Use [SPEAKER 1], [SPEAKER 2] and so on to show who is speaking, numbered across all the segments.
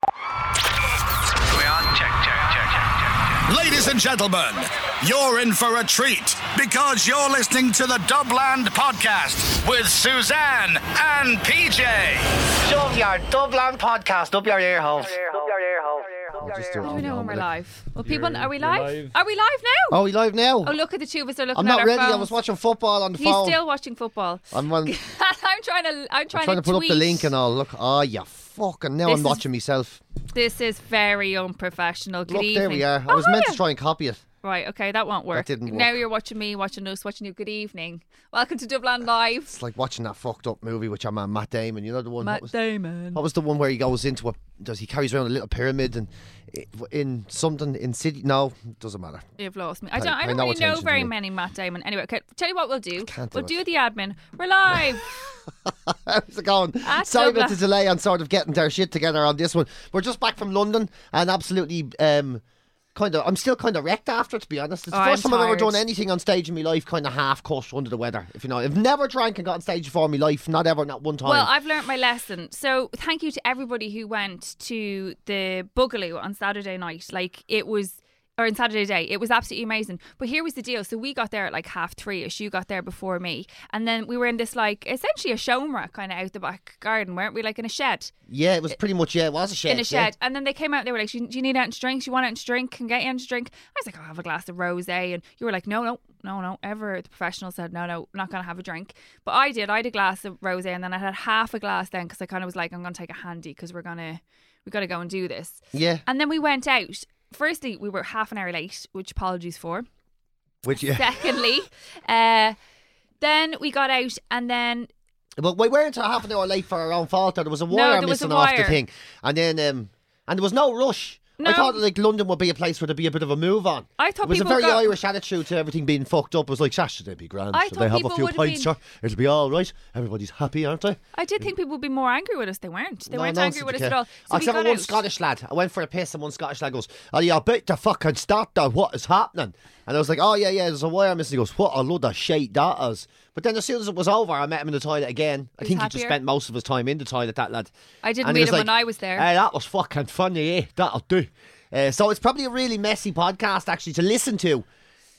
[SPEAKER 1] We're on check, check, check, check, check, check.
[SPEAKER 2] Ladies and gentlemen, you're in for a treat because you're listening to the Dubland Podcast with Suzanne and PJ.
[SPEAKER 3] Shove your Dublin podcast up your ear holes.
[SPEAKER 4] Just
[SPEAKER 5] What do we know when we're live? Well, people,
[SPEAKER 4] You're-
[SPEAKER 5] are we
[SPEAKER 4] you're
[SPEAKER 5] live?
[SPEAKER 4] live.
[SPEAKER 5] Are we live now?
[SPEAKER 4] Oh, we live now.
[SPEAKER 5] Oh, look at the two of us are looking
[SPEAKER 4] I'm
[SPEAKER 5] at
[SPEAKER 4] not
[SPEAKER 5] our
[SPEAKER 4] ready.
[SPEAKER 5] phones.
[SPEAKER 4] I was watching football on the
[SPEAKER 5] He's
[SPEAKER 4] phone.
[SPEAKER 5] still watching football.
[SPEAKER 4] I'm, I'm
[SPEAKER 5] I'm trying to. I'm trying,
[SPEAKER 4] trying to put up
[SPEAKER 5] tweet.
[SPEAKER 4] the link and all. Look, oh, you fucking. Now
[SPEAKER 5] This
[SPEAKER 4] I'm
[SPEAKER 5] is-
[SPEAKER 4] watching myself.
[SPEAKER 5] This is very unprofessional. Good
[SPEAKER 4] Look,
[SPEAKER 5] evening.
[SPEAKER 4] there we are. I
[SPEAKER 5] Oh,
[SPEAKER 4] was meant
[SPEAKER 5] hiya.
[SPEAKER 4] to try and copy it.
[SPEAKER 5] Right. Okay, that won't work.
[SPEAKER 4] didn't
[SPEAKER 5] Now
[SPEAKER 4] work.
[SPEAKER 5] you're watching me, watching us, watching you. Good evening. Welcome to Dublin Live.
[SPEAKER 4] It's like watching that fucked up movie which I'm on Matt Damon. You know the one. what,
[SPEAKER 5] Matt
[SPEAKER 4] was,
[SPEAKER 5] Damon.
[SPEAKER 4] what was the one where he goes into a? Does he carries around a little pyramid and it- in something in city? No, doesn't matter.
[SPEAKER 5] You've lost me. I
[SPEAKER 4] Pay-
[SPEAKER 5] don't. I
[SPEAKER 4] pay
[SPEAKER 5] don't
[SPEAKER 4] no
[SPEAKER 5] really know
[SPEAKER 4] attention to
[SPEAKER 5] very
[SPEAKER 4] me.
[SPEAKER 5] many Matt Damon. Anyway, okay. Tell you what we'll do.
[SPEAKER 4] can't do
[SPEAKER 5] we'll
[SPEAKER 4] it.
[SPEAKER 5] do the admin. We're live.
[SPEAKER 4] How's it going?
[SPEAKER 5] At
[SPEAKER 4] Sorry about
[SPEAKER 5] Dublin.
[SPEAKER 4] the delay on sort of getting their shit together on this one. We're just back from London and absolutely um, kind of. I'm still kind of wrecked after, to be honest. It's the
[SPEAKER 5] Oh,
[SPEAKER 4] 1st
[SPEAKER 5] I'm
[SPEAKER 4] time I've ever
[SPEAKER 5] tired.
[SPEAKER 4] done anything on stage in my life, kind of half cussed under the weather. If you know, I've never drank and got on stage before in my life. Not ever, not one time.
[SPEAKER 5] Well, I've learnt my lesson. So thank you to everybody who went to the Boogaloo on Saturday night. Like it was. Or on Saturday day, it was absolutely amazing. But here was the deal: so we got there at like half three ish. You got there before me, and then we were in this like essentially a showmra kind of out the back garden, weren't we? Like in a shed,
[SPEAKER 4] yeah, it was pretty much yeah, it was a shed.
[SPEAKER 5] in a
[SPEAKER 4] yeah.
[SPEAKER 5] shed. And then they came out. and They were like, "Do you- do you need anything to drink? Do you want anything to drink? Can I get you anything to drink?" I was like, "I'll have a glass of rosé." And you were like, "No, no, no, no." Ever the professional said, "No, no, not gonna have a drink." But I did. I had a glass of rosé, and then I had half a glass then because I kind of was like, "I'm gonna take a handy because we're gonna we gotta go and do this."
[SPEAKER 4] Yeah,
[SPEAKER 5] And then we went out. Firstly, we were half an hour late, which apologies for.
[SPEAKER 4] which yeah.
[SPEAKER 5] Secondly, uh, then we got out, and then
[SPEAKER 4] But we weren't half an hour late for our own fault. There was a
[SPEAKER 5] No,
[SPEAKER 4] wire
[SPEAKER 5] there was a
[SPEAKER 4] missing off the
[SPEAKER 5] wire.
[SPEAKER 4] thing, and then um, and there was no rush. I
[SPEAKER 5] No.
[SPEAKER 4] thought like London would be a place where there'd be a bit of a move on.
[SPEAKER 5] I thought
[SPEAKER 4] it was
[SPEAKER 5] people
[SPEAKER 4] a very
[SPEAKER 5] got-
[SPEAKER 4] Irish attitude to everything being fucked up. It was like, "Sash, they'd be grand.
[SPEAKER 5] I
[SPEAKER 4] so
[SPEAKER 5] thought
[SPEAKER 4] they have a
[SPEAKER 5] people
[SPEAKER 4] few
[SPEAKER 5] would've
[SPEAKER 4] pints,
[SPEAKER 5] been-
[SPEAKER 4] sure. it'll be all right. Everybody's happy, aren't they?"
[SPEAKER 5] I did think people would be more angry with us. They weren't. They
[SPEAKER 4] Mm. No,
[SPEAKER 5] weren't
[SPEAKER 4] no one
[SPEAKER 5] angry
[SPEAKER 4] seemed
[SPEAKER 5] with
[SPEAKER 4] to
[SPEAKER 5] us at
[SPEAKER 4] care.
[SPEAKER 5] all. So we
[SPEAKER 4] Except for
[SPEAKER 5] got
[SPEAKER 4] one
[SPEAKER 5] out.
[SPEAKER 4] Scottish lad. I went for a piss, and one Scottish lad goes, "Are you about to fucking start that? What is happening?" And I was like, "Oh yeah, yeah, there's a wire missing." He goes, "What a load of shite that is." But then as soon as it was over, I met him in the toilet again. I
[SPEAKER 5] He
[SPEAKER 4] think
[SPEAKER 5] was
[SPEAKER 4] he just
[SPEAKER 5] happier?
[SPEAKER 4] spent most of his time in the toilet. That lad.
[SPEAKER 5] I didn't
[SPEAKER 4] And he
[SPEAKER 5] meet
[SPEAKER 4] was
[SPEAKER 5] him
[SPEAKER 4] like,
[SPEAKER 5] when I was there.
[SPEAKER 4] "Hey, that was fucking funny. Eh? That'll do." Uh, so it's probably a really messy podcast actually to listen to.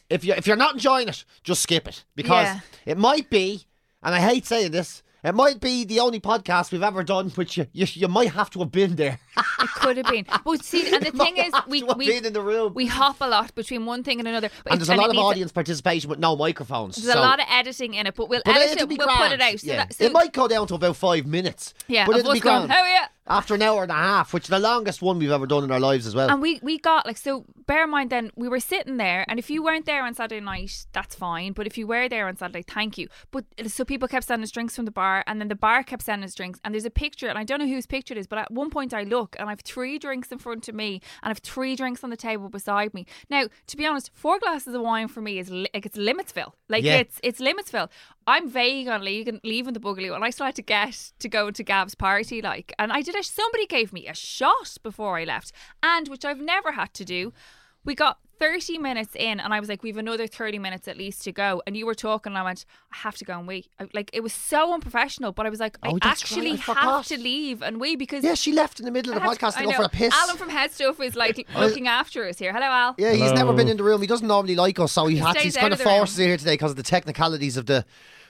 [SPEAKER 4] If you're if you're not enjoying it, just skip it because
[SPEAKER 5] Yeah.
[SPEAKER 4] it might be, and I hate saying this, it might be the only podcast we've ever done which you you, you might have to have been there.
[SPEAKER 5] It could have been. But see, and the thing is,
[SPEAKER 4] have
[SPEAKER 5] we
[SPEAKER 4] to have
[SPEAKER 5] we,
[SPEAKER 4] been in the room.
[SPEAKER 5] we hop a lot between one thing and another. But
[SPEAKER 4] and
[SPEAKER 5] it-
[SPEAKER 4] there's a lot
[SPEAKER 5] it
[SPEAKER 4] of
[SPEAKER 5] needs-
[SPEAKER 4] audience participation with no microphones.
[SPEAKER 5] There's
[SPEAKER 4] so.
[SPEAKER 5] a lot of editing in it, but we'll
[SPEAKER 4] But
[SPEAKER 5] edit
[SPEAKER 4] it'll
[SPEAKER 5] it.
[SPEAKER 4] be
[SPEAKER 5] We'll put it
[SPEAKER 4] grand,
[SPEAKER 5] out. So
[SPEAKER 4] yeah.
[SPEAKER 5] that, so
[SPEAKER 4] it might go down to about five minutes.
[SPEAKER 5] Yeah,
[SPEAKER 4] but
[SPEAKER 5] of
[SPEAKER 4] it'll be
[SPEAKER 5] us going,
[SPEAKER 4] grand.
[SPEAKER 5] "How are ya?"
[SPEAKER 4] After an hour and a half, which is the longest one we've ever done in our lives as well.
[SPEAKER 5] And we, we got like so. Bear in mind, then we were sitting there, and if you weren't there on Saturday night, that's fine. But if you were there on Saturday, thank you. But so people kept sending us drinks from the bar, and then the bar kept sending us drinks. And there's a picture, and I don't know whose picture it is, but at one point I look, and I have three drinks in front of me, and I have three drinks on the table beside me. Now, to be honest, four glasses of wine for me is li- like it's Limitsville, like
[SPEAKER 4] Yeah.
[SPEAKER 5] it's it's Limitsville. I'm vague on leaving, leaving the Boogaloo, and I still had to get to go to Gab's party. Like, and I did a somebody gave me a shot before I left, and which I've never had to do. We got 30 minutes in, and I was like, "We've another 30 minutes at least to go." And you were talking, and I went, "I have to go and wee." I- Like, it was so unprofessional, but I was like,
[SPEAKER 4] Oh,
[SPEAKER 5] "I
[SPEAKER 4] that's right,
[SPEAKER 5] actually
[SPEAKER 4] I
[SPEAKER 5] have
[SPEAKER 4] forgot.
[SPEAKER 5] to leave and wee because."
[SPEAKER 4] yeah, she left in the middle
[SPEAKER 5] I
[SPEAKER 4] of the
[SPEAKER 5] had to-
[SPEAKER 4] podcast to,
[SPEAKER 5] I
[SPEAKER 4] go
[SPEAKER 5] know.
[SPEAKER 4] for a piss.
[SPEAKER 5] Alan from Head Stuff is like looking after us here. Hello, Al.
[SPEAKER 4] Yeah, he's never been in the room. He doesn't normally like us, so he, had to,
[SPEAKER 5] stays
[SPEAKER 4] he's
[SPEAKER 5] out
[SPEAKER 4] kind
[SPEAKER 5] of
[SPEAKER 4] of
[SPEAKER 5] the room.
[SPEAKER 4] forced us here today because of the technicalities of the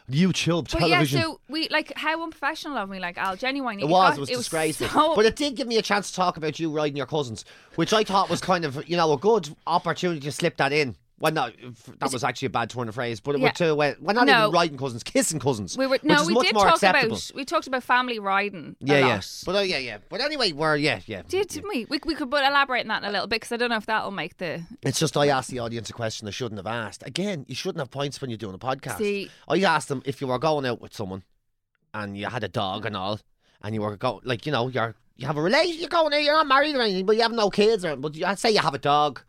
[SPEAKER 4] YouTube
[SPEAKER 5] But
[SPEAKER 4] television.
[SPEAKER 5] yeah, so we like how unprofessional of me, like Al. Genuinely,
[SPEAKER 4] it was,
[SPEAKER 5] got-
[SPEAKER 4] it was
[SPEAKER 5] it
[SPEAKER 4] disgraceful.
[SPEAKER 5] so-
[SPEAKER 4] But it did give me a chance to talk about you riding your cousins, which I thought was kind of, you know, a good opportunity to slip that in. Well, no, f- that was actually a bad turn of phrase, but it uh,
[SPEAKER 5] Yeah.
[SPEAKER 4] were two, well, well, not
[SPEAKER 5] No.
[SPEAKER 4] even riding cousins, kissing cousins.
[SPEAKER 5] we were
[SPEAKER 4] which
[SPEAKER 5] no,
[SPEAKER 4] is
[SPEAKER 5] we
[SPEAKER 4] much
[SPEAKER 5] did
[SPEAKER 4] more
[SPEAKER 5] talk
[SPEAKER 4] acceptable.
[SPEAKER 5] about we talked about family riding.
[SPEAKER 4] yeah,
[SPEAKER 5] a lot.
[SPEAKER 4] yeah. But uh, yeah, yeah. But anyway, we're, yeah, yeah.
[SPEAKER 5] Did didn't we? We we could but elaborate on that in a little bit because I don't know if that'll make the
[SPEAKER 4] It's just I asked the audience a question I shouldn't have asked. Again, you shouldn't have points when you're doing a podcast.
[SPEAKER 5] See-
[SPEAKER 4] I asked them if you were going out with someone and you had a dog and all, and you were going like you know you're you have a relation, you're going out, you're not married or anything, but you have no kids, or but you, I'd say you have a dog.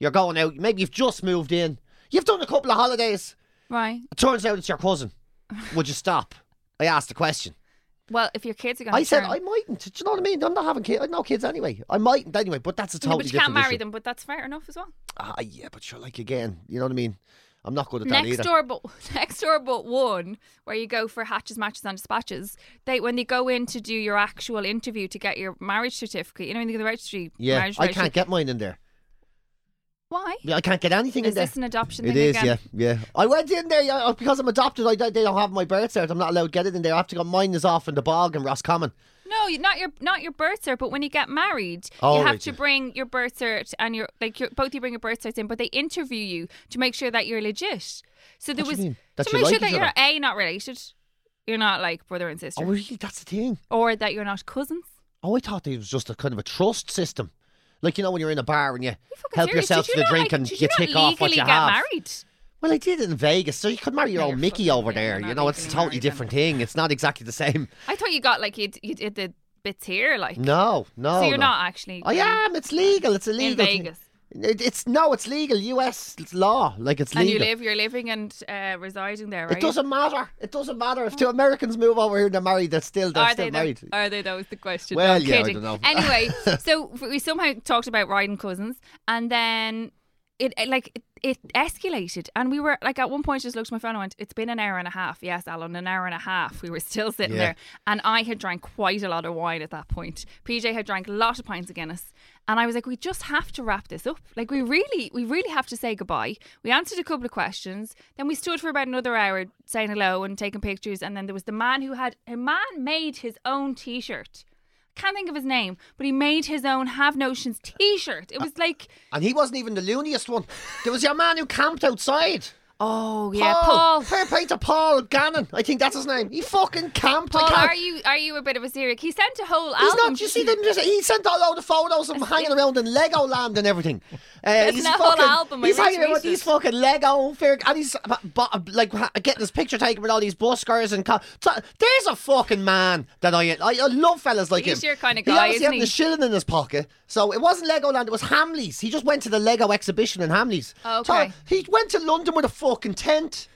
[SPEAKER 4] You're going out, maybe you've just moved in, you've done a couple of holidays.
[SPEAKER 5] Right.
[SPEAKER 4] It turns out it's your cousin. Would you stop? I asked the question.
[SPEAKER 5] Well, if your kids are going to
[SPEAKER 4] I said I mightn't. Do you know what I mean? I'm not having kids. I have no kids anyway. I mightn't anyway. But that's a totally
[SPEAKER 5] but you
[SPEAKER 4] different
[SPEAKER 5] can't marry
[SPEAKER 4] issue.
[SPEAKER 5] them, but that's fair enough as well.
[SPEAKER 4] Ah, yeah, but you're like again. You know what I mean? I'm not good at that
[SPEAKER 5] Next
[SPEAKER 4] either.
[SPEAKER 5] door, but next door, but one where you go for hatches, matches, and dispatches. They when they go in to do your actual interview to get your marriage certificate, you know, when they get the registry.
[SPEAKER 4] yeah,
[SPEAKER 5] marriage
[SPEAKER 4] I
[SPEAKER 5] registry.
[SPEAKER 4] can't get mine in there.
[SPEAKER 5] Why?
[SPEAKER 4] Yeah, I can't get anything
[SPEAKER 5] Is
[SPEAKER 4] in there.
[SPEAKER 5] this an adoption
[SPEAKER 4] It
[SPEAKER 5] thing
[SPEAKER 4] is,
[SPEAKER 5] again?
[SPEAKER 4] yeah, yeah. I went in there yeah, uh, because I'm adopted. I don't- they don't have my birth cert. I'm not allowed to get it in there. I have to go. Mine is off in the bog in Roscommon.
[SPEAKER 5] No, you- not your not your birth cert, but when you get married,
[SPEAKER 4] Oh,
[SPEAKER 5] you have
[SPEAKER 4] right.
[SPEAKER 5] to bring your birth cert and your like your, both you bring your birth certs in, but they interview you to make sure that you're legit. So there
[SPEAKER 4] do you
[SPEAKER 5] was
[SPEAKER 4] mean? That
[SPEAKER 5] to
[SPEAKER 4] you
[SPEAKER 5] make sure
[SPEAKER 4] like
[SPEAKER 5] that
[SPEAKER 4] each
[SPEAKER 5] you're
[SPEAKER 4] other?
[SPEAKER 5] a not related, you're not like brother and sister,
[SPEAKER 4] Oh, really? That's the thing.
[SPEAKER 5] or that you're not cousins.
[SPEAKER 4] Oh, I thought it was just a kind of a trust system. Like you know when you're in a bar and you
[SPEAKER 5] Fucking
[SPEAKER 4] help
[SPEAKER 5] serious.
[SPEAKER 4] yourself
[SPEAKER 5] Did
[SPEAKER 4] to the
[SPEAKER 5] not,
[SPEAKER 4] drink
[SPEAKER 5] like-
[SPEAKER 4] and
[SPEAKER 5] did
[SPEAKER 4] you
[SPEAKER 5] not
[SPEAKER 4] tick off what
[SPEAKER 5] legally
[SPEAKER 4] you
[SPEAKER 5] get
[SPEAKER 4] have.
[SPEAKER 5] Married.
[SPEAKER 4] Well, I did in Vegas, so you could marry your
[SPEAKER 5] Yeah,
[SPEAKER 4] own
[SPEAKER 5] you're
[SPEAKER 4] Mickey
[SPEAKER 5] fucking-
[SPEAKER 4] over
[SPEAKER 5] yeah,
[SPEAKER 4] there.
[SPEAKER 5] you're
[SPEAKER 4] You
[SPEAKER 5] not
[SPEAKER 4] know, it's a
[SPEAKER 5] legally
[SPEAKER 4] totally
[SPEAKER 5] married then.
[SPEAKER 4] different thing. It's not exactly the same.
[SPEAKER 5] I thought you got like you you did the bits here, like
[SPEAKER 4] No, no.
[SPEAKER 5] so you're
[SPEAKER 4] no.
[SPEAKER 5] not actually.
[SPEAKER 4] I am. Oh, It's legal. It's illegal.
[SPEAKER 5] Vegas.
[SPEAKER 4] It, it's no. It's legal. U.S. law. Like it's
[SPEAKER 5] And
[SPEAKER 4] legal.
[SPEAKER 5] you live, you're living and uh, residing there, right?
[SPEAKER 4] It doesn't matter. It doesn't matter if two Americans move over here and they're married. They're still they're
[SPEAKER 5] are
[SPEAKER 4] still
[SPEAKER 5] they
[SPEAKER 4] married.
[SPEAKER 5] Though, are they? That was the question.
[SPEAKER 4] Well,
[SPEAKER 5] i
[SPEAKER 4] yeah, I
[SPEAKER 5] kidding.
[SPEAKER 4] don't know.
[SPEAKER 5] Anyway, so f- we somehow talked about riding cousins, and then it, it, like it, it escalated, and we were like at one point just looked at my phone and went, "It's been an hour and a half." Yes, Alan, an hour and a half. We were still sitting
[SPEAKER 4] Yeah.
[SPEAKER 5] there, and I had drank quite a lot of wine at that point. PJ had drank a lot of pints of Guinness. And I was like, we just have to wrap this up. Like, we really, we really have to say goodbye. We answered a couple of questions. Then we stood for about another hour saying hello and taking pictures. And then there was the man who had, a man made his own t shirt. Can't think of his name, but he made his own Have Notions t shirt. It was like,
[SPEAKER 4] And he wasn't even the looniest one. There was your man who camped outside.
[SPEAKER 5] oh, yeah, Paul.
[SPEAKER 4] Fair play to Paul Gannon. I think that's his name. He fucking camped. I
[SPEAKER 5] Paul,
[SPEAKER 4] can't-
[SPEAKER 5] are you are you a bit of a serial? He sent a whole
[SPEAKER 4] He's
[SPEAKER 5] album.
[SPEAKER 4] not. You see, them just, he sent all out the photos of him hanging around in Legoland and everything. Uh,
[SPEAKER 5] That's
[SPEAKER 4] he's
[SPEAKER 5] not
[SPEAKER 4] fucking,
[SPEAKER 5] all album, I
[SPEAKER 4] He's hanging around
[SPEAKER 5] retweeted
[SPEAKER 4] with these
[SPEAKER 5] it.
[SPEAKER 4] fucking Lego fair, and he's uh, bo- uh, like ha- getting his picture taken with all these buskers and. Co- so- there's a fucking man that I I, I love fellas like
[SPEAKER 5] He's
[SPEAKER 4] him.
[SPEAKER 5] your kind of
[SPEAKER 4] He
[SPEAKER 5] guy,
[SPEAKER 4] obviously
[SPEAKER 5] isn't
[SPEAKER 4] had
[SPEAKER 5] he?
[SPEAKER 4] the shilling in his pocket, so it wasn't Legoland. It was Hamleys. He just went to the Lego exhibition in Hamleys.
[SPEAKER 5] Oh, Okay.
[SPEAKER 4] So he went to London with a fucking tent,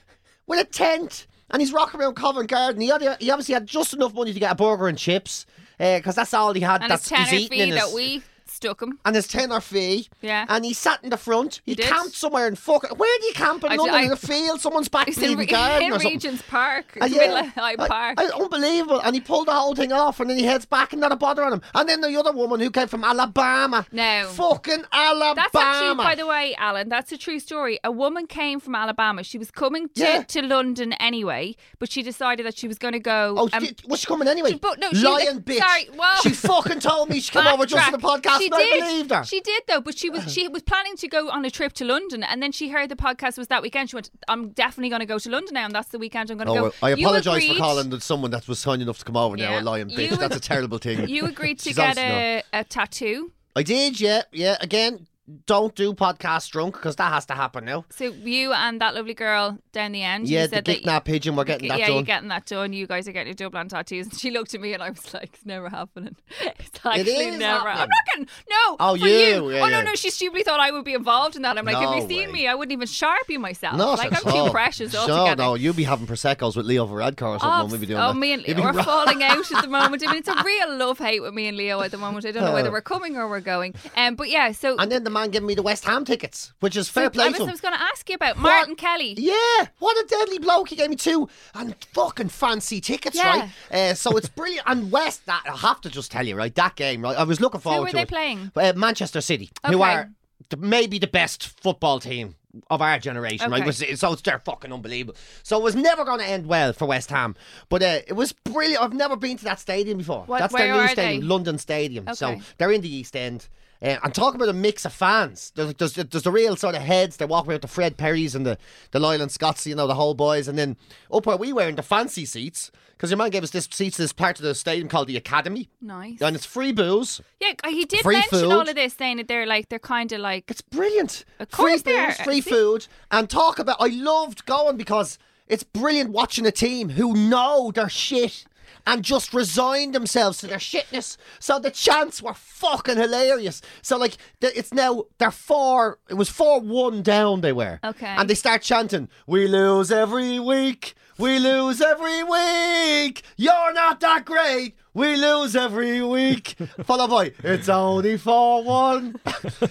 [SPEAKER 4] with a tent, and he's rocking around Covent Garden. He, had, he obviously had just enough money to get a burger and chips, because that's all he had.
[SPEAKER 5] and his
[SPEAKER 4] that's he's
[SPEAKER 5] tenner
[SPEAKER 4] eating in
[SPEAKER 5] fee
[SPEAKER 4] his-
[SPEAKER 5] that we stuck him.
[SPEAKER 4] And his tenner fee.
[SPEAKER 5] Yeah.
[SPEAKER 4] And he sat in the front. He,
[SPEAKER 5] did.
[SPEAKER 4] camped somewhere in fucking. Where do you camp in
[SPEAKER 5] I d-
[SPEAKER 4] London?
[SPEAKER 5] I-
[SPEAKER 4] in a field? Someone's back
[SPEAKER 5] It's in,
[SPEAKER 4] bleeding
[SPEAKER 5] Re-
[SPEAKER 4] garden
[SPEAKER 5] in
[SPEAKER 4] or something.
[SPEAKER 5] Regent's Park. It's
[SPEAKER 4] Uh,
[SPEAKER 5] a bit like Hyde
[SPEAKER 4] I-
[SPEAKER 5] Park.
[SPEAKER 4] I- unbelievable. And he pulled the whole thing off and then he heads back and not a bother on him. And then the other woman who came from Alabama.
[SPEAKER 5] No.
[SPEAKER 4] Fucking Alabama.
[SPEAKER 5] that's actually, by the way, Alan, that's a true story. A woman came from Alabama. She was coming to,
[SPEAKER 4] Yeah.
[SPEAKER 5] to London anyway, but she decided that she was going to go.
[SPEAKER 4] Oh,
[SPEAKER 5] um,
[SPEAKER 4] she, was she coming anyway?
[SPEAKER 5] she- but no, she-
[SPEAKER 4] Lying bitch.
[SPEAKER 5] sorry, whoa.
[SPEAKER 4] She fucking told me she came over just for the
[SPEAKER 5] backtrack.
[SPEAKER 4] podcast
[SPEAKER 5] She
[SPEAKER 4] and I
[SPEAKER 5] did.
[SPEAKER 4] believed her.
[SPEAKER 5] She did though, but she was she was planning to go on a trip to London, and then she heard the podcast was that weekend. She went, "I'm definitely going to go to London now, and that's the weekend
[SPEAKER 4] Oh,
[SPEAKER 5] I'm going to go." You agreed-
[SPEAKER 4] that someone that was kind enough to come over
[SPEAKER 5] Yeah. You ag-
[SPEAKER 4] terrible thing.
[SPEAKER 5] You agreed to
[SPEAKER 4] She's
[SPEAKER 5] get
[SPEAKER 4] obviously not.
[SPEAKER 5] a, a tattoo,
[SPEAKER 4] I did, yeah, yeah. Again, don't do podcast drunk because that has to happen now.
[SPEAKER 5] so you and that lovely girl down the end.
[SPEAKER 4] yeah,
[SPEAKER 5] you
[SPEAKER 4] the
[SPEAKER 5] said that
[SPEAKER 4] kidnap pigeon, we're getting that
[SPEAKER 5] yeah,
[SPEAKER 4] done.
[SPEAKER 5] you're getting that done. You guys are getting your Dublin tattoos. And she looked at me and I was like, it's never happening. It's actually
[SPEAKER 4] is
[SPEAKER 5] never
[SPEAKER 4] happening.
[SPEAKER 5] I'm not getting, no.
[SPEAKER 4] Oh, you,
[SPEAKER 5] for you.
[SPEAKER 4] yeah,
[SPEAKER 5] oh,
[SPEAKER 4] yeah.
[SPEAKER 5] no, no. She stupidly thought I would be involved in that. I'm like,
[SPEAKER 4] No
[SPEAKER 5] if you seen
[SPEAKER 4] way.
[SPEAKER 5] me, I wouldn't even sharpie myself.
[SPEAKER 4] Not
[SPEAKER 5] like,
[SPEAKER 4] at
[SPEAKER 5] I'm
[SPEAKER 4] all.
[SPEAKER 5] too precious
[SPEAKER 4] no,
[SPEAKER 5] altogether.
[SPEAKER 4] No, you'll be having Prosecco's with Leo Varadkar or something.
[SPEAKER 5] Oh,
[SPEAKER 4] we'll be doing
[SPEAKER 5] oh,
[SPEAKER 4] that.
[SPEAKER 5] me and
[SPEAKER 4] You'll
[SPEAKER 5] Leo
[SPEAKER 4] be
[SPEAKER 5] are
[SPEAKER 4] ra-
[SPEAKER 5] falling out at the moment. I mean, it's a real love hate with me and Leo at the moment. I don't know whether we're coming or we're going. Um, but yeah, so
[SPEAKER 4] Uh. And then the man giving me the West Ham tickets, which is fair play
[SPEAKER 5] I
[SPEAKER 4] to
[SPEAKER 5] was,
[SPEAKER 4] him.
[SPEAKER 5] I was going to ask you about Martin Kelly.
[SPEAKER 4] Yeah, what a deadly bloke. He gave me two and fucking fancy tickets,
[SPEAKER 5] Yeah.
[SPEAKER 4] right? Uh, so it's brilliant. And West, that, I have to just tell you, right? That game, right? I was looking forward
[SPEAKER 5] were
[SPEAKER 4] to
[SPEAKER 5] they
[SPEAKER 4] it.
[SPEAKER 5] playing?
[SPEAKER 4] Uh, Manchester City, who
[SPEAKER 5] Okay.
[SPEAKER 4] are the, maybe the best football team of our generation, right?
[SPEAKER 5] Okay.
[SPEAKER 4] Was- So it's they're fucking unbelievable. So it was never going to end well for West Ham, but uh, it was brilliant. I've never been to that stadium before.
[SPEAKER 5] What-
[SPEAKER 4] That's
[SPEAKER 5] where
[SPEAKER 4] their new
[SPEAKER 5] are
[SPEAKER 4] stadium,
[SPEAKER 5] they?
[SPEAKER 4] London Stadium. So
[SPEAKER 5] Okay.
[SPEAKER 4] they're in the East End. Uh, and talk about a mix of fans. There's, there's, there's the real sort of heads that walk around the Fred Perrys and the, the Lyle Scots, you know, the whole boys. And then up where we were in the fancy seats, because your man gave us this seats to this part of the stadium called the Academy.
[SPEAKER 5] Nice.
[SPEAKER 4] And it's free booze.
[SPEAKER 5] Yeah, he did
[SPEAKER 4] Free
[SPEAKER 5] mention
[SPEAKER 4] food.
[SPEAKER 5] all of this, saying that they're like, they're kind of like
[SPEAKER 4] It's brilliant.
[SPEAKER 5] Of
[SPEAKER 4] free
[SPEAKER 5] course they
[SPEAKER 4] booze,
[SPEAKER 5] are.
[SPEAKER 4] free
[SPEAKER 5] See?
[SPEAKER 4] food, and talk about. I loved going because it's brilliant watching a team who know their shit and just resigned themselves to their shitness. So the chants were fucking hilarious. So like th- it's now they're four. It was four one down. They were
[SPEAKER 5] Okay.
[SPEAKER 4] and they start chanting, "We lose every week. We lose every week. You're not that great." We lose every week. Followed by, it's only for one.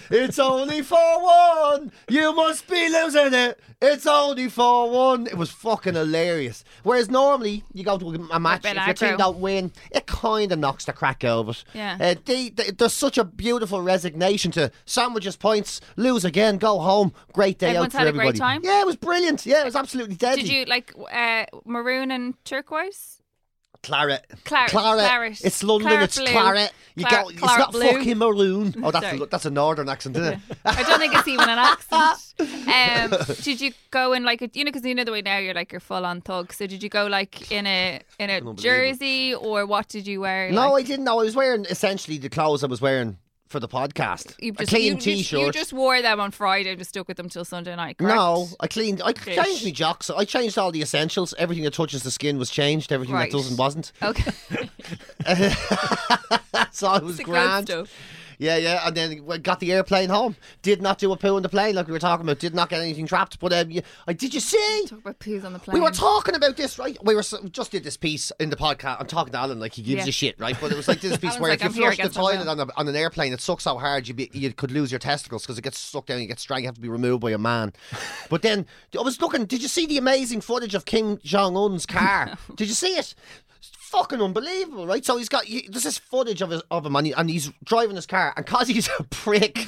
[SPEAKER 4] It's only for one. You must be losing it. It's only for one. It was fucking hilarious. Whereas normally, you go to a- a match,
[SPEAKER 5] bit
[SPEAKER 4] if your team
[SPEAKER 5] aggro.
[SPEAKER 4] don't win, it kind of knocks the crack out of it.
[SPEAKER 5] Yeah.
[SPEAKER 4] Uh, they, they, there's such a beautiful resignation to sandwiches, points, lose again, go home. Great day
[SPEAKER 5] Everyone's
[SPEAKER 4] out for
[SPEAKER 5] had a
[SPEAKER 4] everybody.
[SPEAKER 5] great time?
[SPEAKER 4] Yeah, it was brilliant. Yeah, it was absolutely deadly.
[SPEAKER 5] Did you like uh, maroon and turquoise?
[SPEAKER 4] Claret.
[SPEAKER 5] Claret, claret.
[SPEAKER 4] It's London.
[SPEAKER 5] Claret
[SPEAKER 4] it's
[SPEAKER 5] blue.
[SPEAKER 4] claret. You
[SPEAKER 5] Clar-
[SPEAKER 4] go. It's
[SPEAKER 5] claret
[SPEAKER 4] not
[SPEAKER 5] blue.
[SPEAKER 4] fucking maroon. Oh, that's
[SPEAKER 5] Sorry.
[SPEAKER 4] a, that's a northern accent, isn't it?
[SPEAKER 5] I don't think it's even an accent. Um, did you go in like a, you know because you know the way now you're like you're full on thug. So did you go like in a in a jersey or what did you wear?
[SPEAKER 4] No,
[SPEAKER 5] like,
[SPEAKER 4] I didn't. know. I was wearing essentially the clothes I was wearing for the podcast.
[SPEAKER 5] you
[SPEAKER 4] a
[SPEAKER 5] just,
[SPEAKER 4] clean
[SPEAKER 5] you just-
[SPEAKER 4] t-shirt.
[SPEAKER 5] you just wore them on Friday and just stuck with them till Sunday night. Correct?
[SPEAKER 4] No, I cleaned. I
[SPEAKER 5] Fish.
[SPEAKER 4] changed my jocks. I changed all the essentials. Everything that touches the skin was changed. Everything
[SPEAKER 5] Right.
[SPEAKER 4] that doesn't wasn't.
[SPEAKER 5] Okay.
[SPEAKER 4] so I was
[SPEAKER 5] The good
[SPEAKER 4] grand.
[SPEAKER 5] stuff.
[SPEAKER 4] Yeah, yeah, and then we got the airplane home. Did not do a poo in the plane like we were talking about. Did not get anything trapped. But um, yeah, I did you see?
[SPEAKER 5] Talk about poos on the plane.
[SPEAKER 4] We were talking about this, right? We were s- just did this piece in the podcast. I'm talking to Alan like he gives
[SPEAKER 5] Yeah.
[SPEAKER 4] a shit, right? But it was like this piece
[SPEAKER 5] Alan's
[SPEAKER 4] where if
[SPEAKER 5] like,
[SPEAKER 4] you
[SPEAKER 5] "I'm here
[SPEAKER 4] flush the
[SPEAKER 5] against my
[SPEAKER 4] toilet on, a, on an airplane, it sucks so hard you be, you could lose your testicles because it gets stuck down, you get strangled, you have to be removed by a man. but then I was looking. Did you see the amazing footage of Kim Jong Un's car? did you see it? It's Fucking unbelievable, right? So he's got he, there's this footage of his, of him, and, he, and he's driving his car, and cause he's a prick,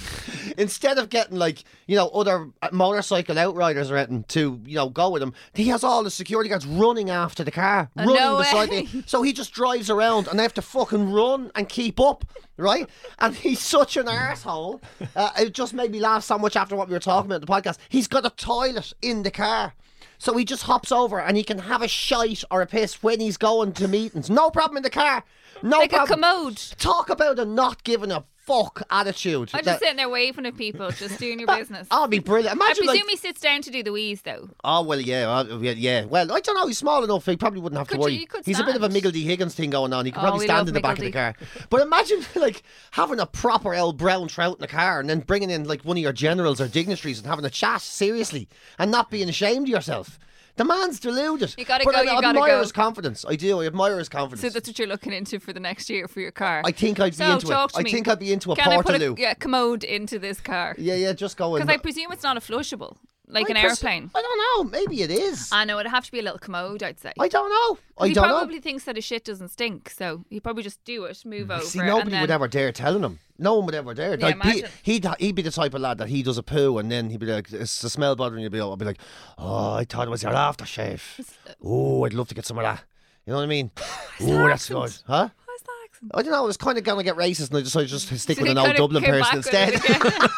[SPEAKER 4] instead of getting like you know other uh, motorcycle outriders or anything to you know go with him, he has all the security guards running after the car,
[SPEAKER 5] Oh,
[SPEAKER 4] running
[SPEAKER 5] no
[SPEAKER 4] beside
[SPEAKER 5] way.
[SPEAKER 4] the so he just drives around and they have to fucking run and keep up, right? And he's such an asshole. Uh, it just made me laugh so much after what we were talking about in the podcast. He's got a toilet in the car. So he just hops over and he can have a shite or a piss when he's going to meetings. No problem in the car. No
[SPEAKER 5] like a
[SPEAKER 4] problem.
[SPEAKER 5] commode.
[SPEAKER 4] Talk about a not giving a fuck attitude.
[SPEAKER 5] I'm just
[SPEAKER 4] That-
[SPEAKER 5] sitting there waving at people, just doing your business.
[SPEAKER 4] I'll be brilliant.
[SPEAKER 5] I
[SPEAKER 4] Imagine
[SPEAKER 5] presume
[SPEAKER 4] like,
[SPEAKER 5] he sits down to do the wheeze though.
[SPEAKER 4] Oh well, yeah, uh, yeah, yeah. Well, I don't know. He's small enough. He probably wouldn't have
[SPEAKER 5] Could
[SPEAKER 4] to
[SPEAKER 5] you-
[SPEAKER 4] worry.
[SPEAKER 5] you could
[SPEAKER 4] He's a bit of a
[SPEAKER 5] stand.
[SPEAKER 4] Miggledy Higgins thing going on. He could
[SPEAKER 5] Oh,
[SPEAKER 4] probably
[SPEAKER 5] we
[SPEAKER 4] stand
[SPEAKER 5] love
[SPEAKER 4] in the back of the car. But imagine like having a proper old brown trout in the car, and then bringing in like one of your generals or dignitaries and having a chat seriously, and not being ashamed of yourself. The man's deluded.
[SPEAKER 5] You gotta
[SPEAKER 4] but
[SPEAKER 5] go,
[SPEAKER 4] I,
[SPEAKER 5] you
[SPEAKER 4] I
[SPEAKER 5] gotta
[SPEAKER 4] admire
[SPEAKER 5] go.
[SPEAKER 4] his confidence. I do. I admire his confidence.
[SPEAKER 5] So that's what you're looking into for the next year for your car.
[SPEAKER 4] I think I'd be
[SPEAKER 5] so
[SPEAKER 4] into it.
[SPEAKER 5] talk To
[SPEAKER 4] I
[SPEAKER 5] me.
[SPEAKER 4] think I'd be into a
[SPEAKER 5] Can I put
[SPEAKER 4] Portaloo.
[SPEAKER 5] a yeah, commode into this car?
[SPEAKER 4] yeah, yeah. Just go in.
[SPEAKER 5] Because I presume it's not a flushable, like an
[SPEAKER 4] I pres-
[SPEAKER 5] airplane.
[SPEAKER 4] I don't know. Maybe it is. I,
[SPEAKER 5] I know it'd have to be a little commode, I'd say.
[SPEAKER 4] don't know. I
[SPEAKER 5] he
[SPEAKER 4] don't know.
[SPEAKER 5] probably thinks that his shit doesn't stink, so he'd probably just do it, move over.
[SPEAKER 4] Mm, See,
[SPEAKER 5] and
[SPEAKER 4] nobody
[SPEAKER 5] then-
[SPEAKER 4] would ever dare telling him. No one would ever dare.
[SPEAKER 5] Yeah,
[SPEAKER 4] like, he,
[SPEAKER 5] imagine.
[SPEAKER 4] he'd, he'd be the type of lad that he does a poo and then he'd be like, it's the smell bothering you. I'd be, I'd be like, oh, I thought it was your aftershave.
[SPEAKER 5] uh,
[SPEAKER 4] Oh, I'd love to get some of that. You know what I mean? oh, that's good.
[SPEAKER 5] accent?
[SPEAKER 4] Huh?
[SPEAKER 6] Oh,
[SPEAKER 5] What's that accent?
[SPEAKER 4] I don't know. I was kind of going to get racist and I decided just to stick
[SPEAKER 5] So
[SPEAKER 4] with
[SPEAKER 5] he
[SPEAKER 4] an old
[SPEAKER 5] kinda
[SPEAKER 4] Dublin
[SPEAKER 5] came
[SPEAKER 4] person
[SPEAKER 5] back with it
[SPEAKER 4] instead.
[SPEAKER 5] again.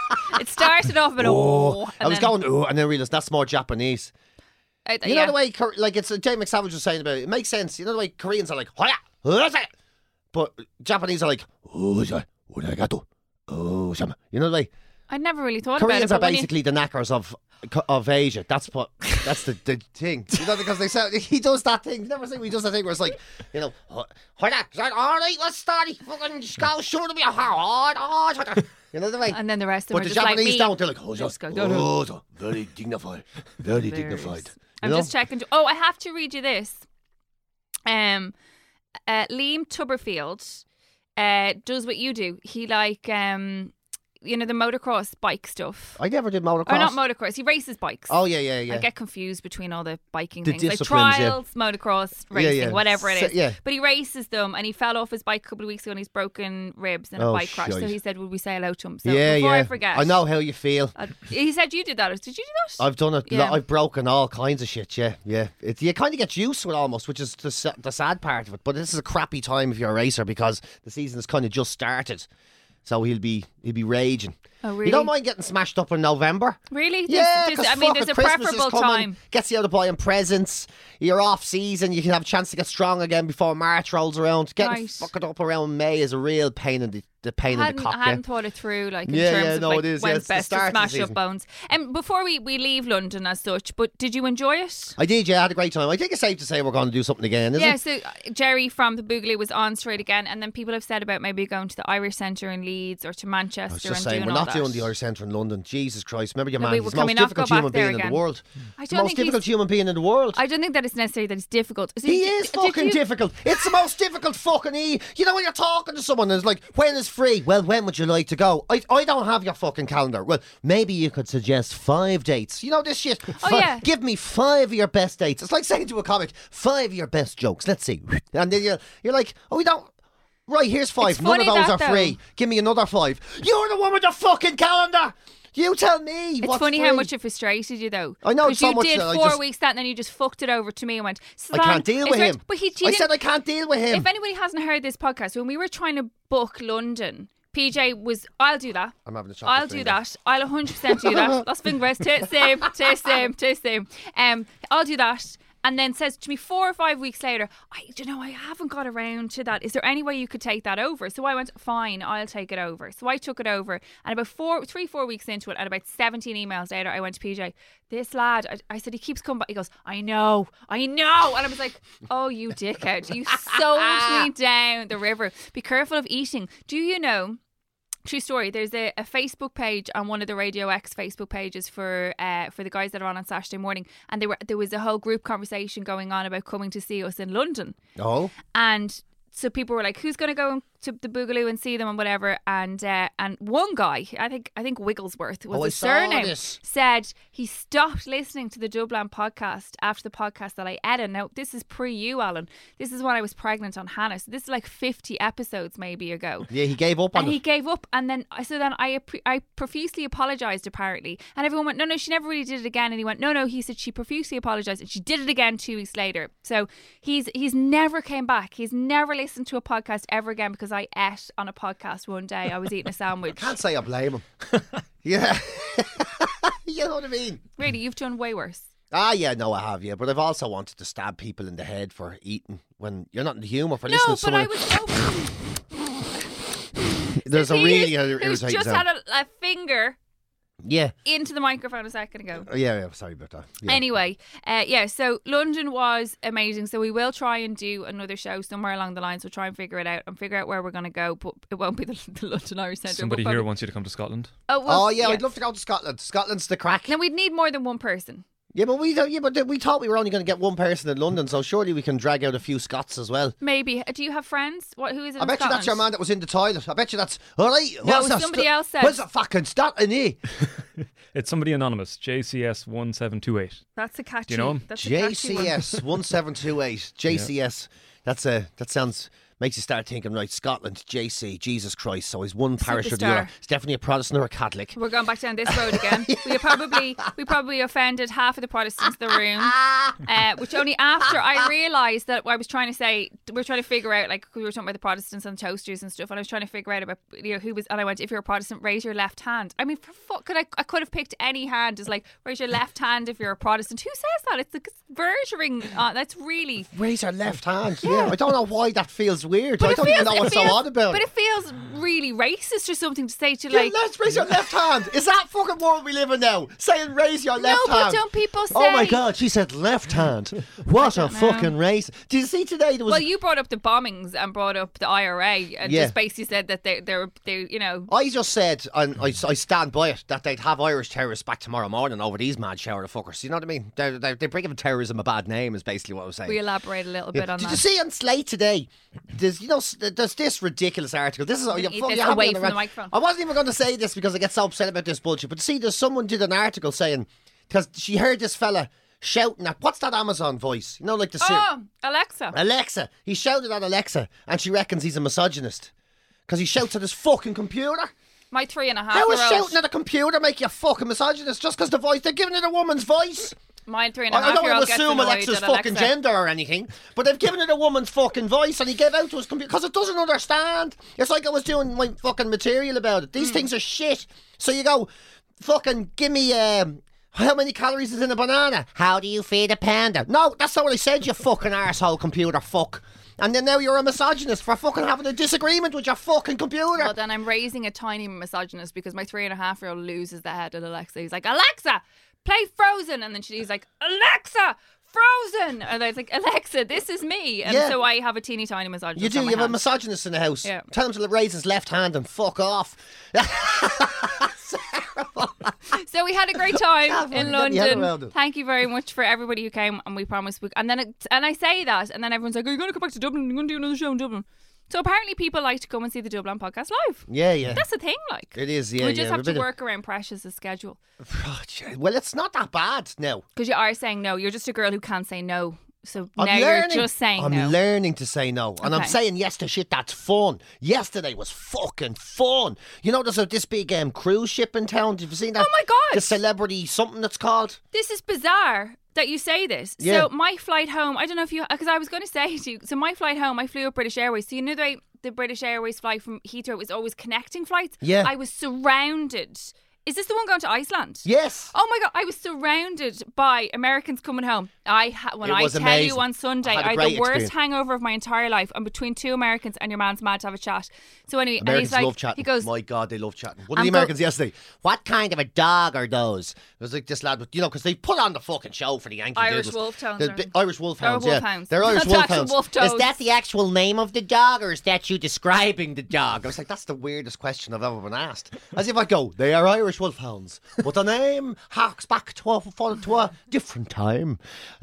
[SPEAKER 5] it started off with a
[SPEAKER 4] oh,
[SPEAKER 5] oh,
[SPEAKER 4] I was going, oh, and then realised that's more Japanese. You know the way, Kor- like it's uh, Jay McSavage was saying about it. It makes sense. You know the way Koreans are like, Hoya, that's it. but Japanese are like, oh, yeah, arigato, oh, shama." you know the way.
[SPEAKER 5] I never really thought
[SPEAKER 4] Koreans are
[SPEAKER 5] about it. but when you-
[SPEAKER 4] basically the knackers of of Asia. That's what. That's the, the thing. You know, because they say he does that thing. You never say he does that thing where it's like, you know, "Oh, hold on, is that all right, let's start. it. Fucking just go shoot me. hard, hard, hard." You know the way.
[SPEAKER 5] and then the rest of them
[SPEAKER 4] But
[SPEAKER 5] are
[SPEAKER 4] the
[SPEAKER 5] just
[SPEAKER 4] Japanese
[SPEAKER 5] like me.
[SPEAKER 4] don't. They're like, oh,
[SPEAKER 5] Just go,
[SPEAKER 4] yeah,
[SPEAKER 5] no, no.
[SPEAKER 4] oh, yeah, very dignified, very dignified.
[SPEAKER 5] I'm
[SPEAKER 4] You know?
[SPEAKER 5] just checking. Oh, I have to read you this. Um, uh, Liam Tuberfield uh, does what you do. He like um, you know the motocross bike stuff.
[SPEAKER 4] I never did motocross.
[SPEAKER 5] Or not motocross. He races bikes.
[SPEAKER 4] Oh yeah, yeah, yeah.
[SPEAKER 5] I get confused between all the biking
[SPEAKER 4] The
[SPEAKER 5] things, like
[SPEAKER 4] disciplines, yeah.
[SPEAKER 5] trials, motocross,
[SPEAKER 4] Yeah,
[SPEAKER 5] racing,
[SPEAKER 4] yeah.
[SPEAKER 5] whatever it
[SPEAKER 4] So-
[SPEAKER 5] is.
[SPEAKER 4] yeah.
[SPEAKER 5] But he races them, and he fell off his bike a couple of weeks ago, and he's broken ribs in a
[SPEAKER 4] Oh,
[SPEAKER 5] bike crash. So
[SPEAKER 4] shite.
[SPEAKER 5] he said, "Would we say hello to him?" So
[SPEAKER 4] yeah,
[SPEAKER 5] before
[SPEAKER 4] yeah.
[SPEAKER 5] I forget,
[SPEAKER 4] know how you feel.
[SPEAKER 5] I'd- he said you did that. or Did you do that?
[SPEAKER 4] I've done it.
[SPEAKER 5] Yeah.
[SPEAKER 4] I've broken all kinds of shit. Yeah, yeah. It, you kind of get used to it almost, which is the, sa- the sad part of it. But this is a crappy time if you're a racer because the season has kind of just started, so he'll be he'll be raging.
[SPEAKER 5] Oh,
[SPEAKER 4] You don't
[SPEAKER 5] really?
[SPEAKER 4] mind getting smashed up in November?
[SPEAKER 5] Really? There's-
[SPEAKER 4] Yeah,
[SPEAKER 5] there's-
[SPEAKER 4] 'cause
[SPEAKER 5] I mean,
[SPEAKER 4] fucking
[SPEAKER 5] there's a
[SPEAKER 4] Christmas is
[SPEAKER 5] preferable
[SPEAKER 4] coming,
[SPEAKER 5] time.
[SPEAKER 4] Gets you out of buying presents. You're off season. You can have a chance to get strong again before March rolls around. Getting
[SPEAKER 5] Right.
[SPEAKER 4] fucking up around May is a real pain in the the pain in
[SPEAKER 5] hadn't,
[SPEAKER 4] the cock.
[SPEAKER 5] I hadn't thought it through, like in
[SPEAKER 4] Yeah,
[SPEAKER 5] terms
[SPEAKER 4] yeah,
[SPEAKER 5] of
[SPEAKER 4] no,
[SPEAKER 5] like,
[SPEAKER 4] it is, yeah,
[SPEAKER 5] when's
[SPEAKER 4] it's the
[SPEAKER 5] best
[SPEAKER 4] start
[SPEAKER 5] to
[SPEAKER 4] of the
[SPEAKER 5] smash up
[SPEAKER 4] season.
[SPEAKER 5] bones. um, before we, we leave London as such, but did you enjoy it?
[SPEAKER 4] I did, yeah, I had a great time. I think it's safe to say we're going to do something again, isn't
[SPEAKER 5] Yeah,
[SPEAKER 4] it?
[SPEAKER 5] so uh, Jerry from the Boogaloo was on straight again, and then people have said about maybe going to the Irish Centre in Leeds or to Manchester.
[SPEAKER 4] I was just
[SPEAKER 5] and
[SPEAKER 4] saying,
[SPEAKER 5] doing
[SPEAKER 4] we're
[SPEAKER 5] all
[SPEAKER 4] not
[SPEAKER 5] that.
[SPEAKER 4] doing the Irish Centre in London. Jesus Christ, remember your
[SPEAKER 5] No,
[SPEAKER 4] man,
[SPEAKER 5] we-
[SPEAKER 4] he's
[SPEAKER 5] can
[SPEAKER 4] the most
[SPEAKER 5] we not go
[SPEAKER 4] difficult
[SPEAKER 5] back
[SPEAKER 4] human
[SPEAKER 5] there
[SPEAKER 4] being in
[SPEAKER 5] again?
[SPEAKER 4] the world.
[SPEAKER 5] I
[SPEAKER 4] The
[SPEAKER 5] don't
[SPEAKER 4] most
[SPEAKER 5] think he's-
[SPEAKER 4] difficult human being in the world.
[SPEAKER 5] I don't think that it's necessary that it's difficult. So
[SPEAKER 4] He
[SPEAKER 5] did-
[SPEAKER 4] is
[SPEAKER 5] did
[SPEAKER 4] fucking
[SPEAKER 5] you-
[SPEAKER 4] difficult. It's the most difficult fucking E. You know when you're talking to someone and it's like, when is free? Well, when would you like to go? I, I don't have your fucking calendar. Well, maybe you could suggest five dates. You know this shit. Fi-
[SPEAKER 5] Oh, yeah.
[SPEAKER 4] Give me five of your best dates. It's like saying to a comic, five of your best jokes. Let's see. And then you're, you're like, oh, we don't. Right, here's five.
[SPEAKER 5] It's
[SPEAKER 4] None of
[SPEAKER 5] funny
[SPEAKER 4] those
[SPEAKER 5] that,
[SPEAKER 4] are free.
[SPEAKER 5] though.
[SPEAKER 4] Give me another five. You're the one with the fucking calendar. You tell me.
[SPEAKER 5] It's
[SPEAKER 4] what's
[SPEAKER 5] funny
[SPEAKER 4] free.
[SPEAKER 5] how much it frustrated you, though.
[SPEAKER 4] I know,
[SPEAKER 5] because
[SPEAKER 4] so
[SPEAKER 5] you
[SPEAKER 4] much
[SPEAKER 5] did
[SPEAKER 4] that I
[SPEAKER 5] four
[SPEAKER 4] just-
[SPEAKER 5] weeks that, and then you just fucked it over to me and went.
[SPEAKER 4] I can't
[SPEAKER 5] "Siobhan,
[SPEAKER 4] deal
[SPEAKER 5] it's
[SPEAKER 4] with
[SPEAKER 5] right."
[SPEAKER 4] him.
[SPEAKER 5] But he, he
[SPEAKER 4] I
[SPEAKER 5] didn't-
[SPEAKER 4] said I can't deal with him.
[SPEAKER 5] If anybody hasn't heard this podcast, when we were trying to book London, PJ was, I'll do that.
[SPEAKER 4] I'm having a chocolate
[SPEAKER 5] I'll do
[SPEAKER 4] finger.
[SPEAKER 5] that. I'll 100% do that. That's fingers. Taste same, taste same, taste same. Um, I'll do that. And then says to me four or five weeks later, I do you know I haven't got around to that. Is there any way you could take that over? So I went, fine, I'll take it over. So I took it over, and about four, three, four weeks into it, and about seventeen emails later, I went to PJ. This lad, I, I said, he keeps coming back. He goes, I know, I know, and I was like, oh, you dickhead, you sold me down the river. Be careful of eating. Do you know? True story. There's a, a Facebook page on one of the Radio X Facebook pages for uh, for the guys that are on on Saturday morning, and there were there was a whole group conversation going on about coming to see us in London,
[SPEAKER 4] Oh.
[SPEAKER 5] and so people were like, "Who's going to go to the Boogaloo and see them and whatever?" And uh, and one guy, I think I think Wigglesworth was
[SPEAKER 4] Oh, I
[SPEAKER 5] his
[SPEAKER 4] saw
[SPEAKER 5] surname,
[SPEAKER 4] this.
[SPEAKER 5] said he stopped listening to the Dublin podcast after the podcast that I edited. Now this is pre you, Alan. This is when I was pregnant on Hannah. So this is like 50 episodes maybe ago
[SPEAKER 4] Yeah, he gave up on
[SPEAKER 5] and
[SPEAKER 4] it.
[SPEAKER 5] he gave up and then so then I appre- I profusely apologized apparently and everyone went no no she never really did it again and he went no no he said she profusely apologized and she did it again 2 weeks later so he's he's never came back he's never listened to a podcast ever again because I ate on a podcast one day I was eating a sandwich
[SPEAKER 4] Can't say I blame him. yeah. you know what I mean?
[SPEAKER 5] really you've done way worse
[SPEAKER 4] Ah, yeah, no, I have, yeah. But I've also wanted to stab people in the head for eating when you're not in the humour for
[SPEAKER 5] no
[SPEAKER 4] listening to
[SPEAKER 5] but
[SPEAKER 4] someone.
[SPEAKER 5] I was so
[SPEAKER 4] There's a
[SPEAKER 5] He
[SPEAKER 4] really uh,
[SPEAKER 5] is-
[SPEAKER 4] ir-
[SPEAKER 5] who's
[SPEAKER 4] irritating
[SPEAKER 5] just
[SPEAKER 4] sound.
[SPEAKER 5] had a, a finger
[SPEAKER 4] Yeah.
[SPEAKER 5] into the microphone a second ago
[SPEAKER 4] Oh, Yeah, yeah, sorry about that. Yeah.
[SPEAKER 5] Anyway, uh, yeah, so London was amazing. So we will try and do another show somewhere along the lines. We'll try and figure it out and figure out where we're going to go, but it won't be the, the London Irish Centre.
[SPEAKER 7] Somebody
[SPEAKER 5] We'll
[SPEAKER 7] here
[SPEAKER 5] probably-
[SPEAKER 7] wants you to come to Scotland.
[SPEAKER 5] Oh, well,
[SPEAKER 4] oh, yeah, I'd love to go to Scotland. Scotland's the crack.
[SPEAKER 5] Now, we'd need more than one person.
[SPEAKER 4] Yeah, but we don't, yeah, but we thought we were only going to get one person in London, so surely we can drag out a few Scots as well.
[SPEAKER 5] Maybe. Uh, Do you have friends? What? Who is it?
[SPEAKER 4] I
[SPEAKER 5] in
[SPEAKER 4] bet you that's your man
[SPEAKER 5] Scotland?
[SPEAKER 4] that was in the toilet. I bet you that's all right.
[SPEAKER 5] No,
[SPEAKER 4] what's that
[SPEAKER 5] somebody
[SPEAKER 4] stu-
[SPEAKER 5] else said-
[SPEAKER 4] Where's the fucking stat in here?
[SPEAKER 7] It's somebody anonymous, JCS one seven two eight.
[SPEAKER 5] That's a catchy.
[SPEAKER 7] Do you know him?
[SPEAKER 5] That's a catchy one.
[SPEAKER 4] JCS one seven two eight. JCS. That's a that sounds makes you start thinking. Right, Scotland. JC. Jesus Christ. So he's one parish or the other.
[SPEAKER 5] Superstar.
[SPEAKER 4] It's definitely a Protestant or a Catholic.
[SPEAKER 5] We're going back down this road again. We probably we probably offended half of the Protestants in the room, uh, which only after I realised that I was trying to say we're trying to figure out like we were talking about the Protestants and toasters and stuff, and I was trying to figure out about you know who was and I went if you're a Protestant raise your left hand. I mean for fuck could I I could have picked any hand as like raise your left hand if you're a Protestant. Who says that? It's the verging. Uh, that's really.
[SPEAKER 4] Raise her left hand. Yeah. I don't know why that feels weird. I
[SPEAKER 5] it
[SPEAKER 4] don't even know
[SPEAKER 5] it
[SPEAKER 4] what's so odd about.
[SPEAKER 5] But it feels really racist or something to say to
[SPEAKER 4] Yeah,
[SPEAKER 5] like
[SPEAKER 4] let's raise your left hand. Is that fucking world we live in now? Saying raise your left
[SPEAKER 5] but
[SPEAKER 4] hand.
[SPEAKER 5] don't people
[SPEAKER 4] Oh my
[SPEAKER 5] say-
[SPEAKER 4] God, she said left hand. What a fucking race. Did you see today? There was
[SPEAKER 5] Well, you brought up the bombings and brought up the IRA and
[SPEAKER 4] Yeah.
[SPEAKER 5] just basically said that they, they're, they, you know,
[SPEAKER 4] I just said, and I, I stand by it, that they'd have Irish terrorists back tomorrow morning over these mad shower of fuckers. You know what I mean? They're, they're, they're bringing terrorism a bad name, is basically what I was saying.
[SPEAKER 5] we elaborate a little
[SPEAKER 4] Yeah.
[SPEAKER 5] bit on
[SPEAKER 4] Did
[SPEAKER 5] that.
[SPEAKER 4] you see on Slate today? There's you know s- there's this ridiculous article. This is oh, you,
[SPEAKER 5] Eat
[SPEAKER 4] fuck,
[SPEAKER 5] this
[SPEAKER 4] you have me
[SPEAKER 5] away
[SPEAKER 4] on
[SPEAKER 5] from the
[SPEAKER 4] rant.
[SPEAKER 5] microphone.
[SPEAKER 4] I wasn't even going to say this because I get so upset about this bullshit. But see, there's someone did an article saying because she heard this fella shouting at what's that Amazon voice? You know, like the Siri-
[SPEAKER 5] oh, Alexa.
[SPEAKER 4] Alexa. He shouted at Alexa, and she reckons he's a misogynist because he shouts at his fucking computer.
[SPEAKER 5] My three and a half
[SPEAKER 4] How is
[SPEAKER 5] year old.
[SPEAKER 4] shouting at a computer make you a fucking misogynist just because the voice they're giving it a woman's voice?
[SPEAKER 5] my three and a
[SPEAKER 4] Oh, I, I
[SPEAKER 5] half
[SPEAKER 4] don't
[SPEAKER 5] year old
[SPEAKER 4] want to
[SPEAKER 5] gets
[SPEAKER 4] assume
[SPEAKER 5] annoyed
[SPEAKER 4] Alexa's
[SPEAKER 5] at
[SPEAKER 4] fucking
[SPEAKER 5] Alexa.
[SPEAKER 4] gender or anything, but they've given it a woman's fucking voice and he gave out to his computer because it doesn't understand. It's like I was doing my fucking material about it. These things are shit. So you go, fucking give me um, how many calories is in a banana? How do you feed a panda? No, that's not what I said. You fucking arsehole computer fuck. and then now you're a misogynist for fucking having a disagreement with your fucking computer.
[SPEAKER 5] Well, then I'm raising a tiny misogynist because my three and a half year old loses the head at Alexa. He's like, Alexa, play Frozen. And then she's like, Alexa, Frozen. And I was like, Alexa, this is me. And
[SPEAKER 4] Yeah.
[SPEAKER 5] so I have a teeny tiny misogynist.
[SPEAKER 4] you do.
[SPEAKER 5] on
[SPEAKER 4] You
[SPEAKER 5] my
[SPEAKER 4] have a
[SPEAKER 5] hand.
[SPEAKER 4] misogynist in the house.
[SPEAKER 5] Yeah.
[SPEAKER 4] Tell him to raise his left hand and fuck off.
[SPEAKER 5] So we had a great
[SPEAKER 4] Yeah,
[SPEAKER 5] time
[SPEAKER 4] fucking
[SPEAKER 5] in
[SPEAKER 4] get your head around
[SPEAKER 5] London.
[SPEAKER 4] it.
[SPEAKER 5] Thank you very much for everybody who came, and we promise. We, and then it, and I say that, and then everyone's like, "Are you going to come back to Dublin? You're going to do another show in Dublin." So apparently, people like to come and see the Dublin podcast live.
[SPEAKER 4] Yeah, yeah.
[SPEAKER 5] That's the thing, like
[SPEAKER 4] It is, yeah,
[SPEAKER 5] we just
[SPEAKER 4] yeah, a
[SPEAKER 5] have to
[SPEAKER 4] bit of-
[SPEAKER 5] work around Precious' schedule
[SPEAKER 4] Oh, well, it's not that bad now.
[SPEAKER 5] because you are saying no. You're just a girl who can't say no. So
[SPEAKER 4] I'm
[SPEAKER 5] now
[SPEAKER 4] learning.
[SPEAKER 5] you're just saying
[SPEAKER 4] I'm
[SPEAKER 5] no.
[SPEAKER 4] learning to say no, and I'm
[SPEAKER 5] Okay.
[SPEAKER 4] saying yes to shit that's fun. Yesterday was fucking fun. You know, there's a, this big um, cruise ship in town. Have you seen that?
[SPEAKER 5] Oh my God.
[SPEAKER 4] The celebrity something that's called.
[SPEAKER 5] this is bizarre that you say this.
[SPEAKER 4] Yeah.
[SPEAKER 5] So my flight home, I don't know if you, because I was going to say to you, so my flight home, I flew with British Airways. So you know the way the British Airways flight from Heathrow is always connecting flights.
[SPEAKER 4] Yeah.
[SPEAKER 5] I was surrounded. Is this the one going to Iceland?
[SPEAKER 4] Yes.
[SPEAKER 5] Oh my god! I was surrounded by Americans coming home. I ha- when
[SPEAKER 4] It
[SPEAKER 5] I
[SPEAKER 4] was
[SPEAKER 5] tell
[SPEAKER 4] amazing.
[SPEAKER 5] you on Sunday,
[SPEAKER 4] I
[SPEAKER 5] I
[SPEAKER 4] had
[SPEAKER 5] had,
[SPEAKER 4] a
[SPEAKER 5] the
[SPEAKER 4] great
[SPEAKER 5] worst
[SPEAKER 4] experience.
[SPEAKER 5] hangover of my entire life. I'm between two Americans, and your man's mad to have a chat. So anyway,
[SPEAKER 4] Americans
[SPEAKER 5] and he's like,
[SPEAKER 4] love chatting.
[SPEAKER 5] he goes,
[SPEAKER 4] my God, they love chatting. One of the
[SPEAKER 5] I'm go-
[SPEAKER 4] Americans yesterday. What kind of a dog are those? It was like this lad, with, you know, because they put on the fucking show for the Yankee
[SPEAKER 5] Irish
[SPEAKER 4] Doodles.
[SPEAKER 5] Wolfhounds
[SPEAKER 4] The
[SPEAKER 5] or-
[SPEAKER 4] bi- Irish Wolfhounds.
[SPEAKER 5] Or
[SPEAKER 4] yeah.
[SPEAKER 5] Wolfhounds.
[SPEAKER 4] They're Irish
[SPEAKER 5] Not actual
[SPEAKER 4] Wolfhounds.
[SPEAKER 5] wolf
[SPEAKER 4] is that
[SPEAKER 5] dogs.
[SPEAKER 4] the actual name of the dog, or is that you describing the dog? I was like, that's the weirdest question I've ever been asked. As if I go, they are Irish Wolfhounds, but the name harks back to a, to a different time.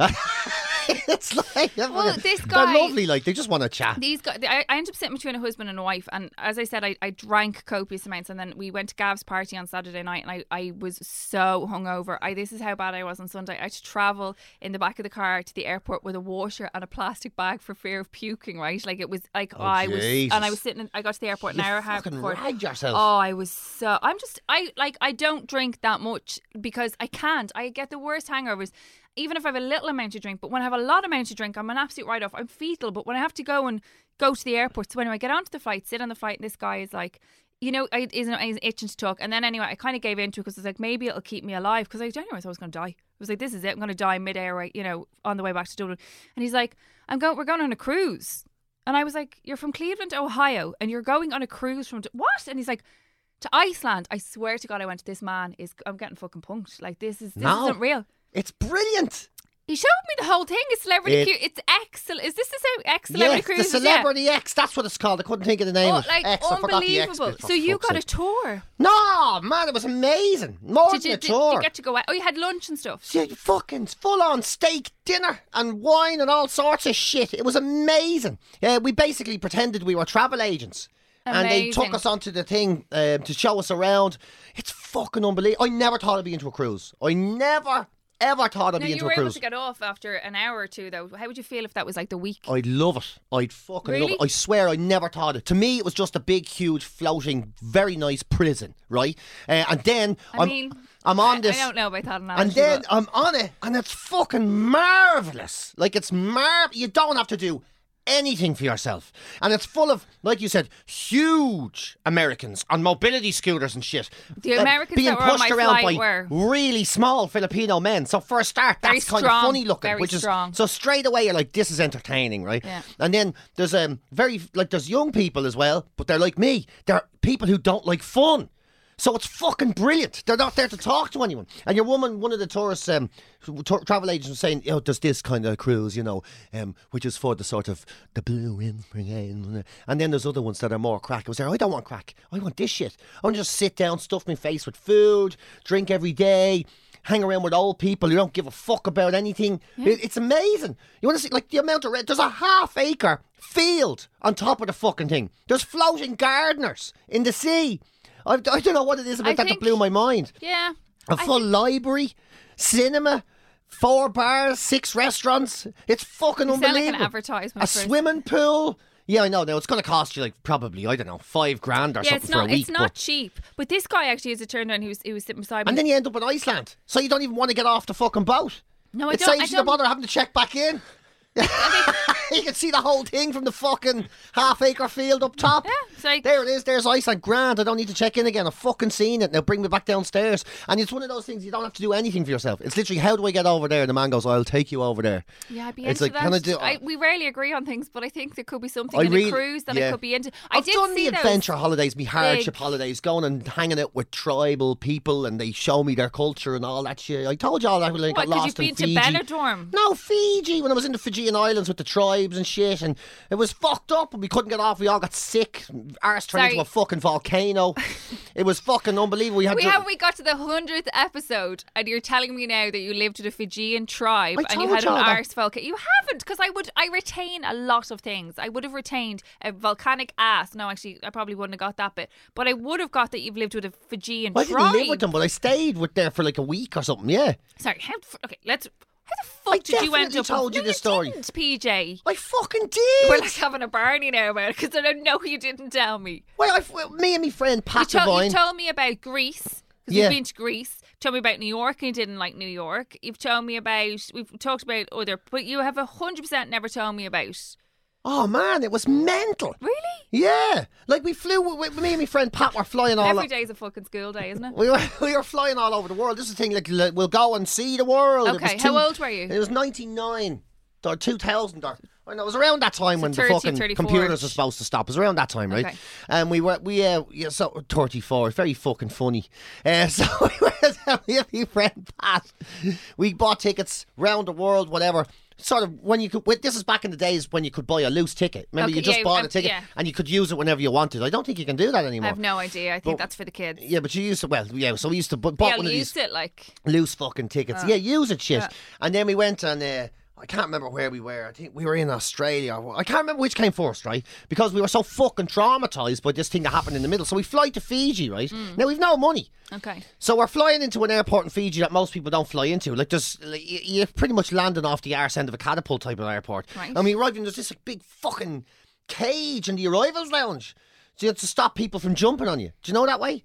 [SPEAKER 4] it's like
[SPEAKER 5] Well, this guy-
[SPEAKER 4] they're lovely. Like they just want to chat.
[SPEAKER 5] These guys, I, I ended up sitting between a husband and a wife, and as I said, I, I drank copious amounts, and then we went to Gav's party on Saturday night, and I, I was so hungover. I this is how bad I was on Sunday. I had to travel in the back of the car to the airport with a washer and a plastic bag for fear of puking. Right, like it was like I was,
[SPEAKER 4] Jesus.
[SPEAKER 5] and I was sitting. In, I got to the airport an hour and a half
[SPEAKER 4] fucking
[SPEAKER 5] before.
[SPEAKER 4] ragged yourself.
[SPEAKER 5] Oh, I was so. I'm just. I like. I don't drink that much because I can't. I get the worst hangovers, even if I have a little amount to drink. But when I have a lot amount to drink, I'm an absolute write off. I'm fetal. But when I have to go and go to the airport, so anyway, I get onto the flight, sit on the flight, and this guy is like. You know, I isn't he's itching to talk, and then anyway, I kind of gave in to it because it's like maybe it'll keep me alive because I genuinely thought I was going to die. I was like, this is it, I'm going to die mid-air, right, you know, on the way back to Dublin. And he's like, I'm going, we're going on a cruise, and I was like, you're from Cleveland, Ohio, and you're going on a cruise from what? And he's like, to Iceland. I swear to God, I went. This man is. I'm getting fucking punked. Like this is. This
[SPEAKER 4] No.
[SPEAKER 5] isn't real.
[SPEAKER 4] It's brilliant.
[SPEAKER 5] He showed me the whole thing. It's celebrity.
[SPEAKER 4] It-
[SPEAKER 5] cru- it's excellent. Is this the same ex celebrity
[SPEAKER 4] yes,
[SPEAKER 5] cruise?
[SPEAKER 4] the celebrity X. That's what it's called. I couldn't think of the name.
[SPEAKER 5] Oh,
[SPEAKER 4] of it.
[SPEAKER 5] like
[SPEAKER 4] X, I forgot the X
[SPEAKER 5] unbelievable.
[SPEAKER 4] bit, for
[SPEAKER 5] so you
[SPEAKER 4] fuck's
[SPEAKER 5] got a
[SPEAKER 4] sake.
[SPEAKER 5] tour.
[SPEAKER 4] no man, it was amazing. More
[SPEAKER 5] Did
[SPEAKER 4] than
[SPEAKER 5] you,
[SPEAKER 4] a
[SPEAKER 5] did
[SPEAKER 4] tour.
[SPEAKER 5] you get to go out? Oh, you had lunch and stuff.
[SPEAKER 4] She had fucking full on steak dinner and wine and all sorts of shit. It was amazing. Uh, we basically pretended we were travel agents. And they took
[SPEAKER 5] Amazing.
[SPEAKER 4] us onto the thing um, to show us around. It's fucking unbelievable. I never thought I'd be into a cruise. I never, ever thought I'd
[SPEAKER 5] No,
[SPEAKER 4] be
[SPEAKER 5] you
[SPEAKER 4] into
[SPEAKER 5] were
[SPEAKER 4] a
[SPEAKER 5] able
[SPEAKER 4] cruise.
[SPEAKER 5] to get off after an hour or two, though. How would you feel if that was like the week?
[SPEAKER 4] I'd love it. I'd fucking love
[SPEAKER 5] Really?
[SPEAKER 4] it. I swear I never thought it. To me, it was just a big, huge, floating, very nice prison, right? Uh, and then
[SPEAKER 5] I
[SPEAKER 4] am
[SPEAKER 5] mean,
[SPEAKER 4] I'm on this.
[SPEAKER 5] I don't know about that analogy.
[SPEAKER 4] And then
[SPEAKER 5] but-
[SPEAKER 4] I'm on it, and it's fucking marvelous. Like it's mar. You don't have to do anything for yourself, and it's full of, like you said, huge Americans on mobility scooters and shit.
[SPEAKER 5] The
[SPEAKER 4] Like,
[SPEAKER 5] Americans
[SPEAKER 4] being
[SPEAKER 5] that were on
[SPEAKER 4] pushed
[SPEAKER 5] my
[SPEAKER 4] around
[SPEAKER 5] flight
[SPEAKER 4] by
[SPEAKER 5] were-
[SPEAKER 4] really small Filipino men. So for a start,
[SPEAKER 5] Very
[SPEAKER 4] that's kind
[SPEAKER 5] strong,
[SPEAKER 4] of funny looking,
[SPEAKER 5] very
[SPEAKER 4] which is
[SPEAKER 5] strong.
[SPEAKER 4] so straight away you're like, this is entertaining, right?
[SPEAKER 5] Yeah.
[SPEAKER 4] And then there's um very like there's young people as well, but they're like me. They're people who don't like fun. So it's fucking brilliant. They're not there to talk to anyone. And your woman, one of the tourists, um, tour- travel agents, was saying, "Oh, there's this kind of cruise, you know, um, which is for the sort of the blue in, and then there's other ones that are more crack." I was like, "I don't want crack. I want this shit. I want to just sit down, stuff my face with food, drink every day." hang around with old people who don't give a fuck about anything. It- it's amazing. You want to see like the amount of red? There's a half acre field on top of the fucking thing. There's floating gardeners in the sea. I, I don't know what it is about
[SPEAKER 5] I
[SPEAKER 4] that
[SPEAKER 5] think-
[SPEAKER 4] that blew my mind.
[SPEAKER 5] yeah.
[SPEAKER 4] A full library, cinema. Four bars, six restaurants. It's fucking
[SPEAKER 5] You sound like an
[SPEAKER 4] unbelievable.
[SPEAKER 5] advertisement
[SPEAKER 4] A
[SPEAKER 5] for-
[SPEAKER 4] swimming pool. Yeah, I know. Now it's going to cost you like probably I don't know five grand or
[SPEAKER 5] Yeah,
[SPEAKER 4] something
[SPEAKER 5] it's
[SPEAKER 4] for a
[SPEAKER 5] not.
[SPEAKER 4] week.
[SPEAKER 5] It's not
[SPEAKER 4] but-
[SPEAKER 5] cheap. But this guy actually is a turned down. He was. He was sitting beside me.
[SPEAKER 4] And then you end up in Iceland, so you don't even want to get off the fucking boat.
[SPEAKER 5] No, I
[SPEAKER 4] it
[SPEAKER 5] don't-
[SPEAKER 4] saves
[SPEAKER 5] I
[SPEAKER 4] you the
[SPEAKER 5] don't-
[SPEAKER 4] bother of having to check back in.
[SPEAKER 5] I think-
[SPEAKER 4] you can see the whole thing from the fucking half acre field up top.
[SPEAKER 5] Yeah, it's like-
[SPEAKER 4] there it is. There's Iceland. Grand. I don't need to check in again. I've fucking seen it. Now bring me back downstairs. And it's one of those things you don't have to do anything for yourself. It's literally, how do I get over there? And the man goes, I'll take you over there.
[SPEAKER 5] Yeah, I'd be
[SPEAKER 4] It's
[SPEAKER 5] into
[SPEAKER 4] like,
[SPEAKER 5] that.
[SPEAKER 4] can I do? uh
[SPEAKER 5] I- we rarely agree on things, but I think there could be something
[SPEAKER 4] I
[SPEAKER 5] in
[SPEAKER 4] really-
[SPEAKER 5] a cruise that
[SPEAKER 4] yeah.
[SPEAKER 5] I could be into. I
[SPEAKER 4] I've
[SPEAKER 5] did
[SPEAKER 4] done
[SPEAKER 5] see
[SPEAKER 4] the
[SPEAKER 5] those-
[SPEAKER 4] adventure holidays, me hardship
[SPEAKER 5] big-
[SPEAKER 4] holidays, going and hanging out with tribal people, and they show me their culture and all that shit. I told you all that when I
[SPEAKER 5] What,
[SPEAKER 4] got
[SPEAKER 5] could you
[SPEAKER 4] lost
[SPEAKER 5] be
[SPEAKER 4] in
[SPEAKER 5] into
[SPEAKER 4] Fiji.
[SPEAKER 5] Benidorm?
[SPEAKER 4] No, Fiji. When I was in the Fijian islands with the tribes and shit, and it was fucked up, and we couldn't get off. We all got sick. Ours turned into
[SPEAKER 5] Sorry.
[SPEAKER 4] a fucking volcano. it was fucking unbelievable. We had
[SPEAKER 5] We
[SPEAKER 4] to.
[SPEAKER 5] haven't we got to the hundredth episode, and you're telling me now that you lived with a Fijian tribe
[SPEAKER 4] I
[SPEAKER 5] and you
[SPEAKER 4] told
[SPEAKER 5] had
[SPEAKER 4] you
[SPEAKER 5] an
[SPEAKER 4] all that.
[SPEAKER 5] arse volcano. You haven't, because I would I retain a lot of things. I would have retained a volcanic ass. No, actually, I probably wouldn't have got that bit, but I would have got that you've lived with a Fijian
[SPEAKER 4] I
[SPEAKER 5] tribe.
[SPEAKER 4] didn't live with them, but I stayed with there for like a week or something. Yeah.
[SPEAKER 5] Sorry, how, the f- okay, let's. How the fuck
[SPEAKER 4] I
[SPEAKER 5] did you end
[SPEAKER 4] definitely
[SPEAKER 5] up?
[SPEAKER 4] told
[SPEAKER 5] no,
[SPEAKER 4] you the story.
[SPEAKER 5] didn't, PJ.
[SPEAKER 4] I fucking did.
[SPEAKER 5] We're like having a Barney now about it because I don't know you didn't tell me.
[SPEAKER 4] well, I, well, me and my friend
[SPEAKER 5] You,
[SPEAKER 4] Pat
[SPEAKER 5] tell-
[SPEAKER 4] Devine.
[SPEAKER 5] you told me about Greece. 'cause
[SPEAKER 4] Yeah.
[SPEAKER 5] You've been to Greece. You Told me about New York and you didn't like New York. You've told me about. We've talked about other, but you have hundred percent never told me about.
[SPEAKER 4] oh man, it was mental.
[SPEAKER 5] Really?
[SPEAKER 4] Yeah, like we flew. We, me and my friend Pat were flying all.
[SPEAKER 5] Every
[SPEAKER 4] o-
[SPEAKER 5] day's a fucking school day, isn't it?
[SPEAKER 4] We were, we were flying all over the world. This is the thing. Like like, we'll go and see the world. It was
[SPEAKER 5] Okay, how
[SPEAKER 4] two-
[SPEAKER 5] old were you?
[SPEAKER 4] It was ninety nine or two thousand or. I know, it was around that time when
[SPEAKER 5] 30,
[SPEAKER 4] the fucking
[SPEAKER 5] 34.
[SPEAKER 4] computers were supposed to stop. It was around that time, right?
[SPEAKER 5] Okay.
[SPEAKER 4] And we were we uh, yeah, so thirty four, very fucking funny. Uh, so we were me and my friend Pat. We bought tickets round the world, whatever. Sort of when you could. Wait, this is back in the days when you could buy a loose ticket. Remember,
[SPEAKER 5] Okay,
[SPEAKER 4] you just
[SPEAKER 5] yeah,
[SPEAKER 4] bought
[SPEAKER 5] um,
[SPEAKER 4] a ticket
[SPEAKER 5] yeah.
[SPEAKER 4] and you could use it whenever you wanted. I don't think you can do that
[SPEAKER 5] I
[SPEAKER 4] anymore.
[SPEAKER 5] have no idea. I think
[SPEAKER 4] But-
[SPEAKER 5] that's for the kids.
[SPEAKER 4] Yeah, but you used to. Well, yeah. So we used to bu- bought
[SPEAKER 5] Yeah,
[SPEAKER 4] one
[SPEAKER 5] we
[SPEAKER 4] of these
[SPEAKER 5] used Uh, it like
[SPEAKER 4] loose fucking tickets. yeah, use it, shit. And then we went and uh, I can't remember where we were. I think we were in Australia. I can't remember which came first, right? Because we were so fucking traumatized by this thing that happened in the middle. So we fly to Fiji, right?
[SPEAKER 5] Mm.
[SPEAKER 4] Now we've no money.
[SPEAKER 5] okay.
[SPEAKER 4] So we're flying into an airport in Fiji that most people don't fly into. Like, there's, like, y- you're pretty much landing off the arse end of a catapult type of airport.
[SPEAKER 5] Right.
[SPEAKER 4] And we arrived and there's this like, big fucking cage in the arrivals lounge. So you have to stop people from jumping on you. Do you know that way?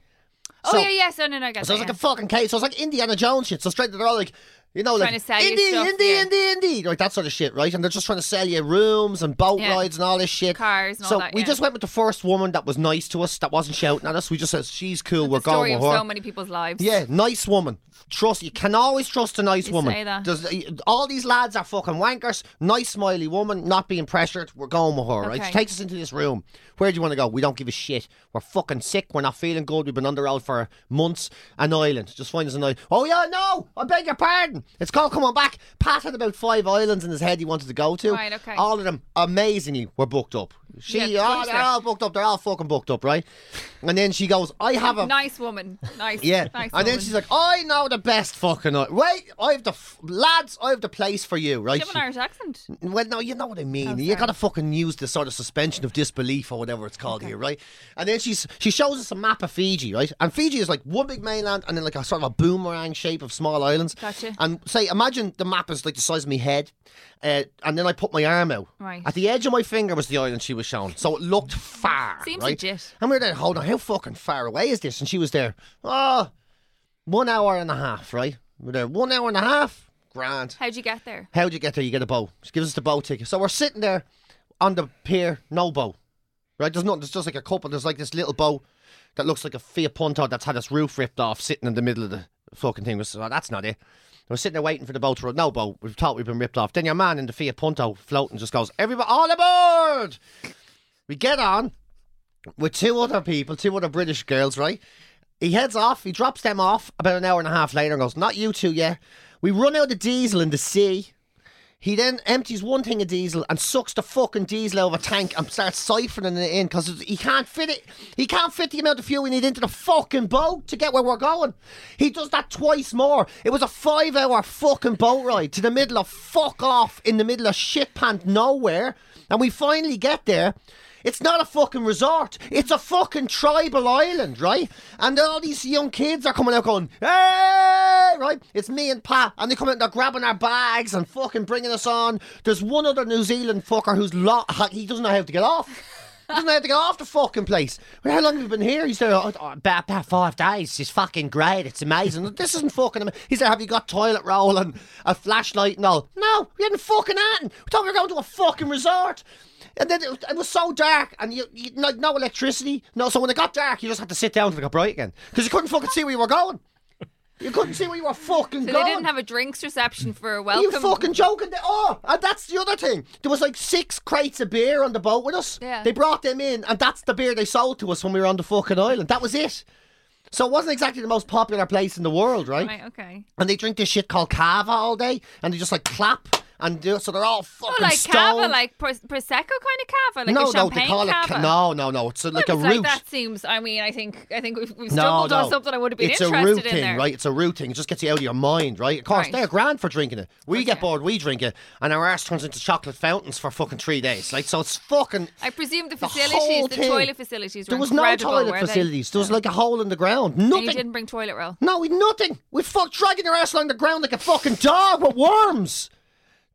[SPEAKER 5] Oh
[SPEAKER 4] So-
[SPEAKER 5] yeah, yeah. So no, no, I get
[SPEAKER 4] so
[SPEAKER 5] that,
[SPEAKER 4] it's like
[SPEAKER 5] yeah.
[SPEAKER 4] a fucking case. So it's like Indiana Jones shit. So straight to they're all like, you know,
[SPEAKER 5] Trying
[SPEAKER 4] like
[SPEAKER 5] to sell you
[SPEAKER 4] Indie,
[SPEAKER 5] stuff,
[SPEAKER 4] Indie,
[SPEAKER 5] yeah.
[SPEAKER 4] Indie, Indie, like that sort of shit, right? And they're just trying to sell you rooms and boat
[SPEAKER 5] Yeah.
[SPEAKER 4] rides and all this shit,
[SPEAKER 5] Cars and all
[SPEAKER 4] so
[SPEAKER 5] that,
[SPEAKER 4] we
[SPEAKER 5] yeah.
[SPEAKER 4] just went with the first woman that was nice to us, that wasn't shouting at us. We just says she's cool. we're
[SPEAKER 5] the story
[SPEAKER 4] going
[SPEAKER 5] of
[SPEAKER 4] with her.
[SPEAKER 5] so many people's lives.
[SPEAKER 4] Yeah, nice woman. Trust you can always trust a nice
[SPEAKER 5] You
[SPEAKER 4] woman.
[SPEAKER 5] say that.
[SPEAKER 4] Does- all these lads are fucking wankers. Nice smiley woman, not being pressured. We're going with her, right? She
[SPEAKER 5] Okay.
[SPEAKER 4] takes us into this room. Where do you want to go? We don't give a shit. We're fucking sick. We're not feeling good. We've been under out for months. An island. Just find us an island. Oh yeah, no. I beg your pardon. It's called Come On Back. Pat had about five islands in his head he wanted to go to.
[SPEAKER 5] Right, okay.
[SPEAKER 4] All of them amazingly were booked up. She,
[SPEAKER 5] Yeah, of
[SPEAKER 4] oh,
[SPEAKER 5] course
[SPEAKER 4] they're
[SPEAKER 5] they're.
[SPEAKER 4] all booked up. They're all fucking booked up, right? And then she goes, I have a
[SPEAKER 5] Nice woman. Nice.
[SPEAKER 4] yeah.
[SPEAKER 5] Nice
[SPEAKER 4] and then
[SPEAKER 5] woman.
[SPEAKER 4] she's like, I know the best fucking. i- Wait, I have the. F- lads, I have the place for you, right?
[SPEAKER 5] Do you have an Irish accent?
[SPEAKER 4] well, no, you know what I
[SPEAKER 5] Oh,
[SPEAKER 4] mean. you gotta fucking use the sort of suspension of disbelief or whatever it's called here, right? And then she's she shows us a map of Fiji, right? And Fiji is like one big mainland and then like a sort of a boomerang shape of small islands.
[SPEAKER 5] Gotcha.
[SPEAKER 4] And say, imagine the map is like the size of my head, uh, and then I put my arm out.
[SPEAKER 5] Right.
[SPEAKER 4] At the edge of my finger was the island she was shown, so it looked far.
[SPEAKER 5] Seems
[SPEAKER 4] right?
[SPEAKER 5] legit.
[SPEAKER 4] And we were there, hold on, how fucking far away is this? And she was there, oh, one hour and a half, right? We We're there, one hour and a half, grand.
[SPEAKER 5] How'd you get there?
[SPEAKER 4] How'd you get there? You get a bow. She gives us the bow ticket. So we're sitting there on the pier, no bow. Right? There's nothing. There's just like a couple. There's like this little bow that looks like a Fiat Punto that's had its roof ripped off sitting in the middle of the fucking thing. We said, oh, that's not it. We're sitting there waiting for the boat to run. No boat. We've thought we've been ripped off. Then your man in the Fiat Punto floating just goes, everybody, all aboard! We get on with two other people, two other British girls, right? He heads off, he drops them off about an hour and a half later and goes, Not you two, yeah. We run out of diesel in the sea. He then empties one thing of diesel and sucks the fucking diesel out of a tank and starts siphoning it in because he can't fit it. He can't fit the amount of fuel we need into the fucking boat to get where we're going. He does that twice more. It was a five hour fucking boat ride to the middle of fuck off in the middle of shit pant nowhere. And we finally get there. It's not a fucking resort. It's a fucking tribal island, right? And then all these young kids are coming out going, hey, right? It's me and Pat. And they come out and they're grabbing our bags and fucking bringing us on. There's one other New Zealand fucker who's lot, he doesn't know how to get off. doesn't have to get off the fucking place. Well, how long have you been here? He's there oh, oh, about, about five days. It's fucking great. It's amazing. this isn't fucking. Am-. He's there. Have you got toilet roll and a flashlight and all? No, we hadn't fucking had. We're talking about going to a fucking resort. And then it, it was so dark, and you, you no, no electricity. No, so when it got dark, you just had to sit down until it got bright again because you couldn't fucking see where you were going. You couldn't see where you were fucking
[SPEAKER 5] So
[SPEAKER 4] going.
[SPEAKER 5] they didn't have a drinks reception for a
[SPEAKER 4] Are
[SPEAKER 5] welcome.
[SPEAKER 4] you fucking joking? They- Oh, and that's the other thing. There was like six crates of beer on the boat with us.
[SPEAKER 5] Yeah.
[SPEAKER 4] They brought them in, and that's the beer they sold to us when we were on the fucking island. That was it. So it wasn't exactly the most popular place in the world, right?
[SPEAKER 5] Right, okay.
[SPEAKER 4] And they drink this shit called cava all day, and they just like clap and do so. They're all fucking
[SPEAKER 5] Oh, like
[SPEAKER 4] stoned.
[SPEAKER 5] cava, like pros- prosecco kind of cava, like
[SPEAKER 4] no,
[SPEAKER 5] a
[SPEAKER 4] no,
[SPEAKER 5] champagne
[SPEAKER 4] they call
[SPEAKER 5] cava.
[SPEAKER 4] it ca- no, no, no. It's uh, like
[SPEAKER 5] I
[SPEAKER 4] a
[SPEAKER 5] was
[SPEAKER 4] root.
[SPEAKER 5] That seems. I mean, I think I think we've, we've
[SPEAKER 4] No,
[SPEAKER 5] stumbled
[SPEAKER 4] no.
[SPEAKER 5] on something I would have been
[SPEAKER 4] it's a
[SPEAKER 5] interested
[SPEAKER 4] root
[SPEAKER 5] in
[SPEAKER 4] thing,
[SPEAKER 5] there.
[SPEAKER 4] right? It's a root thing. It just gets you out of your mind, right? Of course,
[SPEAKER 5] Right.
[SPEAKER 4] they're grand for drinking it. We get
[SPEAKER 5] yeah.
[SPEAKER 4] bored, we drink it, and our arse turns into chocolate fountains for fucking three days. Like, so it's fucking.
[SPEAKER 5] I presume the
[SPEAKER 4] the
[SPEAKER 5] facilities,
[SPEAKER 4] whole
[SPEAKER 5] the,
[SPEAKER 4] thing.
[SPEAKER 5] toilet facilities were
[SPEAKER 4] There was no
[SPEAKER 5] incredible,
[SPEAKER 4] toilet
[SPEAKER 5] were they?
[SPEAKER 4] facilities. There was like a hole in the ground.
[SPEAKER 5] And you
[SPEAKER 4] Nothing.
[SPEAKER 5] didn't bring toilet roll.
[SPEAKER 4] No, we nothing. We fuck dragging our ass along the ground like a fucking dog with worms.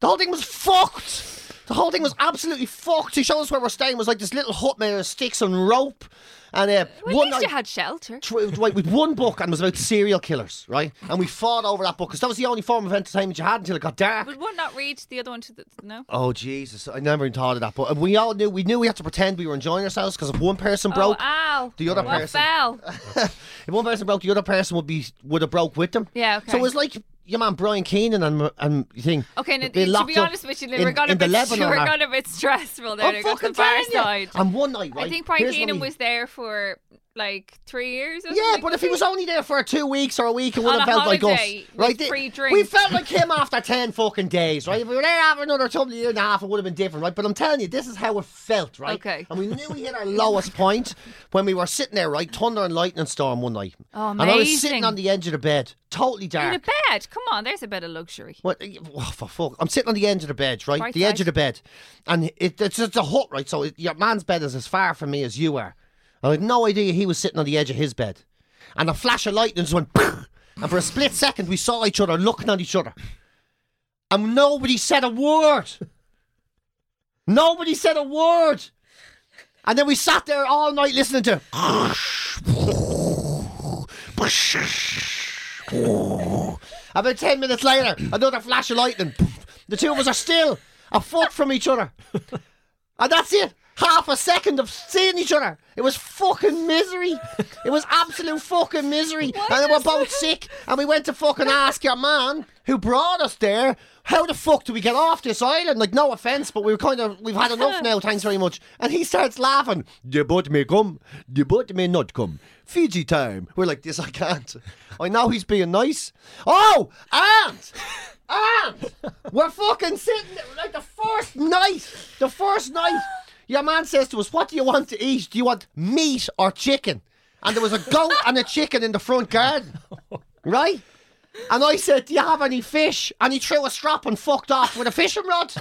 [SPEAKER 4] The whole thing was fucked. The whole thing was absolutely fucked. He showed us where we're staying was like this little hut made of sticks and rope, and uh,
[SPEAKER 5] Well,
[SPEAKER 4] one
[SPEAKER 5] at least
[SPEAKER 4] night-
[SPEAKER 5] you had shelter.
[SPEAKER 4] tw- right, with one book and it was about serial killers, right? And we fought over that book because that was the only form of entertainment you had until it got dark.
[SPEAKER 5] Would one not read the other one to the no?
[SPEAKER 4] Oh Jesus! I never even thought of that. But uh, we all knew we knew we had to pretend we were enjoying ourselves because if one person broke,
[SPEAKER 5] Oh, Al.
[SPEAKER 4] the other
[SPEAKER 5] what
[SPEAKER 4] person-
[SPEAKER 5] fell?
[SPEAKER 4] if one person broke, the other person would be would have broke with them.
[SPEAKER 5] Yeah, okay.
[SPEAKER 4] So it was like your man Brian Keenan and and you think.
[SPEAKER 5] Okay, now,
[SPEAKER 4] they
[SPEAKER 5] to
[SPEAKER 4] locked
[SPEAKER 5] be
[SPEAKER 4] up
[SPEAKER 5] honest with you, they
[SPEAKER 4] in-
[SPEAKER 5] were going a
[SPEAKER 4] in the
[SPEAKER 5] bit,
[SPEAKER 4] Lebanon
[SPEAKER 5] they were
[SPEAKER 4] act.
[SPEAKER 5] going a bit stressful there.
[SPEAKER 4] I'm
[SPEAKER 5] they got the
[SPEAKER 4] fucking
[SPEAKER 5] bar
[SPEAKER 4] telling you.
[SPEAKER 5] side.
[SPEAKER 4] And one night, right?
[SPEAKER 5] I think Brian
[SPEAKER 4] here's when
[SPEAKER 5] Keenan
[SPEAKER 4] he-
[SPEAKER 5] was there for like three years. Or
[SPEAKER 4] Yeah,
[SPEAKER 5] something,
[SPEAKER 4] but if he was
[SPEAKER 5] he?
[SPEAKER 4] only there for two weeks or a week, it would
[SPEAKER 5] On
[SPEAKER 4] have
[SPEAKER 5] a
[SPEAKER 4] felt like us,
[SPEAKER 5] holiday with
[SPEAKER 4] right? Th-
[SPEAKER 5] free
[SPEAKER 4] We
[SPEAKER 5] drinks.
[SPEAKER 4] felt like him after ten fucking days, right? If we were there after another couple of year and a half, it would have been different, right? But I'm telling you, this is how it felt, right?
[SPEAKER 5] Okay.
[SPEAKER 4] And we knew we hit our lowest point when we were sitting there, right? Thunder and lightning storm one night,
[SPEAKER 5] Oh,
[SPEAKER 4] and I was sitting
[SPEAKER 5] amazing.
[SPEAKER 4] on the edge of the bed, totally dark.
[SPEAKER 5] in a bed. Come on, there's a bit of luxury.
[SPEAKER 4] Well, eh, oh, for fuck. I'm sitting on the edge of the bed, right?
[SPEAKER 5] Right
[SPEAKER 4] the edge
[SPEAKER 5] side.
[SPEAKER 4] of the bed. And it, it's just a hut, right? So it, your man's bed is as far from me as you are. I had no idea he was sitting on the edge of his bed. And a flash of lightning just went, and for a split second, we saw each other looking at each other. And nobody said a word. Nobody said a word. And then we sat there all night listening to. About 10 minutes later, another flash of lightning. The two of us are still a foot from each other. And that's it. Half a second of seeing each other. It was fucking misery. It was absolute fucking misery. and then we're both sick. And we went to fucking ask your man who brought us there, how the fuck do we get off this island? Like, no offense, but we were kind of, we've had enough now, thanks very much. And he starts laughing. The boat may come, the boat may not come. Fiji time. We're like, this I can't. I know he's being nice. Oh, and and we're fucking sitting there, like the first night. The first night, your man says to us, "What do you want to eat? Do you want meat or chicken?" And there was a goat and a chicken in the front garden, right? And I said, "Do you have any fish?" And he threw a strap and fucked off with a fishing rod.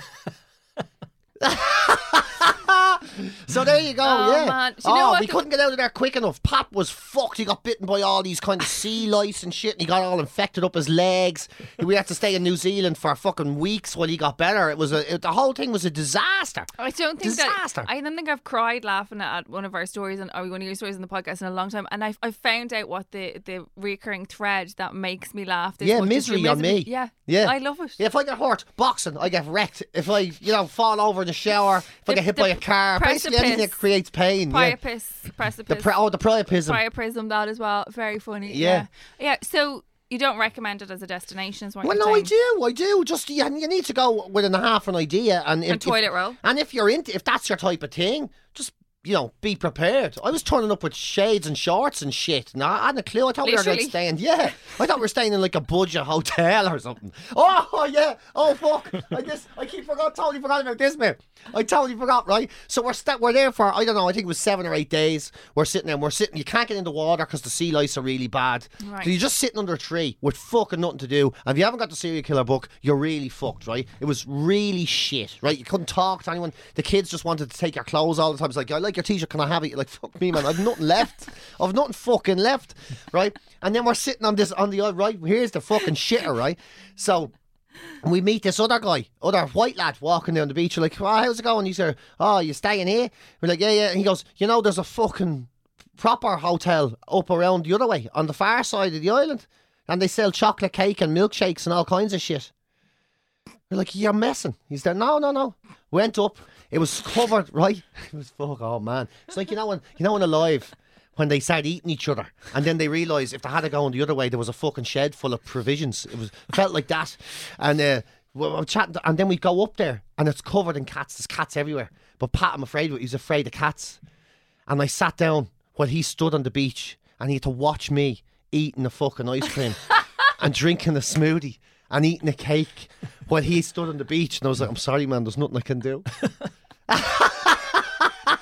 [SPEAKER 4] so there you go.
[SPEAKER 5] Oh,
[SPEAKER 4] yeah.
[SPEAKER 5] man. Do you know
[SPEAKER 4] Oh,
[SPEAKER 5] what
[SPEAKER 4] we
[SPEAKER 5] the-
[SPEAKER 4] couldn't get out of there quick enough. Pat was fucked. He got bitten by all these kind of sea lice and shit, and he got all infected up his legs. We had to stay in New Zealand for fucking weeks while he got better. It was a it, the whole thing was a disaster.
[SPEAKER 5] I don't think
[SPEAKER 4] Disaster.
[SPEAKER 5] that I don't think I've cried laughing at one of our stories and or one of your stories in the podcast in a long time. And I I found out what the the recurring thread that makes me laugh. This
[SPEAKER 4] Yeah,
[SPEAKER 5] much is your
[SPEAKER 4] misery on me.
[SPEAKER 5] Yeah,
[SPEAKER 4] Yeah.
[SPEAKER 5] I love it.
[SPEAKER 4] Yeah, if I get hurt boxing, I get wrecked. If I, you know, fall over in the shower, if I
[SPEAKER 5] The-
[SPEAKER 4] get hit
[SPEAKER 5] the
[SPEAKER 4] by a car, basically anything that
[SPEAKER 5] precipice.
[SPEAKER 4] creates pain. Yeah.
[SPEAKER 5] Priapism, precipice,
[SPEAKER 4] The pri- oh, the priapism.
[SPEAKER 5] priapism, that as well. Very funny.
[SPEAKER 4] Yeah.
[SPEAKER 5] yeah, Yeah, So you don't recommend it as a destination? Is what
[SPEAKER 4] Well,
[SPEAKER 5] you're
[SPEAKER 4] no, I
[SPEAKER 5] saying.
[SPEAKER 4] do, I do. Just you, you need to go with and a half an idea and, if,
[SPEAKER 5] And toilet
[SPEAKER 4] if,
[SPEAKER 5] roll.
[SPEAKER 4] And if you're into, if that's your type of thing, just you know, be prepared. I was turning up with shades and shorts and shit. No, I hadn't a clue. I thought we were like
[SPEAKER 5] Literally.
[SPEAKER 4] staying. Yeah, I thought we were staying in like a budget hotel or something. Oh yeah. Oh fuck. I just I keep forgot. Totally forgot about this man. I totally forgot. Right. So we're sta- we're there for I don't know. I think it was seven or eight days. We're sitting there. and We're sitting. You can't get in the water because the sea lice are really bad.
[SPEAKER 5] Right.
[SPEAKER 4] So you you're just sitting under a tree with fucking nothing to do, and if you haven't got the serial killer book, you're really fucked, right? It was really shit, right? You couldn't talk to anyone. The kids just wanted to take your clothes all the time. It's like, I like your t-shirt, can I have it? You're like, fuck me, man, I've nothing left. I've nothing fucking left, right? And then we're sitting on this on the right. Here's the fucking shitter, right? So And we meet this other guy, other white lad walking down the beach. We're like, oh, how's it going? He's here. Oh, you staying here? We're like, yeah, yeah. And he goes, you know, there's a fucking proper hotel up around the other way on the far side of the island. And they sell chocolate cake and milkshakes and all kinds of shit. We're like, you're messing. He's there. No, no, no. Went up. It was covered, right? It was fuck. Oh man. It's like you know when you know when alive. When they start eating each other, and then they realise if they had it going the other way, there was a fucking shed full of provisions. It was felt like that, and uh, we we're chatting, and then we go up there, and it's covered in cats. There's cats everywhere. But Pat, I'm afraid, of it. he was afraid of cats, and I sat down while he stood on the beach, and he had to watch me eating the fucking ice cream and drinking a smoothie and eating a cake while he stood on the beach. And I was like, I'm sorry, man, there's nothing I can do.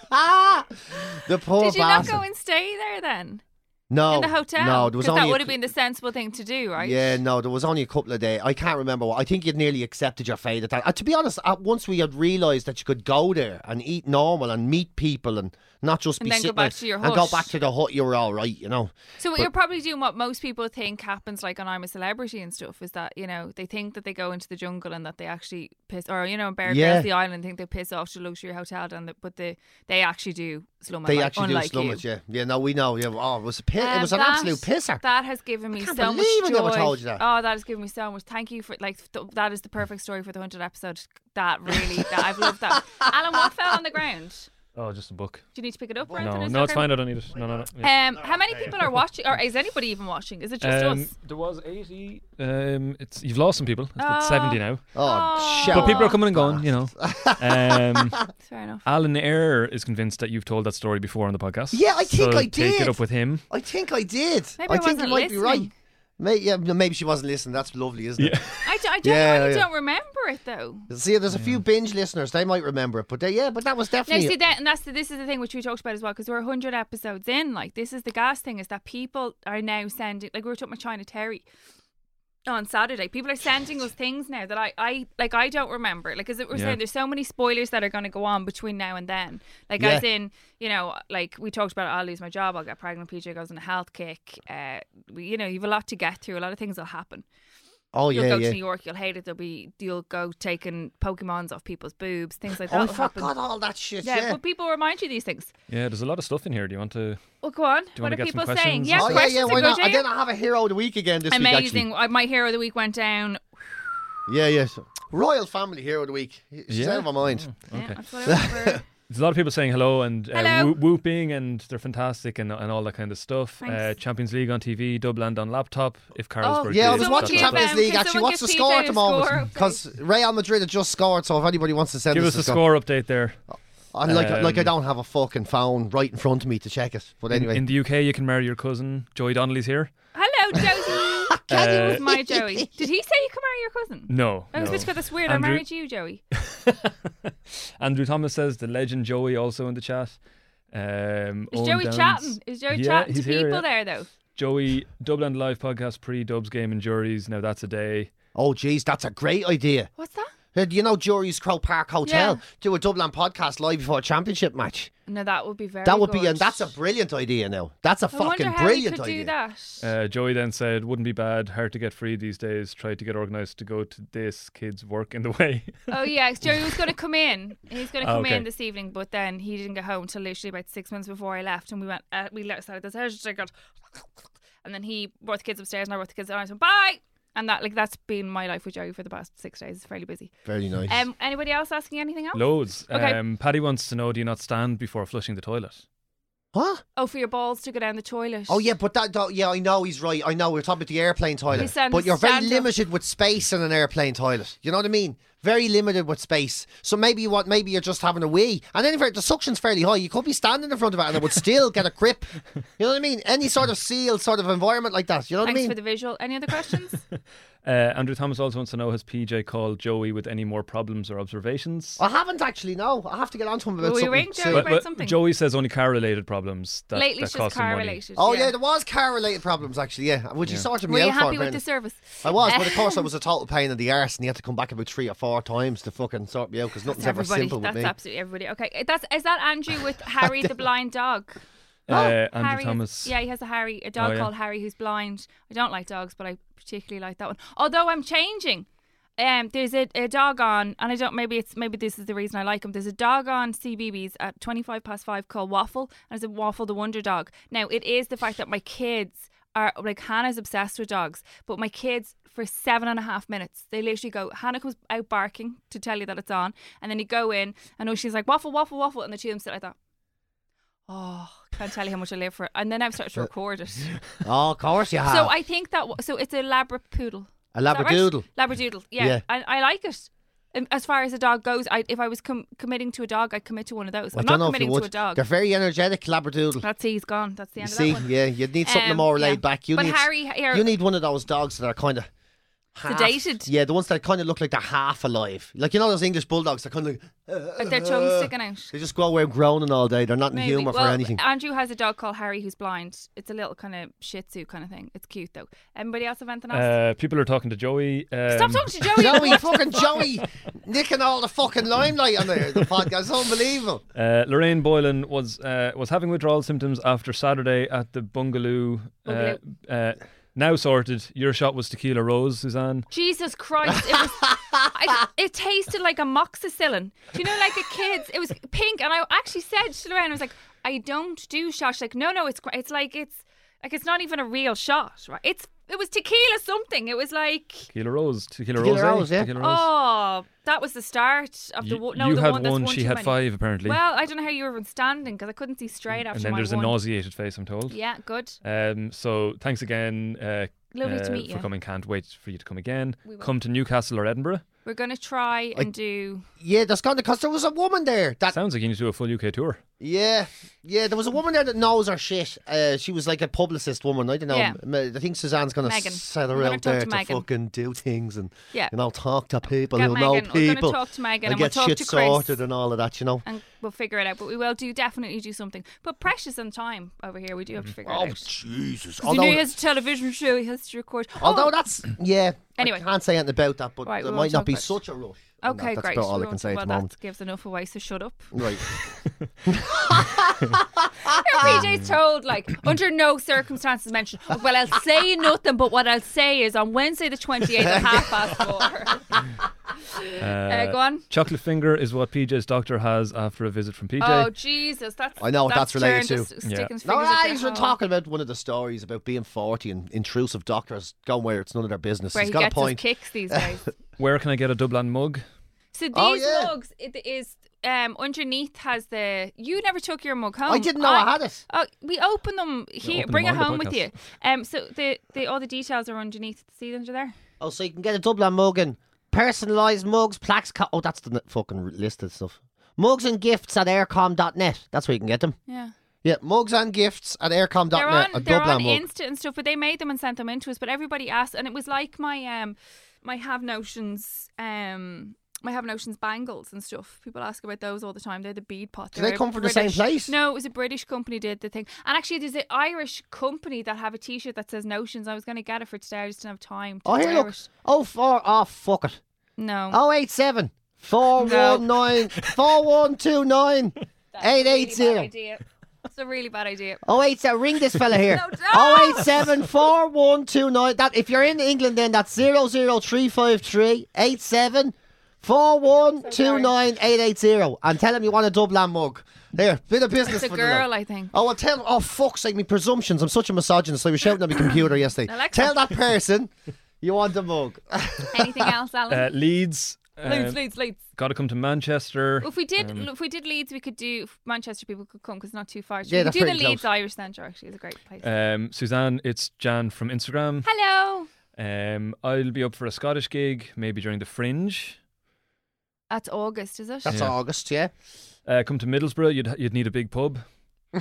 [SPEAKER 4] the poor
[SPEAKER 5] Did you not
[SPEAKER 4] bastard.
[SPEAKER 5] go and stay there then?
[SPEAKER 4] no,
[SPEAKER 5] in the hotel?
[SPEAKER 4] Oh, No, there was
[SPEAKER 5] 'Cause
[SPEAKER 4] only
[SPEAKER 5] that
[SPEAKER 4] a
[SPEAKER 5] would have
[SPEAKER 4] cou-
[SPEAKER 5] been the sensible thing to do, right?
[SPEAKER 4] Yeah, no, there was only a couple of days. I can't remember what. I think you'd nearly accepted your fate at that. Uh, to be honest, uh, once we had realised that you could go there and eat normal and meet people and not just
[SPEAKER 5] And
[SPEAKER 4] be
[SPEAKER 5] then go
[SPEAKER 4] sitting
[SPEAKER 5] back
[SPEAKER 4] there
[SPEAKER 5] to your
[SPEAKER 4] and go
[SPEAKER 5] hut.
[SPEAKER 4] back to the hut, you were all right, you know.
[SPEAKER 5] So you're probably doing what most people think happens, like on I'm a Celebrity and stuff, is that you know they think that they go into the jungle and that they actually piss, or you know, in Bear
[SPEAKER 4] Yeah.
[SPEAKER 5] Grylls, the island, think they piss off to a luxury hotel, and the, but they they actually do slum. it,
[SPEAKER 4] They
[SPEAKER 5] like,
[SPEAKER 4] actually do
[SPEAKER 5] unlike
[SPEAKER 4] slum
[SPEAKER 5] you.
[SPEAKER 4] it, yeah. Yeah, no, we know. Yeah, oh, it was a pi-
[SPEAKER 5] Um,
[SPEAKER 4] it was an
[SPEAKER 5] that-
[SPEAKER 4] absolute pisser.
[SPEAKER 5] That has given me
[SPEAKER 4] can't
[SPEAKER 5] so much
[SPEAKER 4] believe
[SPEAKER 5] joy.
[SPEAKER 4] I never told you that.
[SPEAKER 5] Oh, that has given me so much. Thank you for like th- that is the perfect story for the hundred episode. That really, that I've loved that. Alan, what fell on the ground?
[SPEAKER 7] Oh, just a book.
[SPEAKER 5] Do you need to pick it up? or anything?
[SPEAKER 7] No,
[SPEAKER 5] Is
[SPEAKER 7] no,
[SPEAKER 5] that
[SPEAKER 7] it's
[SPEAKER 5] okay?
[SPEAKER 7] fine. I don't need it. No, no, no. yeah.
[SPEAKER 5] Um, how many people are watching, or is anybody even watching? Is it just
[SPEAKER 7] Um,
[SPEAKER 5] us?
[SPEAKER 7] there was 80. Um, it's you've lost some people. It's, it's
[SPEAKER 5] Oh.
[SPEAKER 7] 70 now.
[SPEAKER 4] oh,
[SPEAKER 7] But
[SPEAKER 4] shut
[SPEAKER 7] people are
[SPEAKER 4] up.
[SPEAKER 7] coming and going, you know. Um,
[SPEAKER 5] Fair enough.
[SPEAKER 7] Alan Eyre is convinced that you've told that story before on the podcast.
[SPEAKER 4] Yeah, I think
[SPEAKER 7] so
[SPEAKER 4] I
[SPEAKER 7] Take
[SPEAKER 4] did.
[SPEAKER 7] it up with him.
[SPEAKER 4] I think I did.
[SPEAKER 5] Maybe
[SPEAKER 4] I
[SPEAKER 5] I
[SPEAKER 4] think
[SPEAKER 5] wasn't
[SPEAKER 4] might be right.
[SPEAKER 5] listening.
[SPEAKER 4] May, yeah, m- maybe she wasn't listening. That's lovely, isn't it?
[SPEAKER 5] I, d- I don't,
[SPEAKER 4] Yeah,
[SPEAKER 5] really
[SPEAKER 4] yeah.
[SPEAKER 5] don't remember it though.
[SPEAKER 4] See, there's a few binge listeners. They might remember it, but they, yeah, but that was
[SPEAKER 5] Now,
[SPEAKER 4] definitely.
[SPEAKER 5] see that, and that's the, this is the thing which we talked about as well because we're hundred episodes in. Like this is the gas thing is that people are now sending. Like we were talking about China Terry on Saturday. People are sending us things now that I, I like I don't remember. Like as it we're
[SPEAKER 7] Yeah.
[SPEAKER 5] saying, there's so many spoilers that are going to go on between now and then. Like
[SPEAKER 4] Yeah.
[SPEAKER 5] as in, you know, like we talked about, I'll lose my job, I'll get pregnant, PJ goes on a health kick. Uh, we, you know, you've a lot to get through. A lot of things will happen.
[SPEAKER 4] oh
[SPEAKER 5] You'll
[SPEAKER 4] yeah,
[SPEAKER 5] go
[SPEAKER 4] yeah.
[SPEAKER 5] to New York, you'll hate it. There'll be you'll go taking Pokemons off people's boobs, things like that.
[SPEAKER 4] oh, I
[SPEAKER 5] will happen.
[SPEAKER 4] forgot all that shit.
[SPEAKER 5] Yeah,
[SPEAKER 4] Yeah.
[SPEAKER 5] but people remind you these things.
[SPEAKER 7] Yeah, there's a lot of stuff in here. Do you want to?
[SPEAKER 5] Well, go on.
[SPEAKER 7] you
[SPEAKER 5] what
[SPEAKER 7] wanna
[SPEAKER 5] are
[SPEAKER 7] get some
[SPEAKER 5] people saying?
[SPEAKER 7] questions?
[SPEAKER 5] Yeah,
[SPEAKER 4] Oh yeah,
[SPEAKER 5] questions
[SPEAKER 4] yeah.
[SPEAKER 5] to
[SPEAKER 4] Why
[SPEAKER 5] go,
[SPEAKER 4] not? And
[SPEAKER 5] Jane.
[SPEAKER 4] then I have a hero of the week again this week.
[SPEAKER 5] Amazing.
[SPEAKER 4] Actually.
[SPEAKER 5] Uh, My hero of the week went down.
[SPEAKER 4] Yeah, yeah. so- Royal family hero of the week. She's
[SPEAKER 7] Yeah.
[SPEAKER 4] out of her mind.
[SPEAKER 5] Yeah,
[SPEAKER 7] Okay.
[SPEAKER 5] that's what I remember.
[SPEAKER 7] There's a lot of people saying hello and uh,
[SPEAKER 5] Hello.
[SPEAKER 7] whoop- whooping, and they're fantastic and, and all that kind of stuff. Uh,
[SPEAKER 5] Thanks.
[SPEAKER 7] Champions League on TV, Dublin on laptop. If Carlsberg,
[SPEAKER 4] Oh, Yeah, I
[SPEAKER 7] did,
[SPEAKER 4] was
[SPEAKER 5] Someone
[SPEAKER 4] watching
[SPEAKER 5] give,
[SPEAKER 4] Champions
[SPEAKER 5] um,
[SPEAKER 4] League
[SPEAKER 5] can
[SPEAKER 4] actually.
[SPEAKER 5] someone
[SPEAKER 4] What's the
[SPEAKER 5] give
[SPEAKER 4] score at the
[SPEAKER 5] PJ a score?
[SPEAKER 4] moment? Because Real Madrid had just scored, so if anybody wants to send
[SPEAKER 7] Give us a score update there.
[SPEAKER 4] I'm like, like I
[SPEAKER 7] Um,
[SPEAKER 4] don't have a fucking phone right in front of me to check it. But anyway,
[SPEAKER 7] In the UK, you can marry your cousin. Joey Donnelly's here.
[SPEAKER 5] Hello, Josie. Josie was my Joey. Did he say you can marry your cousin?
[SPEAKER 7] No,
[SPEAKER 5] I was
[SPEAKER 7] no.
[SPEAKER 5] just because that's weird.
[SPEAKER 7] Andrew-
[SPEAKER 5] I married you, Joey.
[SPEAKER 7] Andrew Thomas says the legend Joey also in the chat. Um,
[SPEAKER 5] Is
[SPEAKER 7] Owen
[SPEAKER 5] Joey
[SPEAKER 7] Downs-
[SPEAKER 5] chatting? Is Joey
[SPEAKER 7] Yeah,
[SPEAKER 5] chatting to
[SPEAKER 7] he's
[SPEAKER 5] people
[SPEAKER 7] here, yeah.
[SPEAKER 5] there though?
[SPEAKER 7] Joey Dublin Live podcast pre Dubs game and juries. Now that's a day.
[SPEAKER 4] oh geez, that's a great idea.
[SPEAKER 5] What's that?
[SPEAKER 4] Uh, You know, Jury's Crow Park Hotel
[SPEAKER 5] Yeah.
[SPEAKER 4] do a Dublin podcast live before a championship match.
[SPEAKER 5] No, that would be very.
[SPEAKER 4] that would be, and
[SPEAKER 5] good.
[SPEAKER 4] that's a brilliant idea. Now, that's a
[SPEAKER 5] I wonder
[SPEAKER 4] fucking
[SPEAKER 5] how we
[SPEAKER 4] brilliant
[SPEAKER 5] could
[SPEAKER 4] idea.
[SPEAKER 5] do that.
[SPEAKER 7] Uh, Joey then said, "Wouldn't be bad. Hard to get free these days. Tried to get organised to go to this. Kids work in the way."
[SPEAKER 5] Oh yeah, 'cause Joey was going to come in. He's going to
[SPEAKER 7] Oh,
[SPEAKER 5] come
[SPEAKER 7] okay.
[SPEAKER 5] in this evening, but then he didn't get home till literally about six minutes before I left, and we went. Uh, we left started this house. I got, and then he brought the kids upstairs, and I brought the kids down. I went bye, and that like that's been my life with Joey for the past six days. It's fairly busy.
[SPEAKER 4] Very nice.
[SPEAKER 5] Um, anybody else asking anything else?
[SPEAKER 7] Loads.
[SPEAKER 5] Okay.
[SPEAKER 7] Um, Paddy wants to know: Do you not stand before flushing the toilet?
[SPEAKER 4] what?
[SPEAKER 5] Oh, for your balls to go down the toilet.
[SPEAKER 4] Oh yeah, but that, that- yeah, I know he's right. I know we're talking about the airplane
[SPEAKER 5] You
[SPEAKER 4] toilet,
[SPEAKER 5] sound
[SPEAKER 4] but you're very
[SPEAKER 5] stand up.
[SPEAKER 4] limited with space in an airplane toilet. You know what I mean? Very limited with space. So maybe you want, maybe you're just having a wee, and then if it- the suction's fairly high, you could be standing in front of it, and it would still get a grip. You know what I mean? Any sort of sealed sort of environment like that. You know what
[SPEAKER 5] Thanks
[SPEAKER 4] I
[SPEAKER 5] for
[SPEAKER 4] mean?
[SPEAKER 5] the visual. Any other questions?
[SPEAKER 7] Uh, Andrew Thomas also wants to know: Has PJ called Joey with any more problems or observations?
[SPEAKER 4] I haven't actually. No, I have to get on to him about
[SPEAKER 5] Will we
[SPEAKER 4] something.
[SPEAKER 5] ring Joe
[SPEAKER 4] soon.
[SPEAKER 5] about something?
[SPEAKER 7] Joey says only car-related problems. That,
[SPEAKER 5] Lately,
[SPEAKER 7] that
[SPEAKER 5] it's just
[SPEAKER 7] cost him
[SPEAKER 5] car
[SPEAKER 7] money.
[SPEAKER 5] related.
[SPEAKER 4] Oh yeah. there was car-related problems actually. Yeah, which you sorted me
[SPEAKER 5] Were
[SPEAKER 4] out for.
[SPEAKER 5] you happy with
[SPEAKER 4] apparently.
[SPEAKER 5] the service?
[SPEAKER 4] I was, but of course I was a total pain in the arse, and he had to come back about three or four times to fucking sort me out because nothing's ever
[SPEAKER 5] everybody.
[SPEAKER 4] simple with
[SPEAKER 5] that's
[SPEAKER 4] me.
[SPEAKER 5] absolutely everybody. Okay, that's is that Andrew with Harry the blind dog?
[SPEAKER 7] Uh, Andrew
[SPEAKER 5] Harry has-
[SPEAKER 7] Thomas.
[SPEAKER 5] Oh, yeah, he has a Harry, a dog
[SPEAKER 7] Oh, yeah.
[SPEAKER 5] called Harry who's blind. I don't like dogs, but I particularly like that one. Although I'm changing. Um, there's a, a dog on, and I don't. Maybe it's maybe this is the reason I like him. There's a dog on CBBS at 25 past five called Waffle, and it's a Waffle the Wonder Dog. Now it is the fact that my kids are like Hannah's obsessed with dogs, but my kids for seven and a half minutes they literally go. Hannah comes out barking to tell you that it's on, and then you go in, and oh she's like Waffle, Waffle, Waffle, and the two of them sit like that. Oh, can't tell you how much I live for it. And then I've started
[SPEAKER 4] Uh,
[SPEAKER 5] to record it.
[SPEAKER 4] Oh, of course you have.
[SPEAKER 5] So I think that wa- so it's a Labra poodle.
[SPEAKER 4] A
[SPEAKER 5] Is that right?
[SPEAKER 4] Labradoodle.
[SPEAKER 5] Labradoodle. Yeah,
[SPEAKER 4] Yeah.
[SPEAKER 5] I, I like it. Um, As far as a dog goes, I, if I was com- committing to a dog, I'd commit to one of those.
[SPEAKER 4] I
[SPEAKER 5] I'm
[SPEAKER 4] don't
[SPEAKER 5] not
[SPEAKER 4] know if you
[SPEAKER 5] committing
[SPEAKER 4] would.
[SPEAKER 5] to a dog.
[SPEAKER 4] They're very energetic labradoodle.
[SPEAKER 5] That's he's gone. That's the
[SPEAKER 4] You
[SPEAKER 5] end
[SPEAKER 4] see,
[SPEAKER 5] of that one.
[SPEAKER 4] yeah, you'd need something
[SPEAKER 5] Um,
[SPEAKER 4] more
[SPEAKER 5] yeah.
[SPEAKER 4] laid back. You
[SPEAKER 5] But
[SPEAKER 4] need,
[SPEAKER 5] Harry, here-
[SPEAKER 4] you need one of those dogs that are kind of
[SPEAKER 5] Sedated.
[SPEAKER 4] Yeah, the ones that kind of look like they're half alive. Like you know those English bulldogs. They're kind of like,
[SPEAKER 5] Like their tongue's sticking out.
[SPEAKER 4] they just go away groaning all day. They're not in
[SPEAKER 5] Maybe.
[SPEAKER 4] humour
[SPEAKER 5] well,
[SPEAKER 4] Uh, for anything.
[SPEAKER 5] Andrew has a dog called Harry who's blind. It's a little kind of Shih Tzu kind of thing. It's cute though. Anybody else have anything else?
[SPEAKER 7] Uh, people are talking to Joey. Um,
[SPEAKER 5] Stop talking to Joey.
[SPEAKER 4] Joey, fucking Joey, nicking all the fucking limelight on the, the podcast. It's unbelievable.
[SPEAKER 7] Uh, Lorraine Boylan was uh, was having withdrawal symptoms after Saturday at the Bungaloo. Uh, uh, now sorted. Your shot was tequila rose, Suzanne.
[SPEAKER 5] Jesus Christ! It was. I, it tasted like amoxicillin. Do you know, like a kid's? It was pink, and I actually said to Lorraine, "I was like, I don't do shots." She's like, no, no, it's gr- it's like it's like it's not even a real shot, right? It's it was tequila something. It was like
[SPEAKER 7] Tequila rose. Tequila,
[SPEAKER 4] Tequila
[SPEAKER 7] rose. eh?
[SPEAKER 4] rose, yeah.
[SPEAKER 7] Tequila rose.
[SPEAKER 5] oh, that was the start of the
[SPEAKER 7] You-
[SPEAKER 5] one. No,
[SPEAKER 7] you
[SPEAKER 5] the
[SPEAKER 7] had
[SPEAKER 5] one, that's
[SPEAKER 7] one,
[SPEAKER 5] one
[SPEAKER 7] she
[SPEAKER 5] too
[SPEAKER 7] had
[SPEAKER 5] many.
[SPEAKER 7] five, apparently.
[SPEAKER 5] Well, I don't know how you were even standing because I couldn't see straight after
[SPEAKER 7] and then
[SPEAKER 5] my
[SPEAKER 7] there's a
[SPEAKER 5] one.
[SPEAKER 7] nauseated face, I'm told.
[SPEAKER 5] Yeah, good.
[SPEAKER 7] Um, so thanks again. Uh,
[SPEAKER 5] Lovely to
[SPEAKER 7] uh,
[SPEAKER 5] meet
[SPEAKER 7] for
[SPEAKER 5] you.
[SPEAKER 7] coming. Can't wait for you to come again.
[SPEAKER 5] We will.
[SPEAKER 7] Come to Newcastle or Edinburgh.
[SPEAKER 5] We're gonna try and do.
[SPEAKER 4] Yeah, that's kind of because there was a woman there that
[SPEAKER 7] Sounds like you need to do a full UK tour.
[SPEAKER 4] Yeah, yeah. There was a woman there that knows her shit. Uh, she was like a publicist woman. I don't know.
[SPEAKER 5] Yeah.
[SPEAKER 4] M- I think Suzanne's gonna
[SPEAKER 5] Megan.
[SPEAKER 4] set
[SPEAKER 5] We're
[SPEAKER 4] her
[SPEAKER 5] gonna
[SPEAKER 4] out
[SPEAKER 5] talk
[SPEAKER 4] there
[SPEAKER 5] to
[SPEAKER 4] to,
[SPEAKER 5] Megan.
[SPEAKER 4] fucking do things and
[SPEAKER 5] Yeah.
[SPEAKER 4] you know talk to people
[SPEAKER 5] Get
[SPEAKER 4] who know
[SPEAKER 5] Megan.
[SPEAKER 4] people.
[SPEAKER 5] We're gonna talk to
[SPEAKER 4] and
[SPEAKER 5] Megan and we'll
[SPEAKER 4] get
[SPEAKER 5] talk
[SPEAKER 4] shit
[SPEAKER 5] to Chris. Uh,
[SPEAKER 4] sorted and all of that. You know.
[SPEAKER 5] and we'll figure it out. But we will do definitely do something. But precious on time over here, we do have to figure
[SPEAKER 4] Oh
[SPEAKER 5] it out.
[SPEAKER 4] Jesus!
[SPEAKER 5] You know
[SPEAKER 4] Although,
[SPEAKER 5] he has a television show, he has to record.
[SPEAKER 4] although
[SPEAKER 5] oh,
[SPEAKER 4] that's yeah.
[SPEAKER 5] Anyway.
[SPEAKER 4] I can't say anything about that, but
[SPEAKER 5] Right, we
[SPEAKER 4] there
[SPEAKER 5] won't
[SPEAKER 4] might not
[SPEAKER 5] talk
[SPEAKER 4] be
[SPEAKER 5] about it.
[SPEAKER 4] such a rush. on
[SPEAKER 5] okay,
[SPEAKER 4] that. That's
[SPEAKER 5] great.
[SPEAKER 4] about all
[SPEAKER 5] We
[SPEAKER 4] I can
[SPEAKER 5] won't-
[SPEAKER 4] say at
[SPEAKER 5] well,
[SPEAKER 4] the moment.
[SPEAKER 5] That gives enough away, so shut up.
[SPEAKER 4] Right.
[SPEAKER 5] PJ's told, like, under no circumstances mentioned. Well, I'll say nothing, but what I'll say is on Wednesday the 28th at half past four. Uh, go on.
[SPEAKER 7] Chocolate finger is what PJ's doctor has after a visit from PJ.
[SPEAKER 5] Oh, Jesus. That's,
[SPEAKER 4] I know what that's related
[SPEAKER 5] turned
[SPEAKER 4] to.
[SPEAKER 5] us- sticking
[SPEAKER 7] Yeah.
[SPEAKER 5] his
[SPEAKER 4] No,
[SPEAKER 5] fingers up
[SPEAKER 4] I
[SPEAKER 5] your
[SPEAKER 4] was
[SPEAKER 5] hole.
[SPEAKER 4] talking about one of the stories about being 40 and intrusive doctors going where it's none of their business.
[SPEAKER 5] Where
[SPEAKER 4] He's
[SPEAKER 5] he
[SPEAKER 4] got
[SPEAKER 5] gets
[SPEAKER 4] a point.
[SPEAKER 5] his kicks these days.
[SPEAKER 7] Where can I get a Dublin mug?
[SPEAKER 5] So these
[SPEAKER 4] Oh, yeah.
[SPEAKER 5] mugs, it is um underneath has the you never took your mug home.
[SPEAKER 4] I didn't know I had it.
[SPEAKER 5] Oh, we open them here.
[SPEAKER 7] open
[SPEAKER 5] Bring
[SPEAKER 7] them
[SPEAKER 5] it
[SPEAKER 7] on the
[SPEAKER 5] home with you.
[SPEAKER 7] podcast.
[SPEAKER 5] Um, so the, the all the details are underneath. See under there.
[SPEAKER 4] Oh, so you can get a Dublin mug and personalised mugs, plaques. Co- oh, that's the n- fucking list of stuff. Mugs and gifts at aircom.net. That's where you can get them.
[SPEAKER 5] Yeah,
[SPEAKER 4] Yeah, mugs and gifts at aircom.net.
[SPEAKER 5] they're on
[SPEAKER 4] a
[SPEAKER 5] they're
[SPEAKER 4] Dublin
[SPEAKER 5] on
[SPEAKER 4] mug.
[SPEAKER 5] Insta and stuff, but they made them and sent them into us. But everybody asked, and it was like my um my have notions um. My have notions bangles and stuff. People ask about those all the time. They're the bead pot.
[SPEAKER 4] Do they
[SPEAKER 5] They're
[SPEAKER 4] come from the same
[SPEAKER 5] British-
[SPEAKER 4] place?
[SPEAKER 5] No, it was a British company did the thing. And actually, there's an Irish company that have a T-shirt that says Notions. I was going to get it for today. I just didn't have time. To
[SPEAKER 4] oh, here,
[SPEAKER 5] wear
[SPEAKER 4] look.
[SPEAKER 5] it.
[SPEAKER 4] Oh, four. Oh, fuck it.
[SPEAKER 5] No.
[SPEAKER 4] Oh, eight, seven. Four,
[SPEAKER 5] No.
[SPEAKER 4] one, nine. Four, one, two, nine. Eight, eight,
[SPEAKER 5] really bad
[SPEAKER 4] zero.
[SPEAKER 5] idea. It's a really bad idea.
[SPEAKER 4] Oh eight seven. Ring this fella here.
[SPEAKER 5] No, don't.
[SPEAKER 4] Oh eight seven four one two nine. That if you're in England, then that's zero zero three five three eight seven four one two nine eight eight zero. And tell him you want a Dublin mug. There, bit of business
[SPEAKER 5] It's a
[SPEAKER 4] for the night.
[SPEAKER 5] girl, I think.
[SPEAKER 4] Oh, well, tell. Oh, fuck's sake, me presumptions. I'm such a misogynist. I was shouting at my computer yesterday.
[SPEAKER 5] Alexa.
[SPEAKER 4] Tell that person you want the mug.
[SPEAKER 5] Anything else, Alan?
[SPEAKER 7] Uh, um, Leeds.
[SPEAKER 5] Oh. Leeds, Leeds, Leeds.
[SPEAKER 7] Got to come to Manchester.
[SPEAKER 5] Well, If we did, if we did Leeds, we could do Manchester. People could come because it's not too
[SPEAKER 4] Yeah,
[SPEAKER 5] far. we could
[SPEAKER 4] that's
[SPEAKER 5] do the
[SPEAKER 4] pretty
[SPEAKER 5] Leeds
[SPEAKER 4] close.
[SPEAKER 5] Irish Centre. Actually, it's a great place.
[SPEAKER 7] Um, Suzanne, it's Jan from Instagram.
[SPEAKER 5] Hello.
[SPEAKER 7] Um, I'll be up for a Scottish gig, maybe during the Fringe.
[SPEAKER 5] That's August, is it?
[SPEAKER 4] That's
[SPEAKER 7] Yeah.
[SPEAKER 4] August, yeah.
[SPEAKER 7] Uh, come to Middlesbrough, you'd you'd need a big pub. um,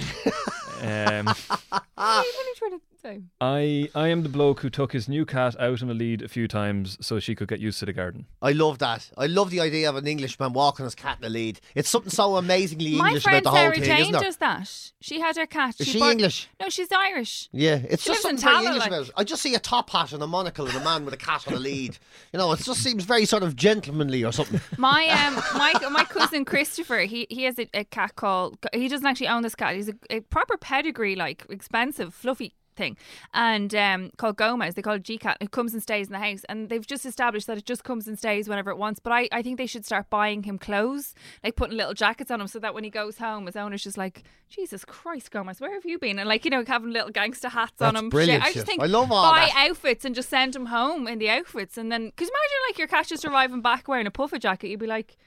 [SPEAKER 5] What are you trying to say?
[SPEAKER 7] I I am the bloke who took his new cat out on a lead a few times so she could get used to the garden.
[SPEAKER 4] I love that. I love the idea of an Englishman walking his cat in the lead. It's something so amazingly
[SPEAKER 5] My
[SPEAKER 4] English
[SPEAKER 5] friend
[SPEAKER 4] about the whole
[SPEAKER 5] Sarah
[SPEAKER 4] thing,
[SPEAKER 5] Jane
[SPEAKER 4] isn't there?
[SPEAKER 5] does that. She had her cat.
[SPEAKER 4] Is she
[SPEAKER 5] bought-
[SPEAKER 4] English?
[SPEAKER 5] No, she's Irish.
[SPEAKER 4] Yeah, it's
[SPEAKER 5] She
[SPEAKER 4] just
[SPEAKER 5] lives in
[SPEAKER 4] something very
[SPEAKER 5] Tala,
[SPEAKER 4] English
[SPEAKER 5] like-
[SPEAKER 4] about it. I just see a top hat and a monocle and a man with a cat on a lead. You know, it just seems very sort of gentlemanly or something.
[SPEAKER 5] My um, my my cousin Christopher, he he has a, a cat called. He doesn't actually own this cat. He's a, a proper pedigree, like expensive, fluffy thing, and um, called Gomez. They call it GCAT. It comes and stays in the house, and they've just established that it just comes and stays whenever it wants. But I, I think they should start buying him clothes, like putting little jackets on him, so that when he goes home, his owner's just like, Jesus Christ, Gomez, where have you been? And like you know, having little gangster hats on
[SPEAKER 4] That's
[SPEAKER 5] him.
[SPEAKER 4] brilliant
[SPEAKER 5] I just
[SPEAKER 4] shit.
[SPEAKER 5] think
[SPEAKER 4] I love all
[SPEAKER 5] buy
[SPEAKER 4] that.
[SPEAKER 5] outfits and just send him home in the outfits, and then because imagine like your cat's just arriving back wearing a puffer jacket, you'd be like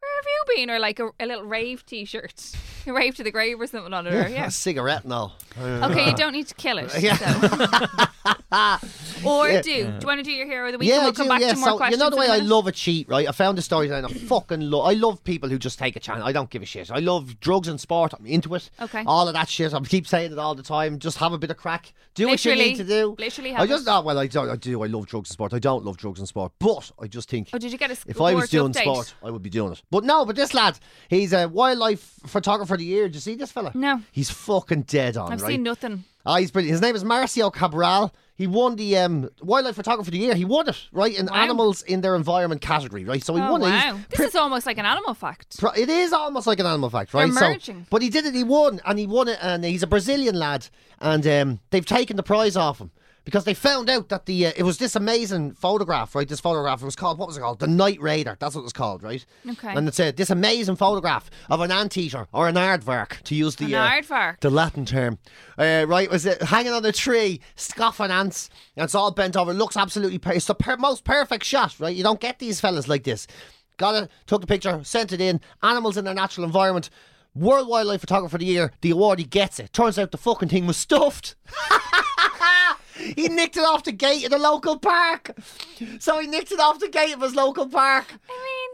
[SPEAKER 5] where have you been? Or like a, a little rave t-shirt, rave to the grave or something on it. Or,
[SPEAKER 4] A
[SPEAKER 5] yeah.
[SPEAKER 4] cigarette now.
[SPEAKER 5] Okay, you don't need to kill it.
[SPEAKER 4] Yeah.
[SPEAKER 5] so. or do. Do you want to do your hero of the week? and
[SPEAKER 4] Yeah,
[SPEAKER 5] we'll
[SPEAKER 4] I
[SPEAKER 5] come
[SPEAKER 4] do,
[SPEAKER 5] back
[SPEAKER 4] yeah.
[SPEAKER 5] to more
[SPEAKER 4] so you
[SPEAKER 5] questions.
[SPEAKER 4] know the way
[SPEAKER 5] in a
[SPEAKER 4] I
[SPEAKER 5] minute?
[SPEAKER 4] love a cheat, right? I found a storyline. I fucking love. I love people who just take a chance. I don't give a shit. I love drugs and sport. I'm into it.
[SPEAKER 5] Okay.
[SPEAKER 4] All of that shit. I keep saying it all the time. Just have a bit of crack. Do what you
[SPEAKER 5] Literally.
[SPEAKER 4] need to do.
[SPEAKER 5] Literally have
[SPEAKER 4] I just
[SPEAKER 5] it.
[SPEAKER 4] not. Well, I don't. I do. I love drugs and sport. I don't love drugs and sport, but I just think.
[SPEAKER 5] Oh, did you get a
[SPEAKER 4] If I was
[SPEAKER 5] scorch
[SPEAKER 4] doing
[SPEAKER 5] update?
[SPEAKER 4] sport, I would be doing it. But no, but this lad, he's a wildlife photographer of the year. Did you see this fella?
[SPEAKER 5] No.
[SPEAKER 4] He's fucking dead on,
[SPEAKER 5] I've
[SPEAKER 4] right?
[SPEAKER 5] seen nothing.
[SPEAKER 4] Ah, he's brilliant. His name is Marcio Cabral. He won the um, Wildlife Photographer of the Year. He won it, right, in Animals in Their Environment category, right? So he
[SPEAKER 5] Oh,
[SPEAKER 4] won it.
[SPEAKER 5] wow.
[SPEAKER 4] He's
[SPEAKER 5] This
[SPEAKER 4] pre-
[SPEAKER 5] is almost like an animal fact.
[SPEAKER 4] pro- it is almost like an animal fact, right? So,
[SPEAKER 5] merging.
[SPEAKER 4] but he did it. He won, and he won it, and he's a Brazilian lad, and um, they've taken the prize off him because they found out that the uh, it was this amazing photograph, right? This photograph it was called what was it called? The Night Raider. That's what it was called, right?
[SPEAKER 5] Okay.
[SPEAKER 4] And it's uh, this amazing photograph of an anteater or an aardvark, to use the
[SPEAKER 5] An
[SPEAKER 4] uh,
[SPEAKER 5] aardvark.
[SPEAKER 4] the Latin term. Uh, right, was it hanging on a tree, scoffing ants, and it's all bent over. Looks absolutely per- it's the per- most perfect shot, right? You don't get these fellas like this. Got it, took the picture, sent it in. Animals in their natural environment. World Wildlife Photographer of the Year, the award he gets it. Turns out the fucking thing was stuffed. he nicked it off the gate at the local park. So he nicked it off the gate of his local park.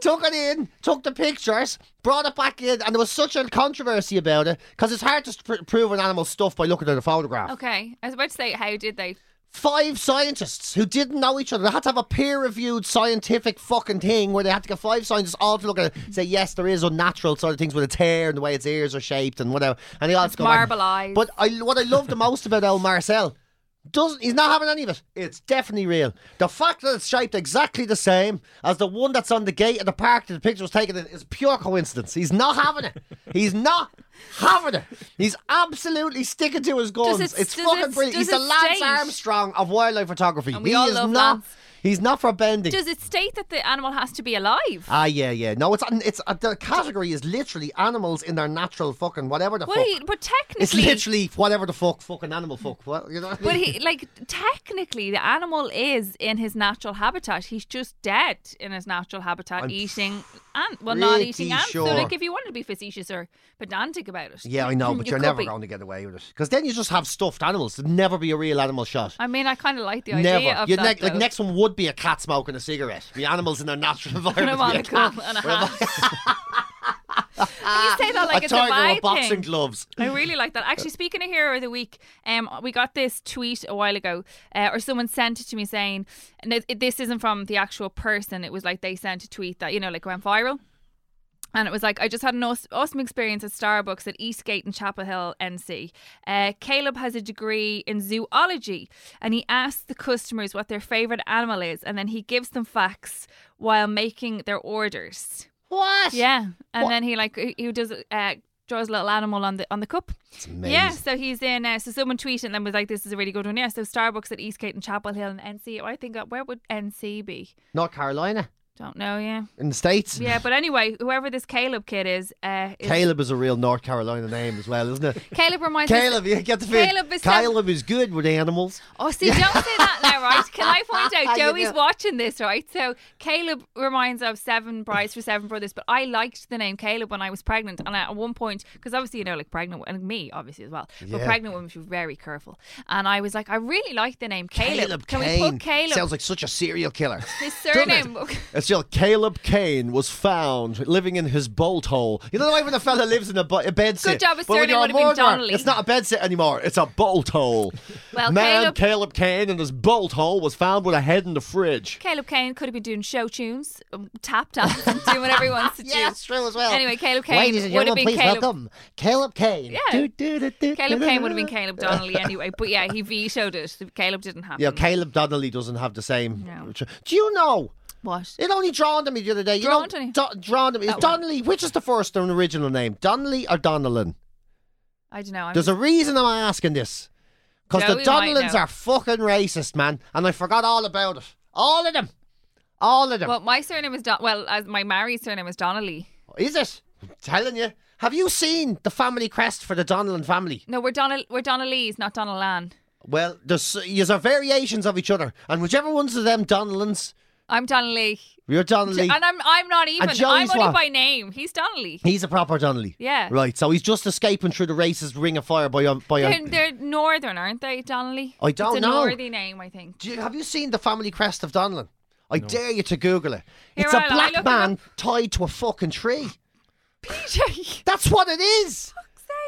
[SPEAKER 4] Took it in, took the pictures, brought it back in, and there was such a controversy about it because it's hard to s- pr- prove an animal's stuff by looking at a photograph.
[SPEAKER 5] Okay. I was about to say, how did they?
[SPEAKER 4] Five scientists who didn't know each other. They had to have a peer reviewed scientific fucking thing where they had to get five scientists all to look at it say, yes, there is unnatural sort of things with its hair and the way its ears are shaped and whatever. And they all have to go back-
[SPEAKER 5] marble eyes.
[SPEAKER 4] But I, what I love the most about old Marcel doesn't he's not having any of it. It's definitely real. The fact that it's shaped exactly the same as the one that's on the gate of the park that the picture was taken in is pure coincidence. He's not having it. He's not having it. He's absolutely sticking to his guns.
[SPEAKER 5] it-
[SPEAKER 4] it's
[SPEAKER 5] does
[SPEAKER 4] fucking
[SPEAKER 5] it-
[SPEAKER 4] brilliant.
[SPEAKER 5] does
[SPEAKER 4] He's the
[SPEAKER 5] it
[SPEAKER 4] Lance
[SPEAKER 5] state-
[SPEAKER 4] Armstrong of wildlife photography.
[SPEAKER 5] And we
[SPEAKER 4] he
[SPEAKER 5] all
[SPEAKER 4] is
[SPEAKER 5] love
[SPEAKER 4] not
[SPEAKER 5] Lance.
[SPEAKER 4] he's not for bending.
[SPEAKER 5] Does it state that the animal has to be alive?
[SPEAKER 4] Ah, yeah, yeah. No, it's it's uh, the category is literally animals in their natural fucking whatever the
[SPEAKER 5] Well,
[SPEAKER 4] fuck.
[SPEAKER 5] he, but
[SPEAKER 4] It's
[SPEAKER 5] technically,
[SPEAKER 4] literally whatever the fuck, fucking animal fuck. What you know? What I
[SPEAKER 5] But
[SPEAKER 4] mean?
[SPEAKER 5] he, like, technically, the animal is in his natural habitat. He's just dead in his natural habitat,
[SPEAKER 4] I'm
[SPEAKER 5] eating ant. Well, not
[SPEAKER 4] pretty
[SPEAKER 5] eating ants.
[SPEAKER 4] sure.
[SPEAKER 5] So, like, if you wanted to be facetious or pedantic about it,
[SPEAKER 4] yeah, I know, but
[SPEAKER 5] you
[SPEAKER 4] you're
[SPEAKER 5] could
[SPEAKER 4] never
[SPEAKER 5] be.
[SPEAKER 4] going to get away with it because then you just have stuffed animals. There'd never be a real animal shot.
[SPEAKER 5] I mean, I kind of like the idea
[SPEAKER 4] Never.
[SPEAKER 5] of
[SPEAKER 4] You'd
[SPEAKER 5] that.
[SPEAKER 4] nec- like
[SPEAKER 5] though.
[SPEAKER 4] next one would be a cat smoking a cigarette. The animals in their natural
[SPEAKER 5] And a
[SPEAKER 4] environment. would be
[SPEAKER 5] monocle
[SPEAKER 4] a cat,
[SPEAKER 5] and a
[SPEAKER 4] with
[SPEAKER 5] hat. you say
[SPEAKER 4] a
[SPEAKER 5] that like it's a
[SPEAKER 4] tiger
[SPEAKER 5] my
[SPEAKER 4] with boxing
[SPEAKER 5] thing.
[SPEAKER 4] gloves.
[SPEAKER 5] I really like that. Actually, speaking of hero of the week, um, we got this tweet a while ago, uh, or someone sent it to me saying, and it- it- this isn't from the actual person. It was like they sent a tweet that you know, like went viral. And it was like, I just had an awes- awesome experience at Starbucks at Eastgate in Chapel Hill, NC. Uh, Caleb has a degree in zoology and he asks the customers what their favourite animal is and then he gives them facts while making their orders.
[SPEAKER 4] What?
[SPEAKER 5] Yeah. And then he like, he he does, uh, draws a little animal on the on the cup.
[SPEAKER 4] Amazing.
[SPEAKER 5] Yeah, so he's in. Uh, so someone tweeted and then was like, "This is a really good one." Yeah, so Starbucks at Eastgate and Chapel Hill and NC. I think uh, where would NC be?
[SPEAKER 4] North Carolina
[SPEAKER 5] Don't know. Yeah,
[SPEAKER 4] in the states.
[SPEAKER 5] yeah. But anyway, whoever this Caleb kid is, uh, is
[SPEAKER 4] Caleb is a real North Carolina name as well, isn't it?
[SPEAKER 5] Caleb reminds me-
[SPEAKER 4] Caleb, you get the feel.
[SPEAKER 5] Caleb is so-
[SPEAKER 4] Caleb is good with animals.
[SPEAKER 5] Oh, see, don't say that now, right? Can I point out
[SPEAKER 4] You
[SPEAKER 5] Joey's
[SPEAKER 4] do.
[SPEAKER 5] watching this, right? So Caleb reminds of Seven Brides for Seven Brothers, but I liked the name Caleb when I was pregnant, and I, at one point, because obviously you know, like pregnant and me, obviously as well, but
[SPEAKER 4] Yeah.
[SPEAKER 5] pregnant women should be very careful. And I was like, I really like the name Caleb. Can we
[SPEAKER 4] Kane.
[SPEAKER 5] put Caleb?
[SPEAKER 4] Sounds like such a serial killer.
[SPEAKER 5] his
[SPEAKER 4] doesn't it?
[SPEAKER 5] surname.
[SPEAKER 4] It's still Caleb Kane was found living in his bolt hole. You know the way when a fella lives in a, bo- a bed sit.
[SPEAKER 5] job his
[SPEAKER 4] But when
[SPEAKER 5] surname
[SPEAKER 4] you're a
[SPEAKER 5] would have been
[SPEAKER 4] murderer,
[SPEAKER 5] Donnelly.
[SPEAKER 4] It's not a bed sit anymore. It's a bolt hole.
[SPEAKER 5] Well,
[SPEAKER 4] Man,
[SPEAKER 5] Caleb-
[SPEAKER 4] Caleb Kane in his bolt hole was found with a head in the fridge.
[SPEAKER 5] Caleb Kane could have been doing show tunes, um, tap tap, and doing whatever he wants to do.
[SPEAKER 4] true as well.
[SPEAKER 5] Anyway, Caleb Kane would have been Caleb.
[SPEAKER 4] Caleb Kane.
[SPEAKER 5] Yeah. Caleb Kane would have been Caleb Donnelly anyway, but yeah, he vetoed it. Caleb didn't happen.
[SPEAKER 4] Yeah, Caleb Donnelly doesn't have the same.
[SPEAKER 5] No.
[SPEAKER 4] Do you know?
[SPEAKER 5] What?
[SPEAKER 4] It only drawned on me the other day. You
[SPEAKER 5] Drawn
[SPEAKER 4] know,
[SPEAKER 5] to you?
[SPEAKER 4] Do- drawn to me. Is
[SPEAKER 5] Oh.
[SPEAKER 4] Donnelly, which is the first and original name? Donnelly or Donnellan?
[SPEAKER 5] I don't know. I'm
[SPEAKER 4] There's a reason I'm asking this. Because
[SPEAKER 5] No,
[SPEAKER 4] the
[SPEAKER 5] we might
[SPEAKER 4] Donalds
[SPEAKER 5] know.
[SPEAKER 4] are fucking racist, man. And I forgot all about it. All of them. All of them.
[SPEAKER 5] Well, my surname is Don. Well, as my married surname is Donnelly.
[SPEAKER 4] Is it? I'm telling you. Have you seen the family crest for the Donnellan family?
[SPEAKER 5] No, we're Donnell. We're Donnellys, not Donnellan.
[SPEAKER 4] Well, there's these are variations of each other, and whichever ones of them Donnellans,
[SPEAKER 5] I'm Donnelly,
[SPEAKER 4] you're Donnelly.
[SPEAKER 5] and I'm I'm not even.
[SPEAKER 4] Joey's
[SPEAKER 5] I'm only
[SPEAKER 4] what?
[SPEAKER 5] by name. He's Donnelly.
[SPEAKER 4] He's a proper Donnelly.
[SPEAKER 5] Yeah.
[SPEAKER 4] Right. So he's just escaping through the racist ring of fire by um, by.
[SPEAKER 5] They're, they're northern, aren't they, Donnelly?
[SPEAKER 4] I don't
[SPEAKER 5] it's a
[SPEAKER 4] know.
[SPEAKER 5] northy name, I think.
[SPEAKER 4] Do you- have you seen the family crest of Donnellan? I dare you to Google it.
[SPEAKER 5] Here,
[SPEAKER 4] it's a
[SPEAKER 5] I'll- I'll
[SPEAKER 4] black
[SPEAKER 5] look it
[SPEAKER 4] man tied to a fucking tree.
[SPEAKER 5] PJ.
[SPEAKER 4] That's what it is.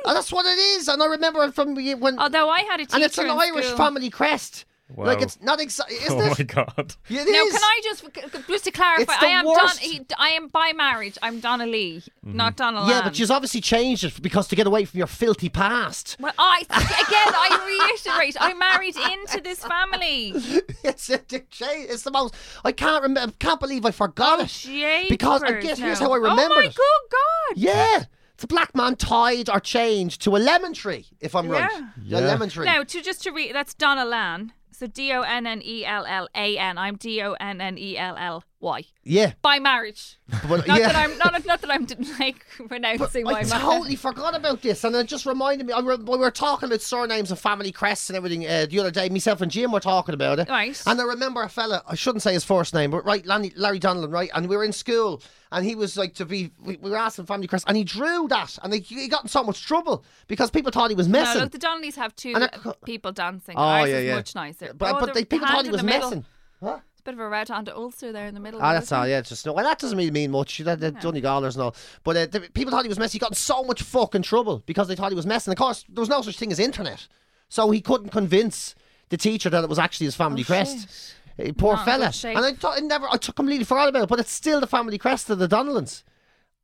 [SPEAKER 4] And that's what it is. And I remember it from when.
[SPEAKER 5] Although I had a Oh, teacher
[SPEAKER 4] and it's an
[SPEAKER 5] in
[SPEAKER 4] Irish
[SPEAKER 5] school.
[SPEAKER 4] family crest. Like
[SPEAKER 7] Wow.
[SPEAKER 4] it's not exciting, isn't
[SPEAKER 7] Oh my
[SPEAKER 4] it?
[SPEAKER 7] god.
[SPEAKER 4] It
[SPEAKER 5] Now,
[SPEAKER 4] is.
[SPEAKER 5] can I just just to clarify?
[SPEAKER 4] It's the
[SPEAKER 5] I am
[SPEAKER 4] worst.
[SPEAKER 5] Don. I am by marriage. I'm Donnelly, not Donnellan.
[SPEAKER 4] Yeah, but she's obviously changed it because to get away from your filthy past.
[SPEAKER 5] Well, I again, I reiterate, I married into this family.
[SPEAKER 4] It's a shame. It's the most. I can't remember. Can't believe I forgot it. because I
[SPEAKER 5] Jeepers,
[SPEAKER 4] guess here's
[SPEAKER 5] no.
[SPEAKER 4] how I remember
[SPEAKER 5] Oh my
[SPEAKER 4] it.
[SPEAKER 5] good God!
[SPEAKER 4] Yeah, it's a black man tied or chained to a lemon tree. If I'm right,
[SPEAKER 5] Yeah.
[SPEAKER 4] yeah, lemon tree.
[SPEAKER 5] Now, to just to read, that's Donna Lan. So D O N N E L L A N. I'm D O N N E L L Y.
[SPEAKER 4] yeah,
[SPEAKER 5] By marriage.
[SPEAKER 4] but
[SPEAKER 5] Not
[SPEAKER 4] yeah.
[SPEAKER 5] that I'm not, not that I'm like renouncing my
[SPEAKER 4] I
[SPEAKER 5] marriage.
[SPEAKER 4] totally forgot about this, and it just reminded me. I re- we were talking about surnames and family crests and everything uh, the other day. Myself and Jim were talking about it,
[SPEAKER 5] Right.
[SPEAKER 4] And I remember a fella. I shouldn't say his first name, but right, Lanny, Larry Donnellan, right? And we were in school, and he was like to be. We, we were asking family crests, and he drew that, and they, he got in so much trouble because people thought he was
[SPEAKER 5] No,
[SPEAKER 4] messing.
[SPEAKER 5] look, the Donnellys have two
[SPEAKER 4] And I-
[SPEAKER 5] uh, people dancing.
[SPEAKER 4] Oh,
[SPEAKER 5] Ours
[SPEAKER 4] yeah,
[SPEAKER 5] is
[SPEAKER 4] yeah.
[SPEAKER 5] much nicer.
[SPEAKER 4] but
[SPEAKER 5] Oh,
[SPEAKER 4] but
[SPEAKER 5] the
[SPEAKER 4] they, people
[SPEAKER 5] hand
[SPEAKER 4] thought he
[SPEAKER 5] in
[SPEAKER 4] was
[SPEAKER 5] the middle.
[SPEAKER 4] messing.
[SPEAKER 5] It's a bit of a red hand ulcer there in the middle.
[SPEAKER 4] Ah,
[SPEAKER 5] there,
[SPEAKER 4] that's
[SPEAKER 5] isn't
[SPEAKER 4] all.
[SPEAKER 5] it?
[SPEAKER 4] Yeah, it's just no. Well, that doesn't really mean much. You know, the Johnny Gallers and all, but uh, the, people thought he was messy. He got in so much fucking trouble because they thought he was messing. Of course, there was no such thing as internet, so he couldn't convince the teacher that it was actually his family crest. Eh, poor
[SPEAKER 5] Oh, Not in
[SPEAKER 4] fella.
[SPEAKER 5] good shape.
[SPEAKER 4] And I thought I never. I t- completely forgot about it, but it's still the family crest of the Donnellans.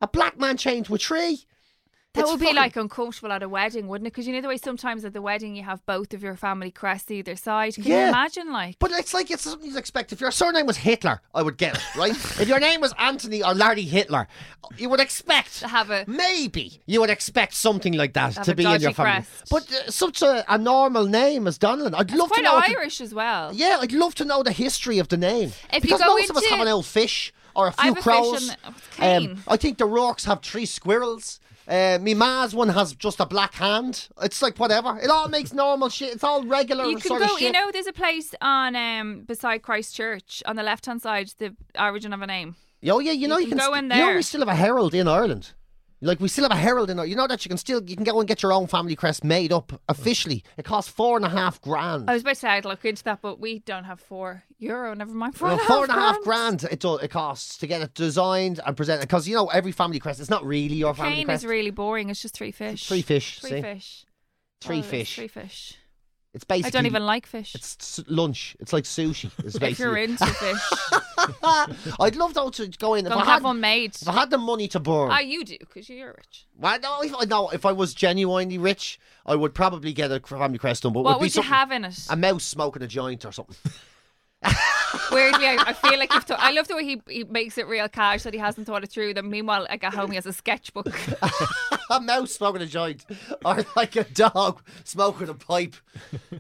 [SPEAKER 4] A black man chained to a tree.
[SPEAKER 5] That
[SPEAKER 4] It's
[SPEAKER 5] would be
[SPEAKER 4] fucking-
[SPEAKER 5] like uncomfortable at a wedding, wouldn't it? Because you know the way sometimes at the wedding you have both of your family crests either side. Can
[SPEAKER 4] Yeah.
[SPEAKER 5] you imagine, like?
[SPEAKER 4] But it's like it's something you'd expect. If your surname was Hitler, I would get it, right? if your name was Anthony or Larry Hitler, you would expect
[SPEAKER 5] To have a-
[SPEAKER 4] maybe you would expect something like that
[SPEAKER 5] Have
[SPEAKER 4] to
[SPEAKER 5] a
[SPEAKER 4] be in your
[SPEAKER 5] dodgy
[SPEAKER 4] family.
[SPEAKER 5] crest.
[SPEAKER 4] But uh, such a, a normal name as Donnellan, I'd love to
[SPEAKER 5] quite
[SPEAKER 4] know. the-
[SPEAKER 5] Irish as well.
[SPEAKER 4] yeah, I'd love to know the history of the name
[SPEAKER 5] If you
[SPEAKER 4] because
[SPEAKER 5] go
[SPEAKER 4] most of us
[SPEAKER 5] into-
[SPEAKER 4] have an old fish or a
[SPEAKER 5] I
[SPEAKER 4] few
[SPEAKER 5] have a fish
[SPEAKER 4] crows. Um,
[SPEAKER 5] and- oh, it's Cain.
[SPEAKER 4] I think the Rorks have three squirrels. Uh, me ma's one has just a black hand. It's like whatever. It all makes normal shit. It's all regular
[SPEAKER 5] You can
[SPEAKER 4] sort
[SPEAKER 5] go.
[SPEAKER 4] of shit.
[SPEAKER 5] You know, there's a place on um beside Christchurch on the left hand side. The origin of a name.
[SPEAKER 4] Oh yeah, you know you
[SPEAKER 5] can
[SPEAKER 4] can,
[SPEAKER 5] go
[SPEAKER 4] st-
[SPEAKER 5] in
[SPEAKER 4] You know we
[SPEAKER 5] there.
[SPEAKER 4] still have a herald in Ireland. Like we still have a herald in. Ireland. You know that you can still you can go and get your own family crest made up officially. It costs four and a half grand.
[SPEAKER 5] I was about to say I'd look into that, but we don't have four euro. Never mind four
[SPEAKER 4] No,
[SPEAKER 5] and a half
[SPEAKER 4] four and a half grand it, do- it costs to get it designed and presented because you know every family crest it's not really your family
[SPEAKER 5] Cane
[SPEAKER 4] crest.
[SPEAKER 5] is really boring. It's just three fish.
[SPEAKER 4] three fish,
[SPEAKER 5] Three
[SPEAKER 4] see?
[SPEAKER 5] fish.
[SPEAKER 4] Three
[SPEAKER 5] Oh, there's
[SPEAKER 4] fish.
[SPEAKER 5] Three fish.
[SPEAKER 4] It's basically
[SPEAKER 5] I don't even like fish.
[SPEAKER 4] it's s- lunch. It's like sushi. It's
[SPEAKER 5] if you're
[SPEAKER 4] basically.
[SPEAKER 5] into fish,
[SPEAKER 4] I'd love though to go in. If
[SPEAKER 5] go
[SPEAKER 4] I,
[SPEAKER 5] and have
[SPEAKER 4] had,
[SPEAKER 5] one made.
[SPEAKER 4] if I had the money to burn,
[SPEAKER 5] Ah, you do, because you're rich.
[SPEAKER 4] well, no, if, I- no, if I was genuinely rich, I would probably get a family crest done. But it
[SPEAKER 5] What
[SPEAKER 4] would be
[SPEAKER 5] would you
[SPEAKER 4] something-
[SPEAKER 5] have in it?
[SPEAKER 4] a mouse smoking a joint or something.
[SPEAKER 5] Weirdly, I, I feel like you've. Th- I love the way he, he makes it real cash that he hasn't thought it through. Then meanwhile, like at home, he has a sketchbook.
[SPEAKER 4] a mouse smoking a joint, or like a dog smoking a pipe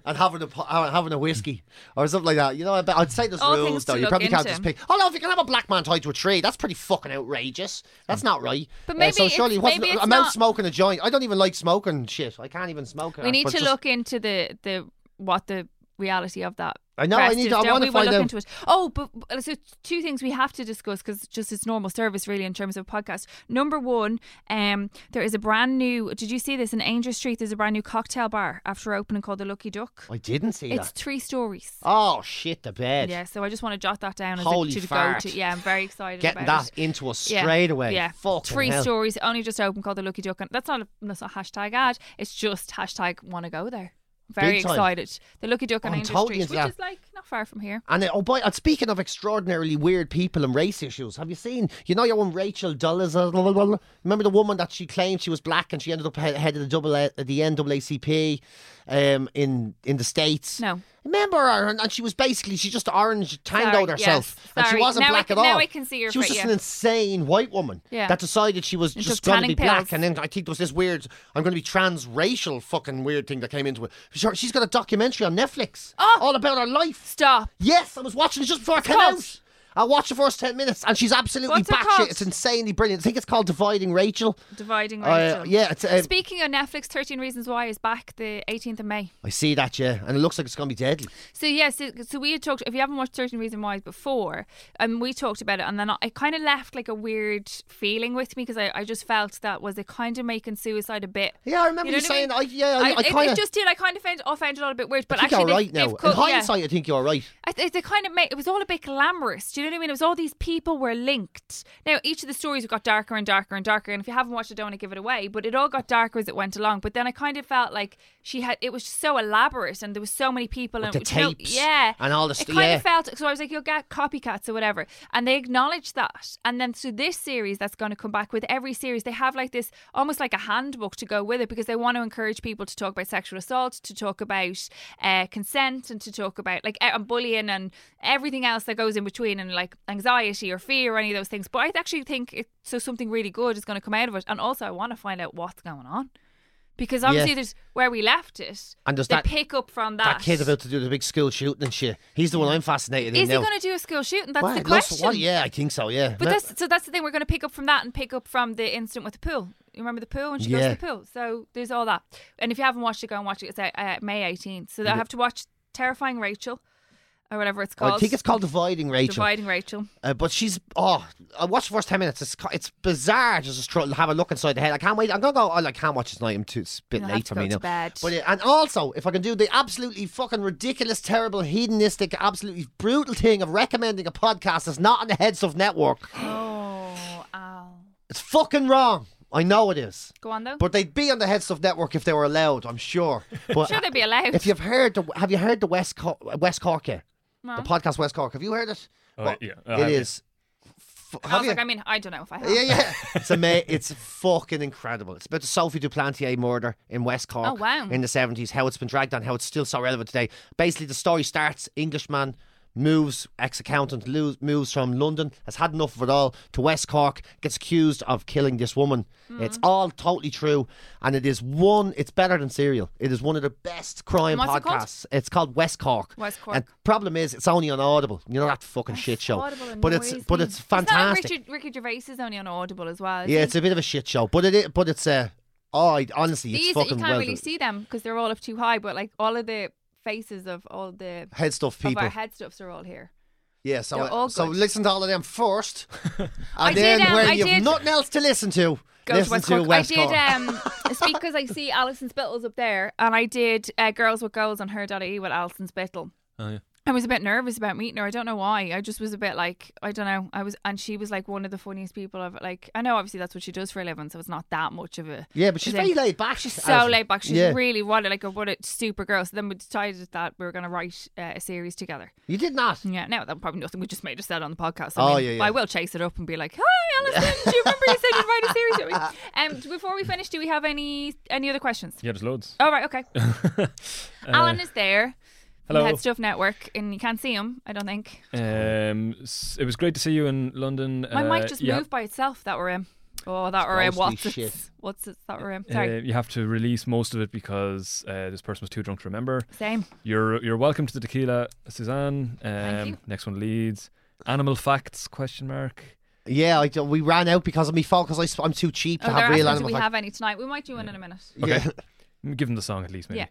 [SPEAKER 4] and having a pi- uh, having a whiskey or something like that. You know, I bet- I'd say there's
[SPEAKER 5] All
[SPEAKER 4] rules
[SPEAKER 5] things
[SPEAKER 4] though.
[SPEAKER 5] to
[SPEAKER 4] You
[SPEAKER 5] look
[SPEAKER 4] probably can't
[SPEAKER 5] into.
[SPEAKER 4] just pick. Oh no, if you can have a black man tied to a tree, that's pretty fucking outrageous. That's not right.
[SPEAKER 5] But
[SPEAKER 4] Uh,
[SPEAKER 5] maybe
[SPEAKER 4] so
[SPEAKER 5] it's-
[SPEAKER 4] surely what's-
[SPEAKER 5] maybe it's
[SPEAKER 4] a mouse
[SPEAKER 5] not-
[SPEAKER 4] smoking a joint. I don't even like smoking shit. I can't even smoke.
[SPEAKER 5] we
[SPEAKER 4] it,
[SPEAKER 5] need
[SPEAKER 4] but
[SPEAKER 5] to
[SPEAKER 4] just-
[SPEAKER 5] look into the the what the reality of that.
[SPEAKER 4] I know, I
[SPEAKER 5] crest
[SPEAKER 4] need
[SPEAKER 5] is,
[SPEAKER 4] to- I
[SPEAKER 5] don't
[SPEAKER 4] wanna
[SPEAKER 5] we? We'll
[SPEAKER 4] find
[SPEAKER 5] look
[SPEAKER 4] out.
[SPEAKER 5] into it. Oh, but but- so two things we have to discuss because just it's normal service really in terms of podcast. Number one, um, there is a brand new. Did you see this in Angel Street? There's a brand new cocktail bar after opening called the Lucky Duck.
[SPEAKER 4] I didn't see
[SPEAKER 5] It's
[SPEAKER 4] that.
[SPEAKER 5] three stories.
[SPEAKER 4] Oh shit, the bed.
[SPEAKER 5] Yeah, so I just want to jot that down as
[SPEAKER 4] Holy
[SPEAKER 5] a to
[SPEAKER 4] fart.
[SPEAKER 5] go to. Yeah, I'm very excited
[SPEAKER 4] Getting
[SPEAKER 5] about
[SPEAKER 4] that
[SPEAKER 5] it.
[SPEAKER 4] into us
[SPEAKER 5] Yeah,
[SPEAKER 4] straight away.
[SPEAKER 5] Yeah,
[SPEAKER 4] Fucking
[SPEAKER 5] three
[SPEAKER 4] hell.
[SPEAKER 5] stories only just open called the Lucky Duck, and that's not a, that's not a hashtag ad. It's just hashtag want to go there. Very
[SPEAKER 4] Big time.
[SPEAKER 5] excited. The Lucky Duck on
[SPEAKER 4] I'm
[SPEAKER 5] Angel
[SPEAKER 4] totally
[SPEAKER 5] Street,
[SPEAKER 4] into
[SPEAKER 5] which
[SPEAKER 4] that.
[SPEAKER 5] is like not far from here.
[SPEAKER 4] And uh, oh boy, and speaking of extraordinarily weird people and race issues, have you seen? You know your one Rachel Dolezal. Remember the woman that she claimed she was black and she ended up he- head of the double A, the NAACP um, in in the states.
[SPEAKER 5] No.
[SPEAKER 4] Remember her, and, and she was basically she just orange tangoed
[SPEAKER 5] Sorry,
[SPEAKER 4] herself,
[SPEAKER 5] yes,
[SPEAKER 4] and she
[SPEAKER 5] sorry.
[SPEAKER 4] wasn't
[SPEAKER 5] Now I
[SPEAKER 4] black at
[SPEAKER 5] can-
[SPEAKER 4] all.
[SPEAKER 5] now I can see your
[SPEAKER 4] She was
[SPEAKER 5] fit,
[SPEAKER 4] just
[SPEAKER 5] yeah.
[SPEAKER 4] an insane white woman
[SPEAKER 5] Yeah.
[SPEAKER 4] that decided she was
[SPEAKER 5] And
[SPEAKER 4] just
[SPEAKER 5] took
[SPEAKER 4] going to
[SPEAKER 5] tanning
[SPEAKER 4] be black,
[SPEAKER 5] pills.
[SPEAKER 4] and then I think there was this weird I'm going to be transracial fucking weird thing that came into it. Sure, She's got a documentary on Netflix
[SPEAKER 5] Oh.
[SPEAKER 4] all about her life.
[SPEAKER 5] Stop.
[SPEAKER 4] Yes, I was watching it just before I came
[SPEAKER 5] called?
[SPEAKER 4] out. I watched the first ten minutes, and she's absolutely
[SPEAKER 5] What's it
[SPEAKER 4] batshit.
[SPEAKER 5] called?
[SPEAKER 4] It's insanely brilliant. I think it's called Dividing Rachel.
[SPEAKER 5] Dividing
[SPEAKER 4] Uh,
[SPEAKER 5] Rachel.
[SPEAKER 4] yeah, it's, uh,
[SPEAKER 5] Speaking on Netflix, 13 Reasons Why is back the 18th of May.
[SPEAKER 4] I see that, yeah, and it looks like it's going to be deadly.
[SPEAKER 5] So yeah, so, so we had talked. If you haven't watched Thirteen Reasons Why before, um, we talked about it, and then I, it kind of left like a weird feeling with me because I, I just felt that was it kind of making suicide a bit.
[SPEAKER 4] Yeah, I remember you,
[SPEAKER 5] know what
[SPEAKER 4] saying, I,
[SPEAKER 5] mean?
[SPEAKER 4] yeah, I, I,
[SPEAKER 5] it-
[SPEAKER 4] kind
[SPEAKER 5] it
[SPEAKER 4] of.
[SPEAKER 5] just did. I kind of found, I found it all a bit weird, but
[SPEAKER 4] I think
[SPEAKER 5] actually,
[SPEAKER 4] you're
[SPEAKER 5] they've-
[SPEAKER 4] right now.
[SPEAKER 5] they've cut-
[SPEAKER 4] In hindsight, I think you're right.
[SPEAKER 5] I th- they kind of made it was all a bit glamorous. Do you know what I mean? It was all these people were linked. Now each of the stories got darker and darker and darker. And if you haven't watched it, I don't want to give it away. But it all got darker as it went along. But then I kind of felt like she had it was just so elaborate and there was so many people and
[SPEAKER 4] the
[SPEAKER 5] it- you know,
[SPEAKER 4] tapes
[SPEAKER 5] yeah,
[SPEAKER 4] and all the
[SPEAKER 5] It
[SPEAKER 4] st-
[SPEAKER 5] kind
[SPEAKER 4] yeah.
[SPEAKER 5] of felt so. I was like, you'll get copycats or whatever. And they acknowledged that. And then so this series that's going to come back with every series, they have like this almost like a handbook to go with it because they want to encourage people to talk about sexual assault, to talk about uh, consent, and to talk about like uh, and bullying and everything else that goes in between, and like anxiety or fear or any of those things. But I actually think it, so. Something really good is going to come out of it. And also, I want to find out what's going on. Because obviously, there's where we left it,
[SPEAKER 4] And there's
[SPEAKER 5] they
[SPEAKER 4] that-
[SPEAKER 5] pick up from
[SPEAKER 4] That kid about to do the big school shooting and shit. He's the one I'm fascinated
[SPEAKER 5] is
[SPEAKER 4] in
[SPEAKER 5] he
[SPEAKER 4] now.
[SPEAKER 5] going to do a school shooting? That's
[SPEAKER 4] Why,
[SPEAKER 5] the
[SPEAKER 4] lots-
[SPEAKER 5] question.
[SPEAKER 4] why- yeah, I think so. Yeah,
[SPEAKER 5] But
[SPEAKER 4] No,
[SPEAKER 5] that's so that's the thing. We're going to pick up from that and pick up from the incident with the pool. You remember the pool when she
[SPEAKER 4] Yeah.
[SPEAKER 5] goes to the pool? So there's all that. And if you haven't watched it, go and watch it. It's out, uh, May 18th. So I have to watch Terrifying Rachel or whatever it's called.
[SPEAKER 4] Oh, I think it's called dividing Rachel.
[SPEAKER 5] Dividing Rachel.
[SPEAKER 4] Uh, but she's oh, I watched the first ten minutes. It's co- it's bizarre to just try, have a look inside the head. I can't wait. I'm gonna go. Oh, I can't watch it tonight. I'm too it's a bit
[SPEAKER 5] You'll
[SPEAKER 4] late
[SPEAKER 5] have to
[SPEAKER 4] for
[SPEAKER 5] go
[SPEAKER 4] me
[SPEAKER 5] to
[SPEAKER 4] now.
[SPEAKER 5] bed.
[SPEAKER 4] But uh, and also, if I can do the absolutely fucking ridiculous, terrible, hedonistic, absolutely brutal thing of recommending a podcast that's not on the Head Stuff Network,
[SPEAKER 5] Oh, ow.
[SPEAKER 4] it's fucking wrong. I know it is.
[SPEAKER 5] Go on though.
[SPEAKER 4] But they'd be on the Head Stuff Network if they were allowed. I'm sure. But
[SPEAKER 5] sure they'd be allowed.
[SPEAKER 4] uh, if you've heard, the, have you heard the West Cor- West Cork? yet? The podcast West Cork. Have you heard it?
[SPEAKER 7] Oh, yeah, I
[SPEAKER 4] it
[SPEAKER 7] have, yeah.
[SPEAKER 4] is. f-
[SPEAKER 5] I
[SPEAKER 4] have
[SPEAKER 5] was
[SPEAKER 4] you?
[SPEAKER 5] like, I mean, I don't know if I have.
[SPEAKER 4] Yeah, yeah. It's ama- It's fucking incredible. It's about the Sophie Duplantier murder in West Cork
[SPEAKER 5] Oh, wow.
[SPEAKER 4] in the 70s, how it's been dragged on, how it's still so relevant today. Basically, the story starts Englishman moves, ex accountant, lo- moves from London, has had enough of it all, to West Cork, gets accused of killing this woman.
[SPEAKER 5] Hmm.
[SPEAKER 4] It's all totally true. And it is one, it's better than serial. It is one of the best crime
[SPEAKER 5] And what's it called?
[SPEAKER 4] podcasts. It's called West Cork.
[SPEAKER 5] West Cork.
[SPEAKER 4] And problem is, it's only on Audible. You know that fucking shit show.
[SPEAKER 5] Audible
[SPEAKER 4] but it's
[SPEAKER 5] annoys
[SPEAKER 4] but
[SPEAKER 5] me.
[SPEAKER 4] it's
[SPEAKER 5] It's not like
[SPEAKER 4] fantastic.
[SPEAKER 5] Richard, Ricky Gervais is only on Audible as well. is
[SPEAKER 4] Yeah,
[SPEAKER 5] he?
[SPEAKER 4] it's a bit of a shit show, but it is, but it's uh, oh, I, honestly, it's
[SPEAKER 5] These you
[SPEAKER 4] fucking
[SPEAKER 5] can't
[SPEAKER 4] well
[SPEAKER 5] really
[SPEAKER 4] done.
[SPEAKER 5] see them because they're all up too high. But like all of the faces of all the
[SPEAKER 4] head stuff
[SPEAKER 5] of
[SPEAKER 4] people.
[SPEAKER 5] our head stuffs are all here.
[SPEAKER 4] yeah, so uh,
[SPEAKER 5] They're all
[SPEAKER 4] so
[SPEAKER 5] good.
[SPEAKER 4] listen to all of them first, and
[SPEAKER 5] did,
[SPEAKER 4] then
[SPEAKER 5] um,
[SPEAKER 4] when
[SPEAKER 5] I
[SPEAKER 4] you've
[SPEAKER 5] did-
[SPEAKER 4] nothing else to listen to,
[SPEAKER 5] Go
[SPEAKER 4] listen
[SPEAKER 5] to West
[SPEAKER 4] to
[SPEAKER 5] Cork.
[SPEAKER 4] West
[SPEAKER 5] I
[SPEAKER 4] Cork.
[SPEAKER 5] did um, it's because I see Alison Spittle's up there, and I did uh, Girls with Goals on her.ie E with Alison Spittle.
[SPEAKER 7] Oh, yeah.
[SPEAKER 5] I was a bit nervous about meeting her. I don't know why. I just was a bit like I don't know. I was, and she was like one of the funniest people I've like. I know obviously that's what she does for a living, so it's not that much of a
[SPEAKER 4] yeah, but she's
[SPEAKER 5] thing.
[SPEAKER 4] very laid back. She's
[SPEAKER 5] so laid back. She's really what a- like a what a super girl. So then we decided that we were going to write uh, a series together.
[SPEAKER 4] You did not.
[SPEAKER 5] Yeah, no, that probably nothing. We just made us that on the podcast. I
[SPEAKER 4] Oh,
[SPEAKER 5] mean,
[SPEAKER 4] yeah, yeah.
[SPEAKER 5] I will chase it up and be like, "Hi, Alison, do you remember you said you'd write a series?" with me?" Um, before we finish, do we have any any other questions?
[SPEAKER 7] Yeah, there's loads.
[SPEAKER 5] All right, okay. Alan is there. From
[SPEAKER 7] Uh, hello.
[SPEAKER 5] The Head Stuff Network, and you can't see him. I don't think
[SPEAKER 7] Um, s- it was great to see you in London.
[SPEAKER 5] my
[SPEAKER 7] uh,
[SPEAKER 5] mic just
[SPEAKER 7] you ha-
[SPEAKER 5] moved by itself. That were him. Oh, that were him.
[SPEAKER 4] Ghostly
[SPEAKER 5] What's
[SPEAKER 4] shit.
[SPEAKER 5] it? What's it? That were him.
[SPEAKER 7] uh,
[SPEAKER 5] Sorry,
[SPEAKER 7] you have to release most of it because uh, this person was too drunk to remember.
[SPEAKER 5] same.
[SPEAKER 7] You're you're welcome to the tequila, Suzanne. Um,
[SPEAKER 5] you.
[SPEAKER 7] Next one leads animal facts question mark.
[SPEAKER 4] Yeah, I, don't- we ran out because of me fault because I'm too cheap to
[SPEAKER 5] Oh,
[SPEAKER 4] have
[SPEAKER 5] they're
[SPEAKER 4] real
[SPEAKER 5] asking, do
[SPEAKER 4] animals.
[SPEAKER 5] we
[SPEAKER 4] like-
[SPEAKER 5] have any tonight? We might do one in a minute.
[SPEAKER 4] yeah.
[SPEAKER 7] Give them the song at least, maybe.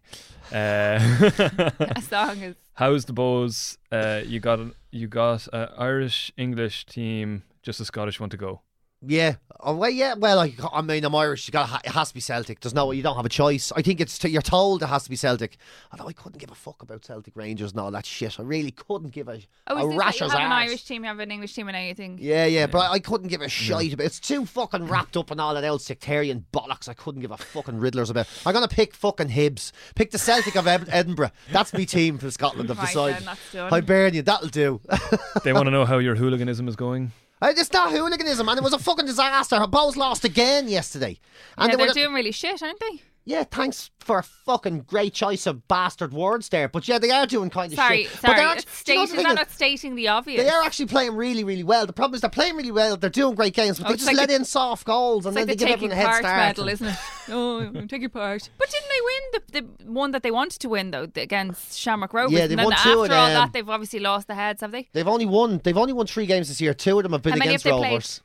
[SPEAKER 7] Yeah. Uh,
[SPEAKER 5] A song is
[SPEAKER 7] how's the bows? Uh, you got an, you got uh, Irish English team, just a Scottish one to go.
[SPEAKER 4] Yeah. Oh, well, yeah. Well, I, I mean, I'm Irish. You got it has to be Celtic. There's no, you don't have a choice. I think it's you're told it has to be Celtic. Although I couldn't give a fuck about Celtic Rangers and all that shit. I really couldn't give a
[SPEAKER 5] Oh,
[SPEAKER 4] a
[SPEAKER 5] is this
[SPEAKER 4] rash
[SPEAKER 5] like you
[SPEAKER 4] as
[SPEAKER 5] have an
[SPEAKER 4] arse.
[SPEAKER 5] Irish team, you have an English team, and anything?
[SPEAKER 4] Yeah, yeah, but I, I couldn't give a shite about. It's too fucking wrapped up in all that old sectarian bollocks. I couldn't give a fucking riddlers about. I'm gonna pick fucking Hibs. Pick the Celtic of Ed- Edinburgh. That's my team for Scotland. I've
[SPEAKER 5] Right,
[SPEAKER 4] decided.
[SPEAKER 5] then, that's done.
[SPEAKER 4] Hibernia, that'll do.
[SPEAKER 7] They want to know how your hooliganism is going.
[SPEAKER 4] Uh, It's not hooliganism, and it was a fucking disaster. Her balls lost again yesterday. And
[SPEAKER 5] Yeah,
[SPEAKER 4] they were
[SPEAKER 5] they're
[SPEAKER 4] the-
[SPEAKER 5] doing really shit, aren't they?
[SPEAKER 4] Yeah, thanks for a fucking great choice of bastard words there. But yeah, they are doing kind of
[SPEAKER 5] Sorry,
[SPEAKER 4] shit.
[SPEAKER 5] sorry.
[SPEAKER 4] But they're
[SPEAKER 5] it's
[SPEAKER 4] act- do you know
[SPEAKER 5] stating,
[SPEAKER 4] what the
[SPEAKER 5] is
[SPEAKER 4] thing
[SPEAKER 5] that
[SPEAKER 4] is?
[SPEAKER 5] not stating the obvious?
[SPEAKER 4] They are actually playing really, really well. The problem is they're playing really well. They're doing great games, but
[SPEAKER 5] Oh,
[SPEAKER 4] they
[SPEAKER 5] it's
[SPEAKER 4] just
[SPEAKER 5] like
[SPEAKER 4] let
[SPEAKER 5] the-
[SPEAKER 4] in soft goals and
[SPEAKER 5] It's like
[SPEAKER 4] then
[SPEAKER 5] the
[SPEAKER 4] they give
[SPEAKER 5] taking
[SPEAKER 4] everyone a head
[SPEAKER 5] part
[SPEAKER 4] start.
[SPEAKER 5] medal, isn't it? Oh, take your part. But didn't they win the, the one that they wanted to win though the- against Shamrock Rovers?
[SPEAKER 4] Yeah, they
[SPEAKER 5] and then
[SPEAKER 4] won
[SPEAKER 5] after
[SPEAKER 4] two
[SPEAKER 5] all
[SPEAKER 4] and, um,
[SPEAKER 5] that, they've obviously lost the heads, have they?
[SPEAKER 4] They've only won. They've only won three games this year. Two of them have been
[SPEAKER 5] How many
[SPEAKER 4] against
[SPEAKER 5] have they played?
[SPEAKER 4] Rovers.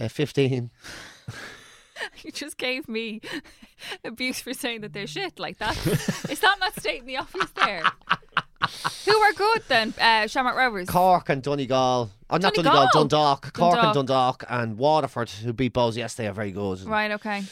[SPEAKER 4] Uh, Fifteen.
[SPEAKER 5] You just gave me abuse for saying that they're shit like that. Is that not stating the obvious there? Who were good then? Uh, Shamrock Rovers.
[SPEAKER 4] Cork and Donegal. Oh, not Donegal.
[SPEAKER 5] Donegal.
[SPEAKER 4] Dundalk. Cork and Dundalk and Waterford, who beat Bowes yesterday, are very good.
[SPEAKER 5] Right, okay.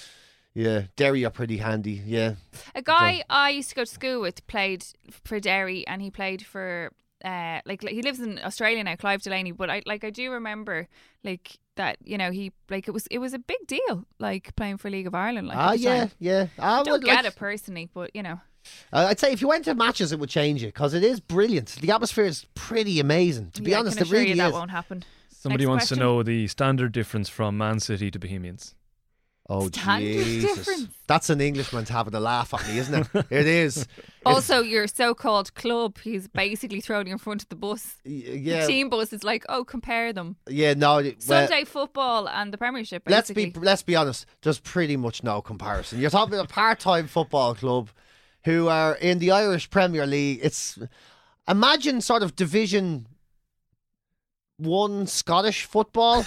[SPEAKER 4] Yeah, Derry are pretty handy. Yeah,
[SPEAKER 5] A guy I used to go to school with played for Derry, and he played for uh, like like- he lives in Australia now, Clive Delaney. But I like I do remember like that you know he like it was it was a big deal like playing for League of Ireland. Like, at
[SPEAKER 4] ah,
[SPEAKER 5] the
[SPEAKER 4] yeah,
[SPEAKER 5] time.
[SPEAKER 4] yeah. I
[SPEAKER 5] Don't
[SPEAKER 4] would
[SPEAKER 5] get
[SPEAKER 4] like,
[SPEAKER 5] it personally, but you know,
[SPEAKER 4] Uh, I'd say if you went to matches, it would change it because it is brilliant. The atmosphere is pretty amazing. To be
[SPEAKER 5] yeah,
[SPEAKER 4] honest,
[SPEAKER 5] I
[SPEAKER 4] it
[SPEAKER 5] can assure
[SPEAKER 4] really
[SPEAKER 5] you
[SPEAKER 4] is.
[SPEAKER 5] that won't happen.
[SPEAKER 7] Somebody
[SPEAKER 5] Next
[SPEAKER 7] wants
[SPEAKER 5] question.
[SPEAKER 7] to know the standard difference from Man City to Bohemians.
[SPEAKER 4] Oh,
[SPEAKER 5] Standard
[SPEAKER 4] Jesus.
[SPEAKER 5] difference.
[SPEAKER 4] That's an Englishman's having a laugh at me, isn't it? it is.
[SPEAKER 5] Also, your so-called club, he's basically thrown you in front of the bus.
[SPEAKER 4] Y-
[SPEAKER 5] The
[SPEAKER 4] Yeah,
[SPEAKER 5] team bus is like, oh, compare them.
[SPEAKER 4] yeah. No, it- well,
[SPEAKER 5] Sunday football and the Premiership.
[SPEAKER 4] let's be
[SPEAKER 5] basically.
[SPEAKER 4] let's be honest. There's pretty much no comparison. You're talking about a part-time football club who are in the Irish Premier League. It's imagine sort of Division One Scottish football.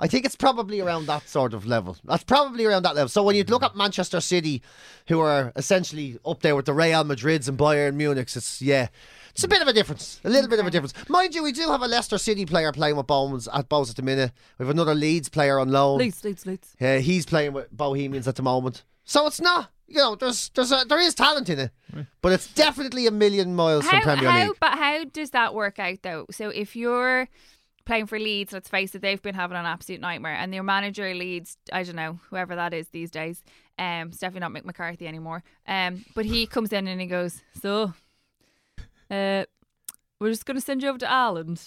[SPEAKER 4] I think it's probably around that sort of level. That's probably around that level. So when you look at Manchester City, who are essentially up there with the Real Madrids and Bayern Munich's, it's yeah, it's a bit of a difference, a little bit of a difference. Mind you, we do have a Leicester City player playing with Bowman's at Bowes at the minute. We have another Leeds player on loan.
[SPEAKER 5] Leeds, Leeds, Leeds.
[SPEAKER 4] Uh, he's playing with Bohemians at the moment. So it's not, you know, there's there's a, there is talent in it, but it's definitely a million miles from Premier
[SPEAKER 5] how,
[SPEAKER 4] League.
[SPEAKER 5] But how does that work out though? So if you're playing for Leeds, let's face it, they've been having an absolute nightmare, and their manager Leeds, I don't know whoever that is these days. Um, it's definitely not Mick McCarthy anymore. Um, but he comes in and he goes, so, uh, we're just gonna send you over to Ireland,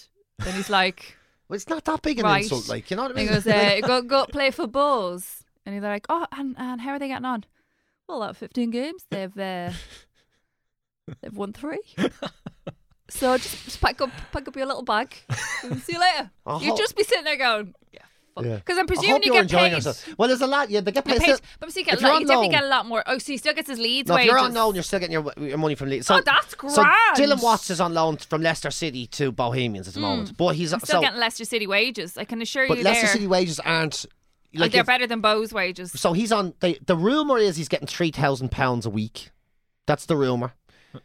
[SPEAKER 5] and he's like.
[SPEAKER 4] Well, it's not that big an
[SPEAKER 5] Right.
[SPEAKER 4] insult, like you know what I
[SPEAKER 5] He
[SPEAKER 4] mean.
[SPEAKER 5] goes, uh, go, go play for Bulls. And they're like, oh, and, and how are they getting on? Well, out of 15 games, they've uh, they've won three. So just, just pack up pack up your little bag. And see you later.
[SPEAKER 4] I
[SPEAKER 5] You'd
[SPEAKER 4] hope-
[SPEAKER 5] just be sitting there going, yeah, fuck.
[SPEAKER 4] Yeah.
[SPEAKER 5] Because I'm
[SPEAKER 4] I
[SPEAKER 5] presuming
[SPEAKER 4] hope
[SPEAKER 5] you
[SPEAKER 4] you're
[SPEAKER 5] get
[SPEAKER 4] enjoying
[SPEAKER 5] paid.
[SPEAKER 4] yourself. Well, there's a lot. Yeah, they get
[SPEAKER 5] Get
[SPEAKER 4] paid.
[SPEAKER 5] paid.
[SPEAKER 4] still-
[SPEAKER 5] but obviously you, get
[SPEAKER 4] if
[SPEAKER 5] a
[SPEAKER 4] you're
[SPEAKER 5] lot,
[SPEAKER 4] on
[SPEAKER 5] you definitely
[SPEAKER 4] loan-
[SPEAKER 5] get a lot more. Oh, so he still gets his Leeds
[SPEAKER 4] No, if
[SPEAKER 5] wages.
[SPEAKER 4] you're on loan, you're still getting your, your money from Leeds. So,
[SPEAKER 5] Oh, that's
[SPEAKER 4] So
[SPEAKER 5] grand. Hmm.
[SPEAKER 4] Dylan Watts is on loan from Leicester City to Bohemians at the moment, but he's
[SPEAKER 5] still
[SPEAKER 4] so.
[SPEAKER 5] getting Leicester City wages. I can assure
[SPEAKER 4] But
[SPEAKER 5] you
[SPEAKER 4] Leicester
[SPEAKER 5] there.
[SPEAKER 4] City wages aren't like
[SPEAKER 5] they're
[SPEAKER 4] if-
[SPEAKER 5] better than Bo's wages.
[SPEAKER 4] So he's on. They, the rumor is he's getting three thousand pounds a week. That's the rumor. Oh.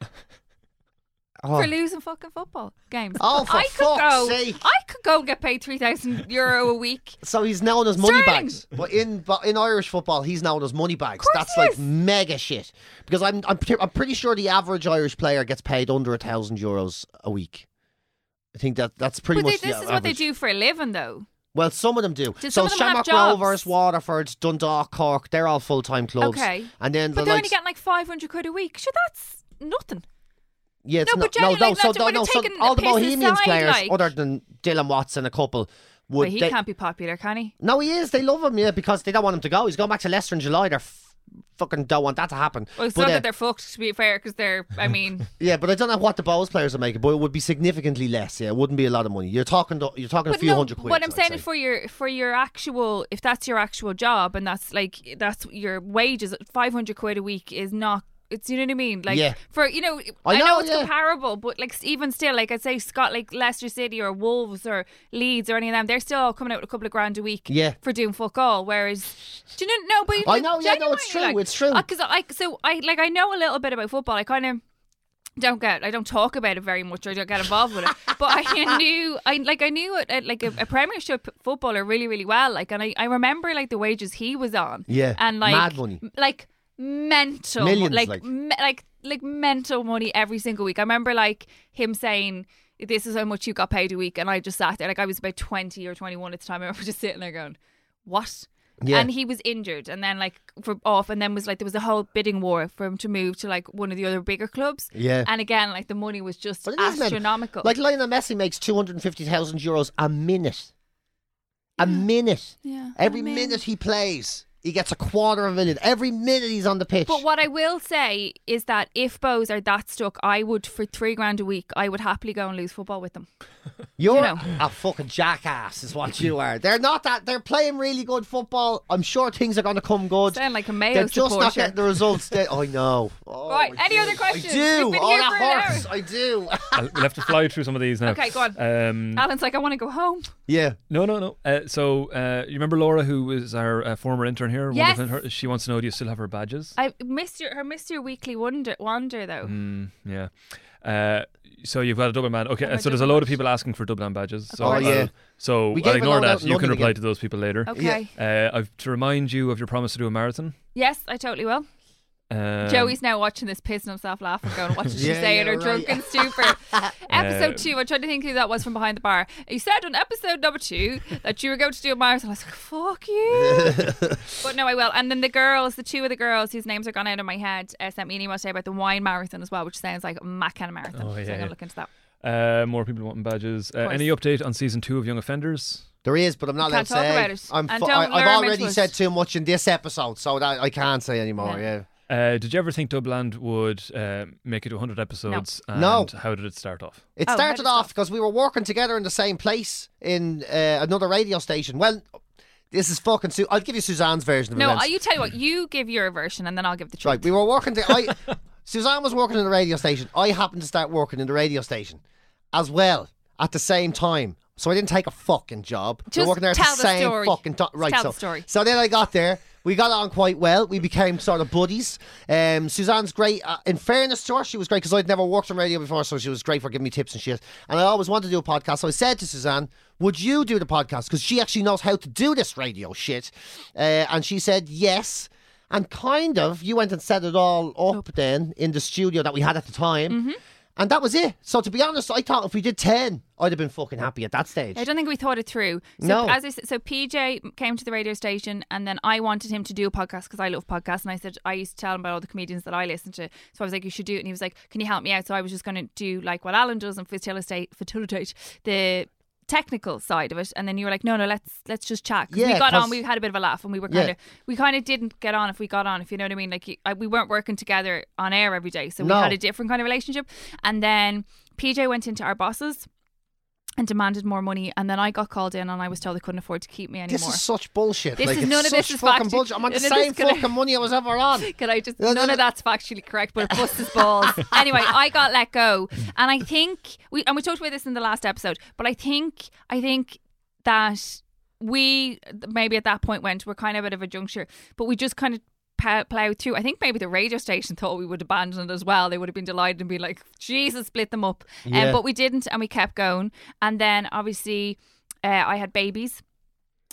[SPEAKER 5] for losing fucking football games.
[SPEAKER 4] Oh, for
[SPEAKER 5] I could
[SPEAKER 4] fuck's
[SPEAKER 5] go,
[SPEAKER 4] sake.
[SPEAKER 5] I could go and get paid three thousand euro a week.
[SPEAKER 4] So he's known as
[SPEAKER 5] Sterling.
[SPEAKER 4] money bags, but in but in Irish football, he's known as money bags.
[SPEAKER 5] course
[SPEAKER 4] That's
[SPEAKER 5] he
[SPEAKER 4] like
[SPEAKER 5] is.
[SPEAKER 4] mega shit because I'm I'm, pre- I'm pretty sure the average Irish player gets paid under a thousand euros a week. I think that that's pretty
[SPEAKER 5] But they,
[SPEAKER 4] much. the
[SPEAKER 5] this is what they
[SPEAKER 4] average.
[SPEAKER 5] do for a living, though.
[SPEAKER 4] Well, some of them do.
[SPEAKER 5] Do
[SPEAKER 4] so
[SPEAKER 5] some of them have
[SPEAKER 4] Shamrock
[SPEAKER 5] jobs?
[SPEAKER 4] Rovers, Waterford, Dundalk, Cork, they're all full time clubs.
[SPEAKER 5] Okay.
[SPEAKER 4] and then
[SPEAKER 5] But
[SPEAKER 4] the
[SPEAKER 5] they're
[SPEAKER 4] likes,
[SPEAKER 5] only getting like five hundred quid a week. Sure, that's nothing.
[SPEAKER 4] Yeah, it's
[SPEAKER 5] No,
[SPEAKER 4] no,
[SPEAKER 5] but generally,
[SPEAKER 4] no,
[SPEAKER 5] like,
[SPEAKER 4] so
[SPEAKER 5] that's
[SPEAKER 4] no,
[SPEAKER 5] when
[SPEAKER 4] no,
[SPEAKER 5] they're
[SPEAKER 4] so
[SPEAKER 5] taking
[SPEAKER 4] all the
[SPEAKER 5] the piss
[SPEAKER 4] Bohemians
[SPEAKER 5] aside,
[SPEAKER 4] players,
[SPEAKER 5] like-
[SPEAKER 4] other than Dylan Watts and a couple, would
[SPEAKER 5] But he
[SPEAKER 4] they-
[SPEAKER 5] can't be popular, can he?
[SPEAKER 4] No, he is. They love him, yeah, because they don't want him to go. He's going back to Leicester in July. They're f- fucking don't want that to happen.
[SPEAKER 5] Well, it's
[SPEAKER 4] But,
[SPEAKER 5] not
[SPEAKER 4] uh,
[SPEAKER 5] that they're fucked. To be fair, because they're. I mean,
[SPEAKER 4] yeah, but I don't know what the Bowls players are making, but it would be significantly less. Yeah, it wouldn't be a lot of money. You're talking, to, you're talking a
[SPEAKER 5] but
[SPEAKER 4] few
[SPEAKER 5] no,
[SPEAKER 4] hundred quid.
[SPEAKER 5] what I'm
[SPEAKER 4] I'd
[SPEAKER 5] saying
[SPEAKER 4] say.
[SPEAKER 5] is for your for your actual, if that's your actual job and that's like that's your wages, five hundred quid a week is not. It's you know what I mean, like
[SPEAKER 4] Yeah.
[SPEAKER 5] for you know
[SPEAKER 4] I
[SPEAKER 5] I know,
[SPEAKER 4] know,
[SPEAKER 5] it's
[SPEAKER 4] yeah.
[SPEAKER 5] comparable, but like even still, like I'd say Scott, like Leicester City or Wolves or Leeds or any of them, they're still all coming out with a couple of grand a week,
[SPEAKER 4] Yeah.
[SPEAKER 5] for doing fuck all. Whereas, do you know? No, but
[SPEAKER 4] I know, yeah, no, it's true, it's true.
[SPEAKER 5] Because I so I like I know a little bit about football. I kind of don't get I don't talk about it very much or I don't get involved with it but I knew I like I knew it, it, like a, a premiership footballer really really well like and I, I remember like the wages he was on
[SPEAKER 4] Yeah,
[SPEAKER 5] and like
[SPEAKER 4] mad money.
[SPEAKER 5] m- like mental
[SPEAKER 4] Millions,
[SPEAKER 5] like
[SPEAKER 4] like.
[SPEAKER 5] me, like like mental money every single week I remember like him saying this is how much you got paid a week and I just sat there like I was about 20 or 21 at the time I remember just sitting there going what
[SPEAKER 4] Yeah.
[SPEAKER 5] and he was injured and then like for off and then was like there was a whole bidding war for him to move to like one of the other bigger clubs
[SPEAKER 4] Yeah.
[SPEAKER 5] and again like the money was just
[SPEAKER 4] But it is, man.
[SPEAKER 5] astronomical
[SPEAKER 4] Like Lionel Messi makes two hundred and fifty thousand euros a minute. A minute.
[SPEAKER 5] Yeah,
[SPEAKER 4] Every
[SPEAKER 5] I mean-
[SPEAKER 4] minute he plays, he gets a quarter of a minute. Every minute he's on the pitch.
[SPEAKER 5] But what I will say is that if Bows are that stuck, I would, for three grand a week, I would happily go and lose football with them.
[SPEAKER 4] You're
[SPEAKER 5] you know.
[SPEAKER 4] a fucking jackass, is what you are. They're not that. They're playing really good football. I'm sure things are going to come good.
[SPEAKER 5] Sound like a Mayo
[SPEAKER 4] They're just not
[SPEAKER 5] supporter.
[SPEAKER 4] getting the results. They, I know. Oh,
[SPEAKER 5] Right,
[SPEAKER 4] I
[SPEAKER 5] any
[SPEAKER 4] do.
[SPEAKER 5] other questions?
[SPEAKER 4] I do.
[SPEAKER 5] We've been
[SPEAKER 4] oh,
[SPEAKER 5] here for an
[SPEAKER 4] that hurts. I do.
[SPEAKER 7] I'll- we'll have to fly through some of these now.
[SPEAKER 5] Okay, go on.
[SPEAKER 4] Mm.
[SPEAKER 7] Um,
[SPEAKER 5] Alan's like, I want to go home.
[SPEAKER 4] yeah.
[SPEAKER 7] no, no, no. Uh, so uh, you remember Laura, who was our uh, former intern here? one
[SPEAKER 5] Yes. Uh,
[SPEAKER 7] of her- she wants to know, do you still have her badges?
[SPEAKER 5] I missed your, her missed your weekly wonder, wander though.
[SPEAKER 4] Mm.
[SPEAKER 7] Yeah. Uh, so you've got a Dublin badge. Okay, uh,
[SPEAKER 5] my
[SPEAKER 7] so there's a
[SPEAKER 5] Dublin
[SPEAKER 7] load of
[SPEAKER 5] badge.
[SPEAKER 7] people asking for Dublin badges. So
[SPEAKER 4] Oh,
[SPEAKER 7] I'll-
[SPEAKER 4] yeah.
[SPEAKER 7] So
[SPEAKER 4] We gave
[SPEAKER 7] I'll
[SPEAKER 4] it
[SPEAKER 7] ignore
[SPEAKER 4] all out
[SPEAKER 7] that.
[SPEAKER 4] in
[SPEAKER 7] You can
[SPEAKER 4] London
[SPEAKER 7] reply
[SPEAKER 4] again.
[SPEAKER 7] to those people later.
[SPEAKER 5] Okay.
[SPEAKER 7] Uh, I've to remind you of your promise to do a marathon.
[SPEAKER 5] Yes, I totally will.
[SPEAKER 7] Um,
[SPEAKER 5] Joey's now watching this, pissing himself laughing, going, What did she
[SPEAKER 4] Yeah,
[SPEAKER 5] say in
[SPEAKER 4] yeah,
[SPEAKER 5] her
[SPEAKER 4] right.
[SPEAKER 5] drunken stupor?
[SPEAKER 7] Um,
[SPEAKER 5] episode two, I'm trying to think who that was from behind the bar. You said on episode number two that you were going to do a marathon. I was like, Fuck you. but no, I will. And then the girls, the two of the girls whose names are gone out of my head, uh, sent me an email today about the wine marathon as well, which sounds like a Mac kind of marathon.
[SPEAKER 7] Oh, yeah,
[SPEAKER 5] so I'm going to
[SPEAKER 7] yeah.
[SPEAKER 5] look into that.
[SPEAKER 7] Uh, more people wanting badges. Uh,
[SPEAKER 5] course.
[SPEAKER 7] any update on season two of Young Offenders?
[SPEAKER 4] There is, but I'm not
[SPEAKER 5] Can't
[SPEAKER 4] allowed to
[SPEAKER 5] talk
[SPEAKER 4] say.
[SPEAKER 5] about it.
[SPEAKER 4] I'm
[SPEAKER 5] And
[SPEAKER 4] fu-
[SPEAKER 5] don't
[SPEAKER 4] I,
[SPEAKER 5] lure
[SPEAKER 4] I've
[SPEAKER 5] 'em
[SPEAKER 4] already
[SPEAKER 5] into it.
[SPEAKER 4] said too much in this episode, so that I can't say anymore. Yeah.
[SPEAKER 7] Uh, did you ever think Dubland would uh, make it to 100 episodes? And
[SPEAKER 4] No.
[SPEAKER 7] How did it start off?
[SPEAKER 4] It
[SPEAKER 5] Oh,
[SPEAKER 4] started
[SPEAKER 5] how did it
[SPEAKER 4] off
[SPEAKER 5] start?
[SPEAKER 4] because we were working together in the same place in uh, another radio station. Well, this is fucking. Su- I'll give you Suzanne's version of
[SPEAKER 5] No,
[SPEAKER 4] events.
[SPEAKER 5] you tell you what, you give your version and then I'll give the truth.
[SPEAKER 4] Right, we were working. To, I Suzanne was working in the radio station. I happened to start working in the radio station as well at the same time. So I didn't take a fucking job. We were
[SPEAKER 5] Just
[SPEAKER 4] working there
[SPEAKER 5] tell
[SPEAKER 4] at the
[SPEAKER 5] the
[SPEAKER 4] same
[SPEAKER 5] story.
[SPEAKER 4] fucking time.
[SPEAKER 5] Just
[SPEAKER 4] Right,
[SPEAKER 5] tell
[SPEAKER 4] so
[SPEAKER 5] the story.
[SPEAKER 4] so then I got there. We got on quite well. We became sort of buddies. Um, Suzanne's great. Uh, in fairness to her, she was great because I'd never worked on radio before, so she was great for giving me tips and shit. And I always wanted to do a podcast. So I said to Suzanne, Would you do the podcast? Because she actually knows how to do this radio shit. Uh, and she said, Yes. And kind of, you went and set it all up then in the studio that we had at the time. And that was it. So to be honest, I thought if we did 10, I'd have been fucking happy at that stage.
[SPEAKER 5] I don't think we thought it through. So
[SPEAKER 4] No.
[SPEAKER 5] As I said, so PJ came to the radio station, and then I wanted him to do a podcast because I love podcasts, and I said I used to tell him about all the comedians that I listen to. So I was like, you should do it, and he was like, can you help me out? So I was just going to do like what Alan does and facilitate facilitate the technical side of it and then you were like no no let's let's just chat 'Cause
[SPEAKER 4] Yeah,
[SPEAKER 5] we got
[SPEAKER 4] 'cause-
[SPEAKER 5] on we had a bit of a laugh and we were kind
[SPEAKER 4] Yeah.
[SPEAKER 5] of we kind of didn't get on if we got on if you know what i mean like you- I- we weren't working together on air every day so we
[SPEAKER 4] No.
[SPEAKER 5] had a different kind of relationship and then pj went into our bosses and demanded more money. And then I got called in and I was told they couldn't afford to keep me anymore.
[SPEAKER 4] This is such bullshit.
[SPEAKER 5] This
[SPEAKER 4] like,
[SPEAKER 5] is-
[SPEAKER 4] it's
[SPEAKER 5] none of this
[SPEAKER 4] such
[SPEAKER 5] is
[SPEAKER 4] fucking
[SPEAKER 5] factu-
[SPEAKER 4] bullshit. I'm on the
[SPEAKER 5] none of this
[SPEAKER 4] same
[SPEAKER 5] gonna-
[SPEAKER 4] fucking money I was ever on.
[SPEAKER 5] Can I just?
[SPEAKER 4] No, no,
[SPEAKER 5] none
[SPEAKER 4] no.
[SPEAKER 5] of that's factually correct, but it busts his balls. anyway, I got let go, and I think we and we talked about this in the last episode, but I think I think that we maybe at that point went we're kind of at of a juncture, but we just kind of pa- plowed through. I think maybe the radio station thought we would abandon it as well. They would have been delighted and be like, Jesus, split them up. Um,
[SPEAKER 4] Yeah.
[SPEAKER 5] but we didn't, and we kept going. And then obviously, uh, I had babies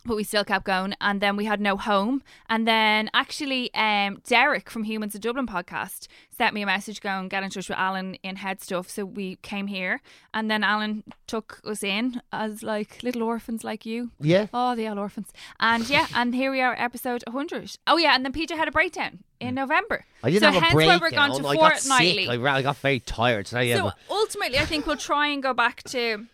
[SPEAKER 5] but we still kept going and then we had no home and then actually um, derek from humans of dublin podcast sent me a message going get in touch with alan in head stuff so we came here and then alan took us in as like little orphans like you
[SPEAKER 4] Yeah.
[SPEAKER 5] oh they are orphans and yeah and here we are episode 100 oh yeah and then pj had a breakdown in november
[SPEAKER 4] Hmm. I didn't
[SPEAKER 5] so
[SPEAKER 4] have a
[SPEAKER 5] hence
[SPEAKER 4] break.
[SPEAKER 5] why we're going to
[SPEAKER 4] I got
[SPEAKER 5] fortnightly
[SPEAKER 4] sick. I, ra- I got very tired. So, yeah,
[SPEAKER 5] so
[SPEAKER 4] but-
[SPEAKER 5] ultimately, I think we'll try and go back to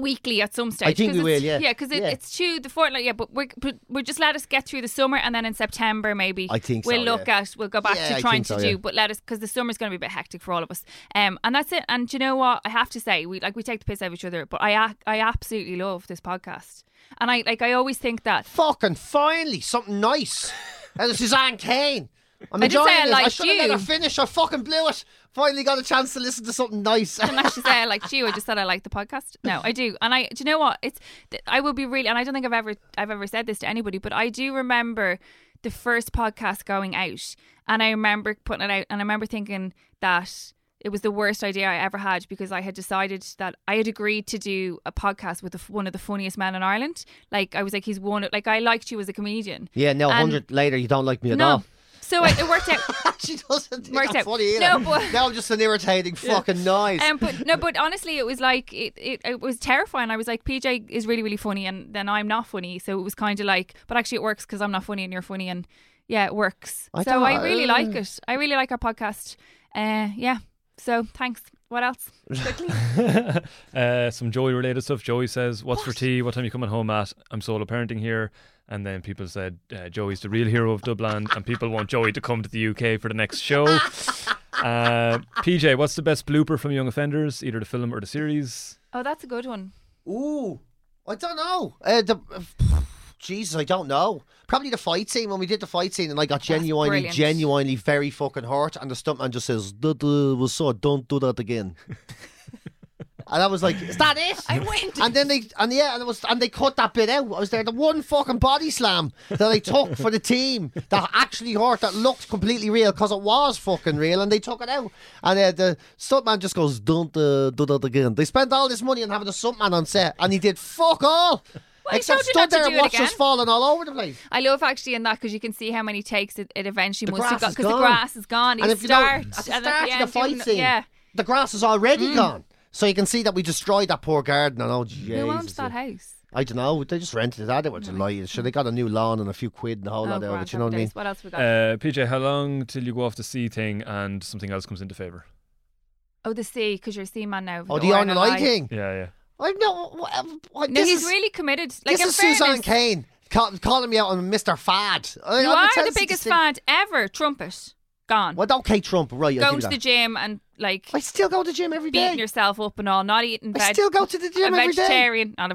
[SPEAKER 5] weekly at some stage.
[SPEAKER 4] I think
[SPEAKER 5] 'cause
[SPEAKER 4] we
[SPEAKER 5] it's-
[SPEAKER 4] will, yeah.
[SPEAKER 5] yeah, because it,
[SPEAKER 4] Yeah.
[SPEAKER 5] it's to the fortnight. Yeah, but we're but we're just let us get through the summer, and then in September maybe
[SPEAKER 4] I think so,
[SPEAKER 5] we'll look
[SPEAKER 4] yeah.
[SPEAKER 5] at we'll go back
[SPEAKER 4] Yeah, I
[SPEAKER 5] to trying
[SPEAKER 4] think so,
[SPEAKER 5] to do.
[SPEAKER 4] yeah.
[SPEAKER 5] But let us because the summer's going to be a bit hectic for all of us. Um, and that's it. And do you know what? I have to say, we like we take the piss out of each other, but I ac- I absolutely love this podcast, and I like I always think that.
[SPEAKER 4] fucking finally something nice. And this is Anne Kane. I'm
[SPEAKER 5] I did
[SPEAKER 4] enjoying
[SPEAKER 5] say I
[SPEAKER 4] this. I
[SPEAKER 5] liked
[SPEAKER 4] should have
[SPEAKER 5] you.
[SPEAKER 4] let her finish. I fucking blew it. Finally got a chance to listen to something nice.
[SPEAKER 5] didn't actually say I liked you. I just said I liked the podcast. No, I do, and I. Do you know what? It's th- I will be really, and I don't think I've ever I've ever said this to anybody, but I do remember the first podcast going out, and I remember putting it out, and I remember thinking that it was the worst idea I ever had because I had decided that I had agreed to do a podcast with the, f- one of the funniest men in Ireland. Like I was like, he's one. of- Like I liked you as a comedian.
[SPEAKER 4] yeah, no,
[SPEAKER 5] And-
[SPEAKER 4] 100 later, you don't like me at
[SPEAKER 5] No.
[SPEAKER 4] all.
[SPEAKER 5] So it, it worked out.
[SPEAKER 4] She doesn't think
[SPEAKER 5] Worked
[SPEAKER 4] I'm
[SPEAKER 5] out.
[SPEAKER 4] funny either.
[SPEAKER 5] No, but-
[SPEAKER 4] now I'm just an irritating fucking noise.
[SPEAKER 5] Um, but no, but honestly, it was like it, it, it was terrifying. I was like, PJ is really really funny, and then I'm not funny, so it was kind of like, but actually it works because I'm not funny and you're funny, and yeah, it works.
[SPEAKER 4] I uh,
[SPEAKER 5] so I
[SPEAKER 4] don't-
[SPEAKER 5] really like it. I really like our podcast. Uh, yeah. So thanks. What else? Quickly.
[SPEAKER 7] Uh, some Joey related stuff. Joey says, What's for tea? What time you coming home at? I'm solo parenting here. And then people said uh, Joey's the real hero of Dublin, and people want Joey to come to the UK for the next show. Uh, PJ, what's the best blooper from Young Offenders, either the film or the series?
[SPEAKER 5] Oh, that's a good one.
[SPEAKER 4] Ooh, I don't know. Uh, the, Jesus, I don't know. Probably the fight scene when we did the fight scene, and I got genuinely,
[SPEAKER 5] brilliant.
[SPEAKER 4] genuinely very fucking hurt, and the stuntman just says, "Duh, duh, "Was so don't do that again." And I was like, "Is that it?" I went. And then they, and yeah, and it was, and they cut that bit out. I was there. The one fucking body slam that I took for the team that actually hurt, that looked completely real because it was fucking real, and they took it out. And uh, the stuntman just goes, "Don't uh, do that again." They spent all this money on having a stuntman on set, and he did fuck all.
[SPEAKER 5] he
[SPEAKER 4] Except
[SPEAKER 5] told you
[SPEAKER 4] stood
[SPEAKER 5] not to
[SPEAKER 4] there
[SPEAKER 5] do
[SPEAKER 4] and
[SPEAKER 5] it
[SPEAKER 4] watched us
[SPEAKER 5] again.
[SPEAKER 4] falling all over the place.
[SPEAKER 5] I love actually in that because you can see how many takes it, it eventually
[SPEAKER 4] The
[SPEAKER 5] must have
[SPEAKER 4] grass
[SPEAKER 5] got
[SPEAKER 4] is
[SPEAKER 5] because the
[SPEAKER 4] gone.
[SPEAKER 5] grass is gone. You
[SPEAKER 4] you know,
[SPEAKER 5] start
[SPEAKER 4] at the
[SPEAKER 5] and
[SPEAKER 4] start
[SPEAKER 5] at the
[SPEAKER 4] of
[SPEAKER 5] end,
[SPEAKER 4] the fight
[SPEAKER 5] doing-
[SPEAKER 4] scene,
[SPEAKER 5] Yeah. Mm.
[SPEAKER 4] the grass is already gone. So you can see that we destroyed that poor garden and oh Jesus.
[SPEAKER 5] Who owns that house?
[SPEAKER 4] I don't know. They just rented it out. They
[SPEAKER 5] Mm.
[SPEAKER 4] were delighted. Sure, they got a new lawn and a few quid and
[SPEAKER 5] Oh,
[SPEAKER 4] a whole lot out of it.
[SPEAKER 5] grand,
[SPEAKER 4] You know what I
[SPEAKER 5] happy
[SPEAKER 4] mean?
[SPEAKER 5] days. What else we got?
[SPEAKER 7] Uh, PJ, how long till you go off the sea thing and something else comes into favour?
[SPEAKER 5] oh, the sea because you're a seaman now. with
[SPEAKER 4] Oh, the Iron and
[SPEAKER 5] Eye.
[SPEAKER 4] Eye thing.
[SPEAKER 7] Yeah, yeah.
[SPEAKER 4] I know. what- uh, what-
[SPEAKER 5] No,
[SPEAKER 4] This
[SPEAKER 5] he's
[SPEAKER 4] is
[SPEAKER 5] really committed. Like
[SPEAKER 4] this
[SPEAKER 5] in
[SPEAKER 4] is Suzanne
[SPEAKER 5] fairness,
[SPEAKER 4] Kane call, calling me out on Mr. Fad. I,
[SPEAKER 5] You
[SPEAKER 4] I'm
[SPEAKER 5] are the
[SPEAKER 4] attempting to
[SPEAKER 5] biggest
[SPEAKER 4] say-
[SPEAKER 5] fad ever. Trumpet gone.
[SPEAKER 4] Well, okay, Trump. Right. I
[SPEAKER 5] Going to the gym and like
[SPEAKER 4] I still go to the gym every
[SPEAKER 5] beating
[SPEAKER 4] day.
[SPEAKER 5] yourself up and all, not eating.
[SPEAKER 4] I
[SPEAKER 5] veg-
[SPEAKER 4] still go to the
[SPEAKER 5] a
[SPEAKER 4] gym every day.
[SPEAKER 5] vegetarian, not a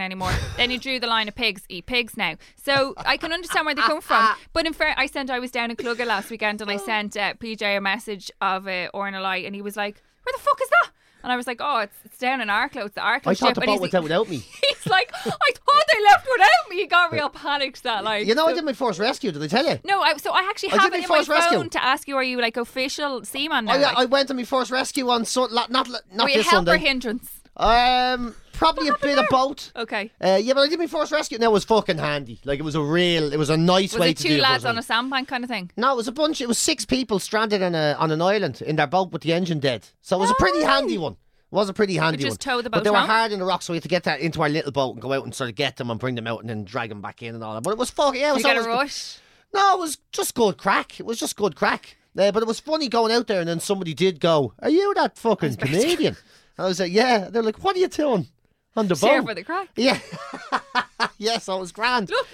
[SPEAKER 5] anymore. then you drew the line of pigs, eat pigs now. So I can understand where they come from. But in fair, I sent, I was down in Clugger last
[SPEAKER 4] Oh.
[SPEAKER 5] weekend and I sent uh, PJ a message of uh, Ornalai and he was like, where the fuck is that? And I was like, oh, it's, it's down in Arklow. It's the Arklow
[SPEAKER 4] I
[SPEAKER 5] ship.
[SPEAKER 4] thought the
[SPEAKER 5] And
[SPEAKER 4] boat
[SPEAKER 5] he's-
[SPEAKER 4] went out without me.
[SPEAKER 5] He's like, I thought they left without me. He got real panicked that like.
[SPEAKER 4] You know, I
[SPEAKER 5] so-
[SPEAKER 4] did my first rescue. Did I tell you?
[SPEAKER 5] No, I, so I actually
[SPEAKER 4] I
[SPEAKER 5] have
[SPEAKER 4] did
[SPEAKER 5] it
[SPEAKER 4] my
[SPEAKER 5] in my
[SPEAKER 4] first rescue.
[SPEAKER 5] phone to ask you, are you like official seaman now?
[SPEAKER 4] I,
[SPEAKER 5] like,
[SPEAKER 4] I went on my first rescue on so, not not not
[SPEAKER 5] were you
[SPEAKER 4] this
[SPEAKER 5] help or
[SPEAKER 4] Sunday.
[SPEAKER 5] hindrance?
[SPEAKER 4] Um, probably a bit of both.
[SPEAKER 5] Okay.
[SPEAKER 4] Uh, yeah, but I did my first rescue and it was fucking handy. Like it was a real, it was a nice
[SPEAKER 5] Was
[SPEAKER 4] way
[SPEAKER 5] it
[SPEAKER 4] to do
[SPEAKER 5] two
[SPEAKER 4] it.
[SPEAKER 5] lads on a
[SPEAKER 4] wasn't
[SPEAKER 5] sandbank kind of thing?
[SPEAKER 4] it? No, it was a bunch. It was six people stranded on a on an island in their boat with the engine dead. So it was a pretty handy one. It was a pretty handy
[SPEAKER 5] just
[SPEAKER 4] one.
[SPEAKER 5] tow the
[SPEAKER 4] but
[SPEAKER 5] boat
[SPEAKER 4] they were
[SPEAKER 5] around?
[SPEAKER 4] hard in the rocks, so we had to get that into our little boat and go out and sort of get them and bring them out and then drag them back in and all that. But it was fucking. Yeah, it was
[SPEAKER 5] Did you get
[SPEAKER 4] always
[SPEAKER 5] a
[SPEAKER 4] good.
[SPEAKER 5] rush?
[SPEAKER 4] No, it was just good crack. It was just good crack. Uh, but it was funny going out there, and then somebody did go, "Are you that fucking Canadian?" And I was like, "Yeah." They're like, "What are you doing on the
[SPEAKER 5] Cheer
[SPEAKER 4] boat?"
[SPEAKER 5] for the crack.
[SPEAKER 4] yeah, yeah. So it was grand.
[SPEAKER 5] Look,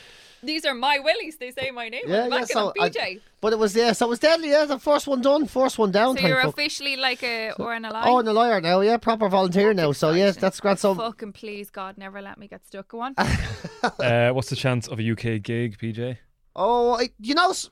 [SPEAKER 5] these are my willies. They say my name.
[SPEAKER 4] yeah,
[SPEAKER 5] Yeah, back yeah,
[SPEAKER 4] So I-
[SPEAKER 5] PJ.
[SPEAKER 4] but it was yeah. So it was deadly. Yeah, the first one done, first one down.
[SPEAKER 5] so
[SPEAKER 4] thank
[SPEAKER 5] you're
[SPEAKER 4] fuck.
[SPEAKER 5] officially like a or an ally.
[SPEAKER 4] Oh, and a lawyer now. Yeah, proper volunteer now. So yes, that's grand. So
[SPEAKER 5] Fucking please, God, never let me get stuck. Go on.
[SPEAKER 7] Uh, what's the chance of a UK gig, PJ?
[SPEAKER 4] oh, I, you know, s-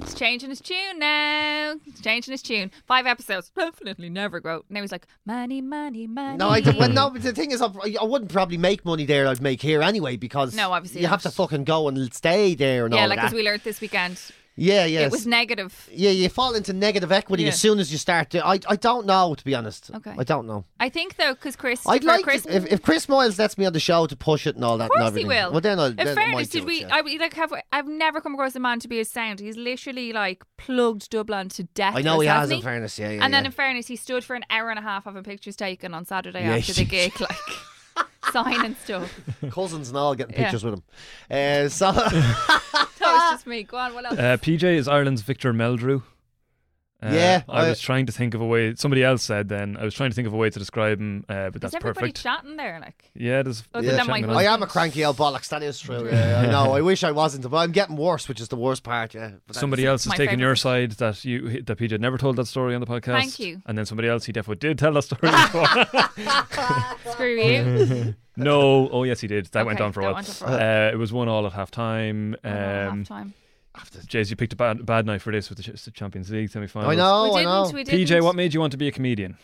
[SPEAKER 5] He's changing his tune now. He's changing his tune. Five episodes. Definitely never grow. Now he's like, money, money, money.
[SPEAKER 4] No, I don't, well, no. But the thing is, I, I wouldn't probably make money there. I'd make here anyway because
[SPEAKER 5] No, obviously
[SPEAKER 4] you
[SPEAKER 5] not.
[SPEAKER 4] have to fucking go and stay there and
[SPEAKER 5] Yeah,
[SPEAKER 4] all
[SPEAKER 5] like
[SPEAKER 4] that.
[SPEAKER 5] as we learned this weekend,
[SPEAKER 4] yeah, yeah.
[SPEAKER 5] it was negative.
[SPEAKER 4] yeah, you fall into negative equity
[SPEAKER 5] Yeah.
[SPEAKER 4] as soon as you start. To, I I don't know to be honest.
[SPEAKER 5] Okay.
[SPEAKER 4] I don't know.
[SPEAKER 5] I think though, because Chris,
[SPEAKER 4] I'd
[SPEAKER 5] for
[SPEAKER 4] like
[SPEAKER 5] Chris,
[SPEAKER 4] to, if, if Chris Miles lets me on the show to push it and all that.
[SPEAKER 5] Of course
[SPEAKER 4] and everything,
[SPEAKER 5] he will.
[SPEAKER 4] Well, then I'll.
[SPEAKER 5] in
[SPEAKER 4] then I
[SPEAKER 5] fairness,
[SPEAKER 4] might
[SPEAKER 5] did
[SPEAKER 4] do
[SPEAKER 5] we?
[SPEAKER 4] It, yeah.
[SPEAKER 5] I would like have. I've never come across a man to be as sound. He's literally like plugged Dublin to death.
[SPEAKER 4] I know he has.
[SPEAKER 5] hasn't
[SPEAKER 4] In fairness, yeah, yeah.
[SPEAKER 5] and then,
[SPEAKER 4] yeah.
[SPEAKER 5] in fairness, he stood for an hour and a half having pictures taken on Saturday
[SPEAKER 4] Yeah,
[SPEAKER 5] after the gig, like sign and stuff.
[SPEAKER 4] cousins and all getting
[SPEAKER 5] Yeah.
[SPEAKER 4] pictures with him. Uh, so
[SPEAKER 5] That was just me. Go on, what else?
[SPEAKER 7] Uh, PJ is Ireland's Victor Meldrew. Uh,
[SPEAKER 4] Yeah,
[SPEAKER 7] I,
[SPEAKER 4] I-
[SPEAKER 7] was trying to think of a way. Somebody else said then. I was trying to think of a way to describe him, uh, but
[SPEAKER 5] Is
[SPEAKER 7] that's
[SPEAKER 5] everybody
[SPEAKER 7] perfect.
[SPEAKER 5] chatting there? Like,
[SPEAKER 7] yeah, there's.
[SPEAKER 5] Oh,
[SPEAKER 7] yeah,
[SPEAKER 5] then that
[SPEAKER 7] chatting
[SPEAKER 5] might
[SPEAKER 7] on.
[SPEAKER 4] I am a cranky old bollocks. That is true. Yeah, I know. I wish I wasn't, but I'm getting worse, which is the worst part. Yeah. But that-
[SPEAKER 7] Somebody else has
[SPEAKER 5] my
[SPEAKER 7] taken
[SPEAKER 5] favourite
[SPEAKER 7] your side
[SPEAKER 5] thing.
[SPEAKER 7] that you that PJ never told that story on the podcast.
[SPEAKER 5] Thank you.
[SPEAKER 7] And then somebody else he definitely did tell that story. before.
[SPEAKER 5] screw you.
[SPEAKER 7] no, oh yes he did. That went
[SPEAKER 5] Okay,
[SPEAKER 7] on for a
[SPEAKER 5] that
[SPEAKER 7] while.
[SPEAKER 5] went on for a
[SPEAKER 7] uh, it was one all at half time.
[SPEAKER 5] Um,
[SPEAKER 7] Um,
[SPEAKER 5] time.
[SPEAKER 7] Jays, you picked a bad, bad night for this with the Ch- Champions League semi final.
[SPEAKER 4] I know.
[SPEAKER 5] we
[SPEAKER 4] Oh, I
[SPEAKER 5] didn't.
[SPEAKER 4] know.
[SPEAKER 5] We didn't.
[SPEAKER 7] PJ, what made you want to be a comedian?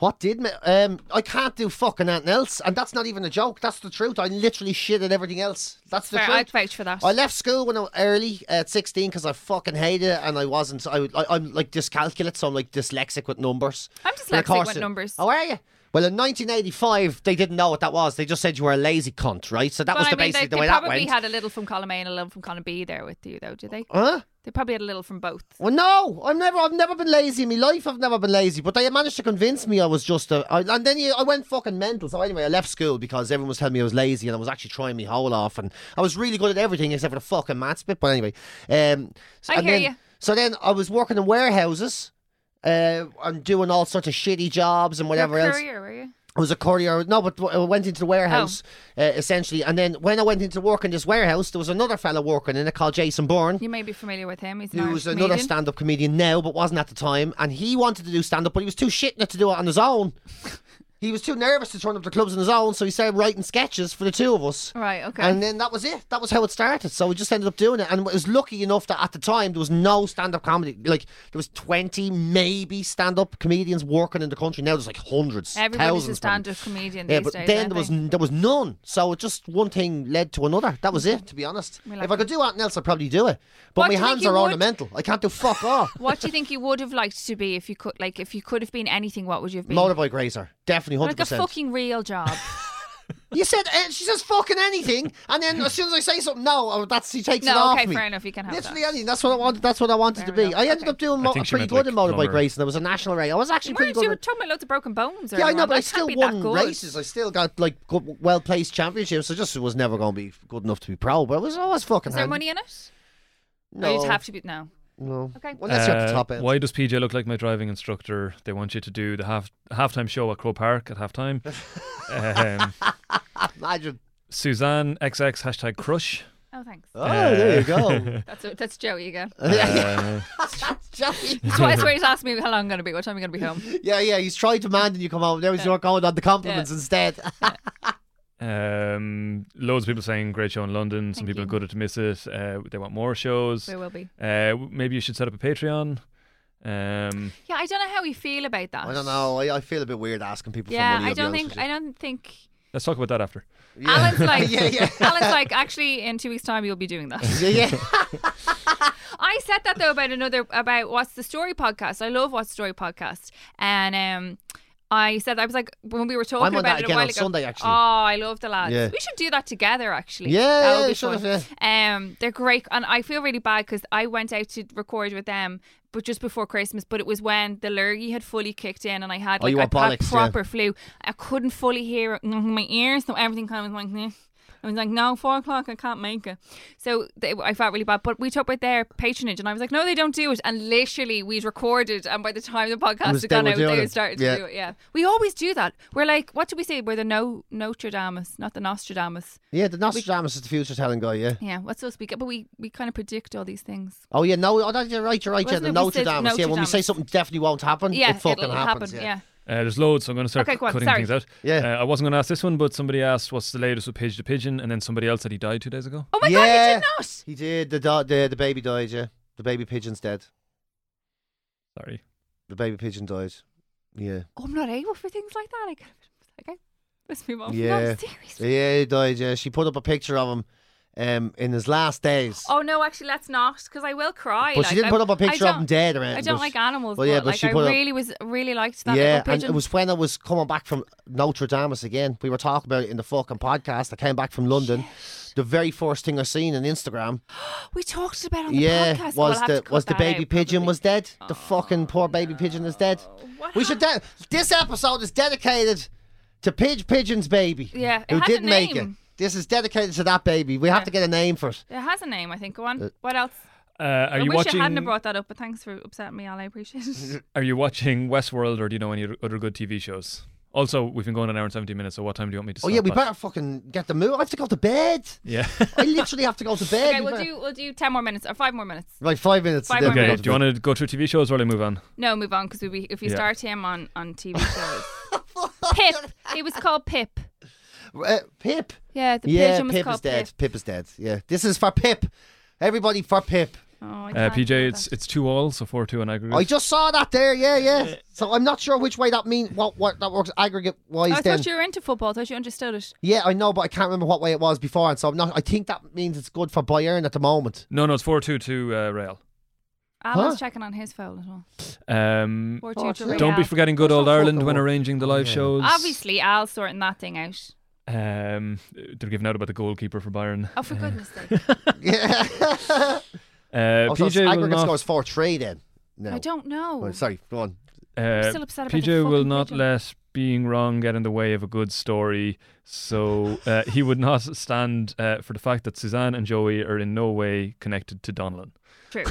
[SPEAKER 4] What did me? Um, I can't do fucking anything else, and that's not even a joke. That's the truth. I literally shit at everything else. That's the
[SPEAKER 5] Fair, I'd
[SPEAKER 4] truth.
[SPEAKER 5] vouch for that.
[SPEAKER 4] I left school when I was early at sixteen because I fucking hated it, and I wasn't. I, would- I I'm like dyscalculate, so I'm like dyslexic with numbers.
[SPEAKER 5] I'm
[SPEAKER 4] And of
[SPEAKER 5] dyslexic
[SPEAKER 4] course
[SPEAKER 5] with
[SPEAKER 4] it-
[SPEAKER 5] numbers.
[SPEAKER 4] Oh, are you? Well, in 1985, they didn't know what that was. They just said you were a lazy cunt, right? So that
[SPEAKER 5] but
[SPEAKER 4] was
[SPEAKER 5] I
[SPEAKER 4] the
[SPEAKER 5] mean,
[SPEAKER 4] basically
[SPEAKER 5] they,
[SPEAKER 4] the
[SPEAKER 5] they
[SPEAKER 4] way that
[SPEAKER 5] probably
[SPEAKER 4] went.
[SPEAKER 5] had a little from column A and a little from column B there with you, though, do they?
[SPEAKER 4] huh?
[SPEAKER 5] They probably had a little from both.
[SPEAKER 4] Well, no, I've never, I've never been lazy in my life. I've never been lazy, but they managed to convince me I was just a. I, and then you, I went fucking mental. So anyway, I left school because everyone was telling me I was lazy, and I was actually trying my whole off, and I was really good at everything except for the fucking maths bit. But anyway, um, so,
[SPEAKER 5] I
[SPEAKER 4] and
[SPEAKER 5] hear
[SPEAKER 4] then,
[SPEAKER 5] you.
[SPEAKER 4] So then I was working in warehouses. Uh, and doing all sorts of shitty jobs and whatever
[SPEAKER 5] Your
[SPEAKER 4] else.
[SPEAKER 5] career, were you?
[SPEAKER 4] It was a courier. No, but I went into the warehouse
[SPEAKER 5] Oh.
[SPEAKER 4] uh, essentially, and then when I went into work in this warehouse, there was another fella working in it called Jason Bourne.
[SPEAKER 5] You may be familiar with him. He's an
[SPEAKER 4] Who
[SPEAKER 5] Irish
[SPEAKER 4] was another
[SPEAKER 5] comedian.
[SPEAKER 4] stand up comedian now, but wasn't at the time. And he wanted to do stand up, but he was too shitting it to do it on his own. He was too nervous to turn up to clubs on his own, so he started writing sketches for the two of us.
[SPEAKER 5] Right, okay.
[SPEAKER 4] And then that was it. That was how it started. So we just ended up doing it. And it was lucky enough that at the time there was no stand up comedy. Like there was twenty maybe stand up comedians working in the country. Now there's like hundreds.
[SPEAKER 5] Everybody's
[SPEAKER 4] thousands
[SPEAKER 5] a
[SPEAKER 4] probably.
[SPEAKER 5] stand-up comedian
[SPEAKER 4] Yeah,
[SPEAKER 5] these
[SPEAKER 4] but
[SPEAKER 5] days,
[SPEAKER 4] then
[SPEAKER 5] aren't
[SPEAKER 4] there was
[SPEAKER 5] they?
[SPEAKER 4] n- there was none. So it just one thing led to another. That was it, to be honest.
[SPEAKER 5] We Mm-hmm. like
[SPEAKER 4] if I
[SPEAKER 5] it.
[SPEAKER 4] could do anything else, I'd probably do it. But
[SPEAKER 5] What
[SPEAKER 4] my
[SPEAKER 5] do you think
[SPEAKER 4] hands
[SPEAKER 5] you
[SPEAKER 4] are
[SPEAKER 5] would-
[SPEAKER 4] ornamental. I can't do fuck off.
[SPEAKER 5] What do you think you would have liked to be if you could, like, if you could have been anything? What would you have been?
[SPEAKER 4] Motorbike racer, definitely hundred
[SPEAKER 5] like a
[SPEAKER 4] percent.
[SPEAKER 5] fucking real job.
[SPEAKER 4] You said eh, she says fucking anything, and then as soon as I say something, no, oh, that's she takes it
[SPEAKER 5] no,
[SPEAKER 4] off
[SPEAKER 5] okay,
[SPEAKER 4] me.
[SPEAKER 5] fair enough. You can have
[SPEAKER 4] Literally,
[SPEAKER 5] that.
[SPEAKER 4] anything. That's what I wanted. That's what I wanted
[SPEAKER 5] Fair
[SPEAKER 4] to be.
[SPEAKER 5] enough.
[SPEAKER 4] I ended
[SPEAKER 5] Okay.
[SPEAKER 4] up doing mo-
[SPEAKER 7] I think she
[SPEAKER 4] pretty
[SPEAKER 7] meant,
[SPEAKER 4] good in
[SPEAKER 7] like,
[SPEAKER 4] motorbike
[SPEAKER 7] plumber.
[SPEAKER 4] racing. There was a national race. I was actually
[SPEAKER 5] Weren't
[SPEAKER 4] pretty
[SPEAKER 5] you
[SPEAKER 4] good.
[SPEAKER 5] were
[SPEAKER 4] at-
[SPEAKER 5] talking about loads of broken bones?
[SPEAKER 4] yeah, I
[SPEAKER 5] earlier
[SPEAKER 4] know,
[SPEAKER 5] on.
[SPEAKER 4] but I
[SPEAKER 5] That can't
[SPEAKER 4] still
[SPEAKER 5] be that
[SPEAKER 4] won
[SPEAKER 5] good.
[SPEAKER 4] races. I still got like good, well placed championships. I just was never going to be good enough to be pro, but I was always fucking.
[SPEAKER 5] Is there
[SPEAKER 4] handy.
[SPEAKER 5] money in it?
[SPEAKER 4] No,
[SPEAKER 5] Or you'd have to be no.
[SPEAKER 4] no.
[SPEAKER 5] Okay.
[SPEAKER 4] Well, unless you're at the
[SPEAKER 7] Uh,
[SPEAKER 4] top end.
[SPEAKER 7] Why does PJ look like my driving instructor? They want you to do the half halftime show at Crow Park at halftime. um,
[SPEAKER 4] Imagine.
[SPEAKER 7] Suzanne XX hashtag crush.
[SPEAKER 5] Oh, thanks.
[SPEAKER 4] Oh, there you go.
[SPEAKER 5] That's that's Joey again.
[SPEAKER 7] Uh,
[SPEAKER 4] Joey.
[SPEAKER 5] That's why that's why he's asked me how long I'm gonna be. What time I'm gonna be home?
[SPEAKER 4] yeah, yeah. He's tried demanding you come over. Now he's not going on the compliments
[SPEAKER 5] Yeah.
[SPEAKER 4] instead.
[SPEAKER 7] um, loads of people saying great show in London. Some
[SPEAKER 5] Thank
[SPEAKER 7] people
[SPEAKER 5] you.
[SPEAKER 7] are good to miss it. Uh, they want more shows.
[SPEAKER 5] We will be.
[SPEAKER 7] Uh, w- maybe you should set up a Patreon. Um,
[SPEAKER 5] Yeah, I don't know how we feel about that.
[SPEAKER 4] I don't know. I, I feel a bit weird asking people
[SPEAKER 5] Yeah,
[SPEAKER 4] for money.
[SPEAKER 5] I
[SPEAKER 4] I'll be
[SPEAKER 5] don't
[SPEAKER 4] honest
[SPEAKER 5] think
[SPEAKER 4] with you.
[SPEAKER 5] I don't think
[SPEAKER 7] let's talk about that after.
[SPEAKER 5] Alan's like
[SPEAKER 4] Yeah, yeah.
[SPEAKER 5] Alan's like actually in two weeks time you'll be doing that.
[SPEAKER 4] Yeah, yeah.
[SPEAKER 5] I said that though about another about what's the story podcast. I love what's the story podcast, and um, I said I was like when we were talking
[SPEAKER 4] I'm on
[SPEAKER 5] about
[SPEAKER 4] that
[SPEAKER 5] it
[SPEAKER 4] again
[SPEAKER 5] a while
[SPEAKER 4] on
[SPEAKER 5] ago.
[SPEAKER 4] Sunday, actually.
[SPEAKER 5] Oh, I love the lads.
[SPEAKER 4] Yeah.
[SPEAKER 5] We should do that together actually.
[SPEAKER 4] Yeah,
[SPEAKER 5] that
[SPEAKER 4] yeah,
[SPEAKER 5] would
[SPEAKER 4] we
[SPEAKER 5] be
[SPEAKER 4] should
[SPEAKER 5] fun.
[SPEAKER 4] have,
[SPEAKER 5] Um, they're great, and I feel really bad because I went out to record with them. But just before Christmas, but it was when the lurgy had fully kicked in, and I had
[SPEAKER 4] Oh,
[SPEAKER 5] like
[SPEAKER 4] you
[SPEAKER 5] I
[SPEAKER 4] were
[SPEAKER 5] had
[SPEAKER 4] bollocks, yeah.
[SPEAKER 5] proper flu. I couldn't fully hear it in my ears, so everything kind of was like this. I was like, no, four o'clock, I can't make it. So they, I felt really bad. But we talked about their patronage, and I was like, no, they don't do it. And literally, we'd recorded, and by the time the podcast
[SPEAKER 4] was-
[SPEAKER 5] had
[SPEAKER 4] they
[SPEAKER 5] gone
[SPEAKER 4] were
[SPEAKER 5] out,
[SPEAKER 4] doing
[SPEAKER 5] they
[SPEAKER 4] it.
[SPEAKER 5] had started
[SPEAKER 4] Yeah.
[SPEAKER 5] to do it. Yeah, we always do that. We're like, what do we say? We're the no Notre Damus, not the Nostradamus.
[SPEAKER 4] yeah, the Nostradamus is the future telling guy, yeah.
[SPEAKER 5] Yeah, what's supposed to be? But we we kind of predict all these things.
[SPEAKER 4] Oh yeah, no, oh, that- you're right, you're right. Yeah,
[SPEAKER 5] Wasn't
[SPEAKER 4] the
[SPEAKER 5] it we
[SPEAKER 4] Notre
[SPEAKER 5] said
[SPEAKER 4] Dame. Yeah,
[SPEAKER 5] Notre
[SPEAKER 4] when we
[SPEAKER 5] Dame?
[SPEAKER 4] say something definitely won't happen,
[SPEAKER 5] Yeah,
[SPEAKER 4] it fucking
[SPEAKER 5] it'll
[SPEAKER 4] happens.
[SPEAKER 5] happen.
[SPEAKER 4] yeah.
[SPEAKER 5] Yeah.
[SPEAKER 7] Uh, there's loads, so I'm going to start
[SPEAKER 5] Okay, go on,
[SPEAKER 7] cutting
[SPEAKER 5] sorry.
[SPEAKER 7] things out.
[SPEAKER 4] Yeah.
[SPEAKER 7] Uh, I wasn't going to ask this one, but somebody asked, "What's the latest with Pidge the Pigeon?" And then somebody else said he died two days ago.
[SPEAKER 5] Oh my god, you
[SPEAKER 4] Yeah.
[SPEAKER 5] did not.
[SPEAKER 4] He did. The, do- the the baby died. Yeah, the baby pigeon's dead.
[SPEAKER 7] Sorry.
[SPEAKER 4] The baby pigeon died. Yeah,
[SPEAKER 5] Oh, I'm not able for things like that. I kind of okay. Let's move on.
[SPEAKER 4] Yeah.
[SPEAKER 5] No, seriously.
[SPEAKER 4] yeah, he died. Yeah, she put up a picture of him, um, in his last days.
[SPEAKER 5] Oh no, actually, let's not, because I will cry.
[SPEAKER 4] but
[SPEAKER 5] like,
[SPEAKER 4] she didn't
[SPEAKER 5] I-
[SPEAKER 4] put up a
[SPEAKER 5] I
[SPEAKER 4] picture of
[SPEAKER 5] don't-
[SPEAKER 4] him dead or anything.
[SPEAKER 5] I don't
[SPEAKER 4] but-
[SPEAKER 5] like animals,
[SPEAKER 4] well,
[SPEAKER 5] but,
[SPEAKER 4] yeah, but
[SPEAKER 5] like
[SPEAKER 4] she
[SPEAKER 5] I
[SPEAKER 4] put up-
[SPEAKER 5] really was really liked that
[SPEAKER 4] yeah,
[SPEAKER 5] little
[SPEAKER 4] and
[SPEAKER 5] pigeon.
[SPEAKER 4] it was when I was coming back from Notre Dame again. We were talking about it in the fucking podcast. I came back from London. The very first thing I seen on Instagram,
[SPEAKER 5] we talked about it on the
[SPEAKER 4] yeah,
[SPEAKER 5] podcast. We'll
[SPEAKER 4] was
[SPEAKER 5] have
[SPEAKER 4] the
[SPEAKER 5] to cut
[SPEAKER 4] was the
[SPEAKER 5] that
[SPEAKER 4] baby
[SPEAKER 5] out,
[SPEAKER 4] pigeon
[SPEAKER 5] probably. Oh.
[SPEAKER 4] was dead. The fucking poor baby pigeon is dead.
[SPEAKER 5] What
[SPEAKER 4] We should. De- this episode is dedicated to Pidge Pigeon's baby.
[SPEAKER 5] Yeah, it
[SPEAKER 4] who
[SPEAKER 5] has a
[SPEAKER 4] didn't make it.
[SPEAKER 5] name.
[SPEAKER 4] This is dedicated to that baby. We have to get a name for it.
[SPEAKER 5] It has a name, I think. Go on. What else?
[SPEAKER 7] Uh, are
[SPEAKER 5] I
[SPEAKER 7] you
[SPEAKER 5] wish
[SPEAKER 7] watching?
[SPEAKER 5] you hadn't have brought that up, but thanks for upsetting me, Al. I appreciate it.
[SPEAKER 7] Are you watching Westworld, or do you know any other good TV shows? Also, we've been going an hour and seventeen minutes. So, what time do you want me to?
[SPEAKER 4] Oh
[SPEAKER 7] stop
[SPEAKER 4] yeah, we
[SPEAKER 7] at?
[SPEAKER 4] better fucking get the move. I have to go to bed.
[SPEAKER 7] Yeah.
[SPEAKER 4] I literally have to go to bed.
[SPEAKER 5] okay,
[SPEAKER 4] We
[SPEAKER 5] we'll
[SPEAKER 4] better-
[SPEAKER 5] do we'll do ten more minutes or five more minutes.
[SPEAKER 4] Right, five minutes.
[SPEAKER 5] Five
[SPEAKER 4] then
[SPEAKER 5] more
[SPEAKER 4] we go
[SPEAKER 7] okay.
[SPEAKER 4] to
[SPEAKER 7] Do you
[SPEAKER 4] bed.
[SPEAKER 7] want to go through TV shows, or will I move on?
[SPEAKER 5] No, move on because we if you
[SPEAKER 7] Yeah.
[SPEAKER 5] start him on on TV shows. Pip. It was called Pip.
[SPEAKER 4] Uh, Pip.
[SPEAKER 5] Yeah, the
[SPEAKER 4] yeah,
[SPEAKER 5] pigeon was
[SPEAKER 4] Pip
[SPEAKER 5] called
[SPEAKER 4] is dead.
[SPEAKER 5] Pip.
[SPEAKER 4] Pip is dead. Yeah, this is for Pip. Everybody for Pip.
[SPEAKER 5] Oh, I
[SPEAKER 7] Uh,
[SPEAKER 5] can't
[SPEAKER 7] PJ,
[SPEAKER 5] do that.
[SPEAKER 7] it's it's two all, so four two on aggregate.
[SPEAKER 4] I just saw that there. Yeah, yeah. So I'm not sure which way that means. What what that works aggregate wise.
[SPEAKER 5] I
[SPEAKER 4] then
[SPEAKER 5] thought you were into football. I thought you understood it.
[SPEAKER 4] Yeah, I know, but I can't remember what way it was before, and so I'm not. I think that means it's good for Bayern at the moment.
[SPEAKER 7] no, no, it's four two to uh, Rail.
[SPEAKER 5] Alan's
[SPEAKER 4] Huh?
[SPEAKER 5] checking on his phone as well.
[SPEAKER 7] Um,
[SPEAKER 5] Or
[SPEAKER 4] Oh,
[SPEAKER 5] two to
[SPEAKER 4] shit.
[SPEAKER 7] don't be
[SPEAKER 5] Real.
[SPEAKER 7] forgetting good old
[SPEAKER 4] not fucking
[SPEAKER 7] Ireland when
[SPEAKER 4] work.
[SPEAKER 7] arranging the live
[SPEAKER 4] Yeah.
[SPEAKER 7] shows.
[SPEAKER 5] Obviously, Al's sorting that thing out.
[SPEAKER 7] Um, they're giving out about the goalkeeper for Byron.
[SPEAKER 5] Oh, for goodness sake.
[SPEAKER 4] Yeah.
[SPEAKER 7] Uh,
[SPEAKER 4] Oh, so
[SPEAKER 7] PJ will
[SPEAKER 4] aggregate
[SPEAKER 7] not.
[SPEAKER 4] scores four three then. No.
[SPEAKER 5] I don't know.
[SPEAKER 4] Oh, sorry, go on.
[SPEAKER 7] Uh,
[SPEAKER 5] still upset about the
[SPEAKER 7] PJ will
[SPEAKER 5] fucking
[SPEAKER 7] not
[SPEAKER 5] pigeon.
[SPEAKER 7] let being wrong get in the way of a good story, so uh, he would not stand uh, for the fact that Suzanne and Joey are in no way connected to Donlan.
[SPEAKER 5] True.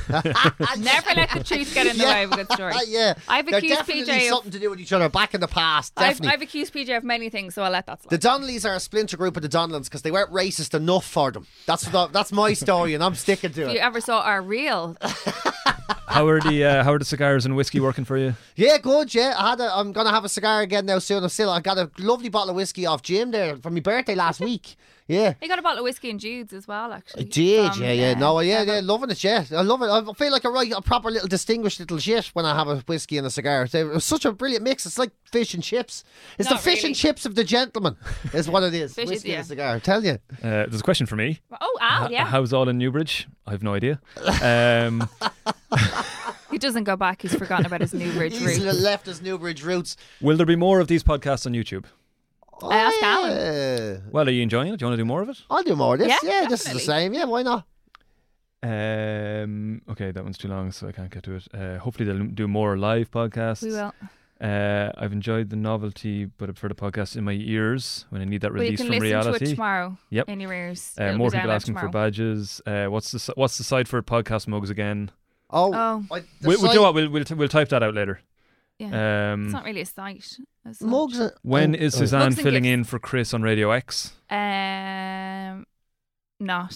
[SPEAKER 5] Never let the truth get in the way of a good story.
[SPEAKER 4] Ah, yeah,
[SPEAKER 5] I've
[SPEAKER 4] They're
[SPEAKER 5] accused
[SPEAKER 4] definitely
[SPEAKER 5] PJ of-
[SPEAKER 4] something to do with each other back in the past.
[SPEAKER 5] I've,
[SPEAKER 4] Definitely,
[SPEAKER 5] I've accused PJ of many things, so I'll let that slide.
[SPEAKER 4] The Donnellys are a splinter group of the Donnellans because they weren't racist enough for them. That's what I- that's my story, and I'm sticking to
[SPEAKER 5] if you
[SPEAKER 4] it.
[SPEAKER 5] ever saw our real,
[SPEAKER 7] How are the uh, how are the cigars and whiskey working for you?
[SPEAKER 4] Yeah, good. Yeah, I had. A, I'm gonna have a cigar again now soon. I'm still. I got a lovely bottle of whiskey off Jim there for my birthday last week. Yeah.
[SPEAKER 5] they got a bottle of whiskey and Jude's as well,
[SPEAKER 4] I
[SPEAKER 5] actually.
[SPEAKER 4] did,
[SPEAKER 5] from,
[SPEAKER 4] yeah, yeah,
[SPEAKER 5] uh,
[SPEAKER 4] no, yeah,
[SPEAKER 5] Devon.
[SPEAKER 4] yeah, loving it, yeah, I love it. I feel like I write a proper little distinguished little shit when I have a whiskey and a cigar. They- It's such a brilliant mix. It's like fish and chips. It's
[SPEAKER 5] Not
[SPEAKER 4] the fish
[SPEAKER 5] really.
[SPEAKER 4] and chips of the gentleman, is what it is.
[SPEAKER 5] Fish is-
[SPEAKER 4] whiskey and
[SPEAKER 5] yeah.
[SPEAKER 4] a cigar. I tell you,
[SPEAKER 7] Uh, there's a question for me.
[SPEAKER 5] Oh, Al,
[SPEAKER 7] H-
[SPEAKER 5] yeah.
[SPEAKER 7] How's all in Newbridge? I have no idea. Um,
[SPEAKER 5] He doesn't go back. He's forgotten about his new bridge
[SPEAKER 4] he's
[SPEAKER 5] route.
[SPEAKER 4] left his Newbridge roots.
[SPEAKER 7] will there be more of these podcasts on YouTube?
[SPEAKER 4] I
[SPEAKER 5] asked Alan.
[SPEAKER 7] Well, are you enjoying it? Do you want to do more of it?
[SPEAKER 4] I'll do more of this. Yeah,
[SPEAKER 5] Yeah,
[SPEAKER 4] this is the
[SPEAKER 5] definitely.
[SPEAKER 4] same. Yeah, why not?
[SPEAKER 7] Um, okay, that one's too long, so I can't get to it. Uh, hopefully, they'll do more live podcasts.
[SPEAKER 5] We will.
[SPEAKER 7] Uh, I've enjoyed the novelty, but I prefer the podcast in my ears when I need that
[SPEAKER 5] Well, you
[SPEAKER 7] release
[SPEAKER 5] can
[SPEAKER 7] from
[SPEAKER 5] listen
[SPEAKER 7] reality.
[SPEAKER 5] to it tomorrow.
[SPEAKER 7] Yep.
[SPEAKER 5] In your ears.
[SPEAKER 7] Uh,
[SPEAKER 5] It'll be
[SPEAKER 7] more people
[SPEAKER 5] downloaded
[SPEAKER 7] asking
[SPEAKER 5] tomorrow.
[SPEAKER 7] for badges. Uh, what's the si- what's the site for podcast mugs again?
[SPEAKER 4] Oh,
[SPEAKER 5] Oh.
[SPEAKER 4] I- the
[SPEAKER 7] We, we, you
[SPEAKER 4] site-
[SPEAKER 7] know what? We'll we'll, t- we'll type that out later.
[SPEAKER 5] Yeah. it's
[SPEAKER 7] Um,
[SPEAKER 5] not really a site. as such.
[SPEAKER 4] mugs. are-
[SPEAKER 7] when is
[SPEAKER 4] Oh.
[SPEAKER 7] Suzanne
[SPEAKER 5] Mugs and
[SPEAKER 7] filling
[SPEAKER 5] gifts.
[SPEAKER 7] in for Chris on Radio X?
[SPEAKER 5] Um, not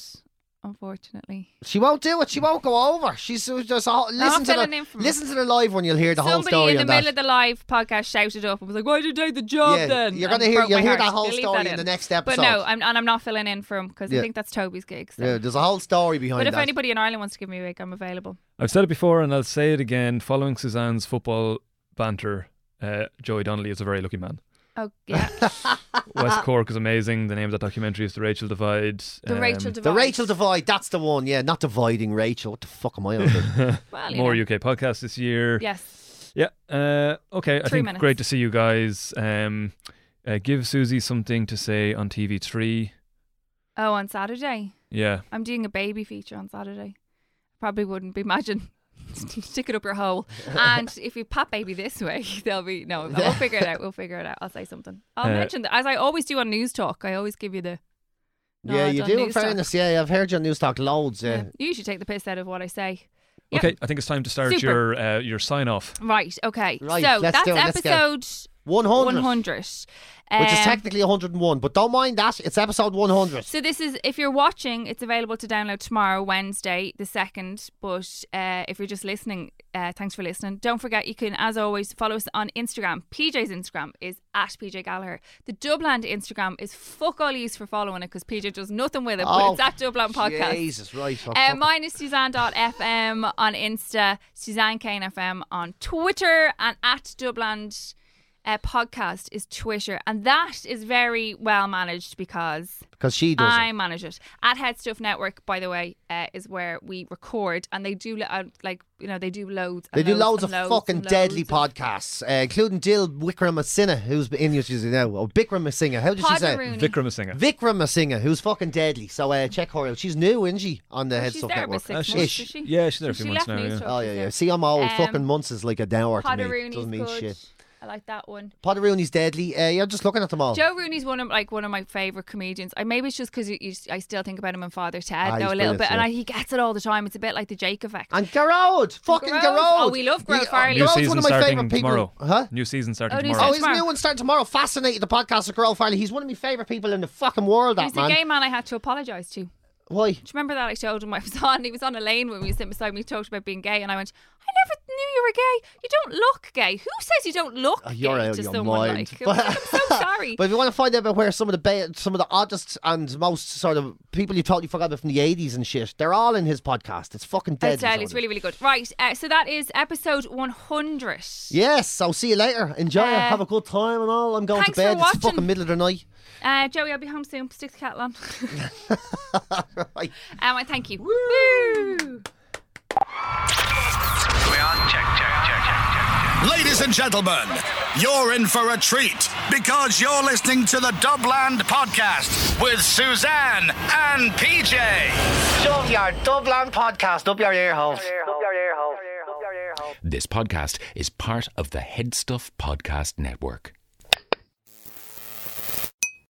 [SPEAKER 5] unfortunately.
[SPEAKER 4] She won't do it.
[SPEAKER 5] Mm.
[SPEAKER 4] She won't go over. She's uh, just all, listen to
[SPEAKER 5] filling
[SPEAKER 4] the
[SPEAKER 5] in for me.
[SPEAKER 4] listen to the live one. You'll hear the whole
[SPEAKER 5] Somebody
[SPEAKER 4] story
[SPEAKER 5] in the
[SPEAKER 4] on
[SPEAKER 5] middle
[SPEAKER 4] that.
[SPEAKER 5] of the live podcast shouted up and was like, "Why did you take the job
[SPEAKER 4] Yeah,
[SPEAKER 5] then?"
[SPEAKER 4] you're gonna
[SPEAKER 5] And
[SPEAKER 4] hear-
[SPEAKER 5] broke
[SPEAKER 4] you'll
[SPEAKER 5] my
[SPEAKER 4] hear that
[SPEAKER 5] heart.
[SPEAKER 4] whole
[SPEAKER 5] We'll leave
[SPEAKER 4] story
[SPEAKER 5] that
[SPEAKER 4] in the next episode.
[SPEAKER 5] But no, I'm, and I'm not filling in for him because
[SPEAKER 4] Yeah.
[SPEAKER 5] I think that's Toby's gig. So.
[SPEAKER 4] yeah, there's a whole story behind
[SPEAKER 5] but if
[SPEAKER 4] that.
[SPEAKER 5] anybody in Ireland wants to give me a gig, I'm available.
[SPEAKER 7] I've said it before, and I'll say it again. Following Suzanne's football banter, uh, Joey Donnelly is a very lucky man.
[SPEAKER 5] Oh yeah, Uh-huh.
[SPEAKER 7] West Cork is amazing. The name of that documentary is The Rachel Divide.
[SPEAKER 5] the
[SPEAKER 7] Um,
[SPEAKER 5] Rachel
[SPEAKER 4] the Rachel divide. That's the one. Yeah, not dividing Rachel. What the fuck am I on? about?
[SPEAKER 5] Well, you
[SPEAKER 7] More
[SPEAKER 5] know.
[SPEAKER 7] UK podcasts this year.
[SPEAKER 5] Yes,
[SPEAKER 7] Yeah. Uh, okay. I
[SPEAKER 5] Three
[SPEAKER 7] think
[SPEAKER 5] minutes.
[SPEAKER 7] great to see you guys. Um, uh, give Susie something to say on TV3.
[SPEAKER 5] Oh, on Saturday.
[SPEAKER 7] Yeah.
[SPEAKER 5] I'm doing a baby feature on Saturday. Probably wouldn't be imagine. Stick it up your hole. And if you pat baby this way, they'll be no, we'll figure it out. We'll figure it out. I'll say something. I'll
[SPEAKER 7] Uh,
[SPEAKER 5] mention that as I always do on News Talk, I always give you the No,
[SPEAKER 4] yeah,
[SPEAKER 5] I've
[SPEAKER 4] you
[SPEAKER 5] done
[SPEAKER 4] do. In
[SPEAKER 5] News Talk.
[SPEAKER 4] fairness, yeah, I've heard your news talk loads. Yeah.
[SPEAKER 5] yeah. You usually take the piss out of what I say. Yeah.
[SPEAKER 7] Okay. I think it's time to start
[SPEAKER 5] Super.
[SPEAKER 7] your uh, your sign off.
[SPEAKER 5] Right, okay.
[SPEAKER 4] Right,
[SPEAKER 5] so
[SPEAKER 4] let's
[SPEAKER 5] that's
[SPEAKER 4] do it. Let's go.
[SPEAKER 5] episode
[SPEAKER 4] 100,
[SPEAKER 5] 100.
[SPEAKER 4] which is
[SPEAKER 5] Um,
[SPEAKER 4] technically 101, but don't mind that. It's episode 100.
[SPEAKER 5] So this is if you're watching, it's available to download tomorrow, Wednesday, the second. But uh, if you're just listening, uh, thanks for listening. Don't forget you can, as always, follow us on Instagram. PJ's Instagram is at PJ Gallagher. The Dublin Instagram is fuck all use for following it because PJ does nothing with it. but it's at Dublin Podcast.
[SPEAKER 4] Jesus, right. I'll
[SPEAKER 5] Uh,
[SPEAKER 4] fucking-
[SPEAKER 5] mine is Suzanne.fm on Insta, Suzanne Kane FM on Twitter, and at Dubland uh, Podcast is Twitter. And that is very well managed because
[SPEAKER 4] Because she does.
[SPEAKER 5] I
[SPEAKER 4] it.
[SPEAKER 5] manage it. At Head Stuff Network, by the way, uh, is where we record, and they do lo- uh, like you know they do loads.
[SPEAKER 4] They
[SPEAKER 5] And
[SPEAKER 4] do loads of
[SPEAKER 5] and
[SPEAKER 4] fucking
[SPEAKER 5] and
[SPEAKER 4] deadly
[SPEAKER 5] loads of-
[SPEAKER 4] podcasts, uh, including Dil Wickramasinghe, who's in you now, or Bikramasinghe. How did she say? it?
[SPEAKER 5] Podrooney.
[SPEAKER 7] Vikram is singer.
[SPEAKER 4] Vikramasinghe, who's fucking deadly. So uh, check her out. She's new, isn't she, on the Head
[SPEAKER 5] Oh, She's
[SPEAKER 4] Stuff
[SPEAKER 5] there
[SPEAKER 4] Network?
[SPEAKER 5] about six
[SPEAKER 7] Uh,
[SPEAKER 5] months,
[SPEAKER 4] she's-
[SPEAKER 5] is she?
[SPEAKER 7] yeah, she's there a few
[SPEAKER 5] She
[SPEAKER 7] months
[SPEAKER 5] left
[SPEAKER 7] now,
[SPEAKER 5] News
[SPEAKER 7] yeah.
[SPEAKER 5] Talk,
[SPEAKER 4] Oh yeah,
[SPEAKER 5] she's
[SPEAKER 4] yeah.
[SPEAKER 5] there.
[SPEAKER 4] See, I'm old.
[SPEAKER 5] Um,
[SPEAKER 4] fucking months is like a dower to me.
[SPEAKER 5] Podrooney's
[SPEAKER 4] Doesn't mean
[SPEAKER 5] good.
[SPEAKER 4] shit.
[SPEAKER 5] I like that one.
[SPEAKER 4] Potterooni's deadly. Uh, you're just looking at them all.
[SPEAKER 5] Joe Rooney's one of like one of my favorite comedians. I maybe it's just because I still think about him and Father Ted
[SPEAKER 4] Ah, he's
[SPEAKER 5] though a little
[SPEAKER 4] brilliant,
[SPEAKER 5] bit, and
[SPEAKER 4] yeah.
[SPEAKER 5] I, he gets it all the time. It's a bit like the Jake effect.
[SPEAKER 4] and Garrod, fucking
[SPEAKER 5] Garrod.
[SPEAKER 4] Garrod.
[SPEAKER 5] Oh, we love Garrod
[SPEAKER 4] He-
[SPEAKER 5] Farley.
[SPEAKER 7] New
[SPEAKER 4] Garrod's
[SPEAKER 7] season
[SPEAKER 4] one of my
[SPEAKER 7] starting
[SPEAKER 4] favorite people.
[SPEAKER 7] tomorrow.
[SPEAKER 4] Huh?
[SPEAKER 7] New season starting
[SPEAKER 5] Oh, new
[SPEAKER 7] tomorrow.
[SPEAKER 4] Oh,
[SPEAKER 5] season.
[SPEAKER 4] his
[SPEAKER 5] Tomorrow.
[SPEAKER 4] new one starting tomorrow. Fascinated the podcast of Garrod Farley. He's one of my favorite people in the fucking world. That
[SPEAKER 5] He's
[SPEAKER 4] man.
[SPEAKER 5] a gay man I had to apologise to. Do you
[SPEAKER 4] Why?
[SPEAKER 5] remember that I told him I was on? He was on a lane when we were sitting beside me. He talked about being gay, and I went, "I never knew you were gay. You don't look gay. Who says you don't look
[SPEAKER 4] Oh, you're
[SPEAKER 5] gay
[SPEAKER 4] out
[SPEAKER 5] to
[SPEAKER 4] of your
[SPEAKER 5] someone
[SPEAKER 4] mind.
[SPEAKER 5] like?" I'm, like, I'm so sorry.
[SPEAKER 4] But if you want to find out about where some of the ba- some of the oddest and most sort of people you totally forgot about from the eighties and shit, they're all in his podcast. It's fucking dead.
[SPEAKER 5] I'll tell you, it's really, really good. Right, uh, so that is episode 100.
[SPEAKER 4] Yes, I'll see you later. Enjoy it.
[SPEAKER 5] Uh,
[SPEAKER 4] Have a good time and all. I'm going to
[SPEAKER 5] thanks for
[SPEAKER 4] bed. It's
[SPEAKER 5] watching.
[SPEAKER 4] fucking middle of the night.
[SPEAKER 5] Uh, Joey, I'll be home soon. Stick the kettle on.
[SPEAKER 4] Right.
[SPEAKER 5] um, and thank you. Woo!
[SPEAKER 1] We are check, check, check, check, check, check.
[SPEAKER 2] Ladies and gentlemen, you're in for a treat because you're listening to the Dubland Podcast with Suzanne and PJ.
[SPEAKER 3] Shove your Dublin podcast up your ear holes.
[SPEAKER 8] This podcast is part of the Headstuff Podcast Network.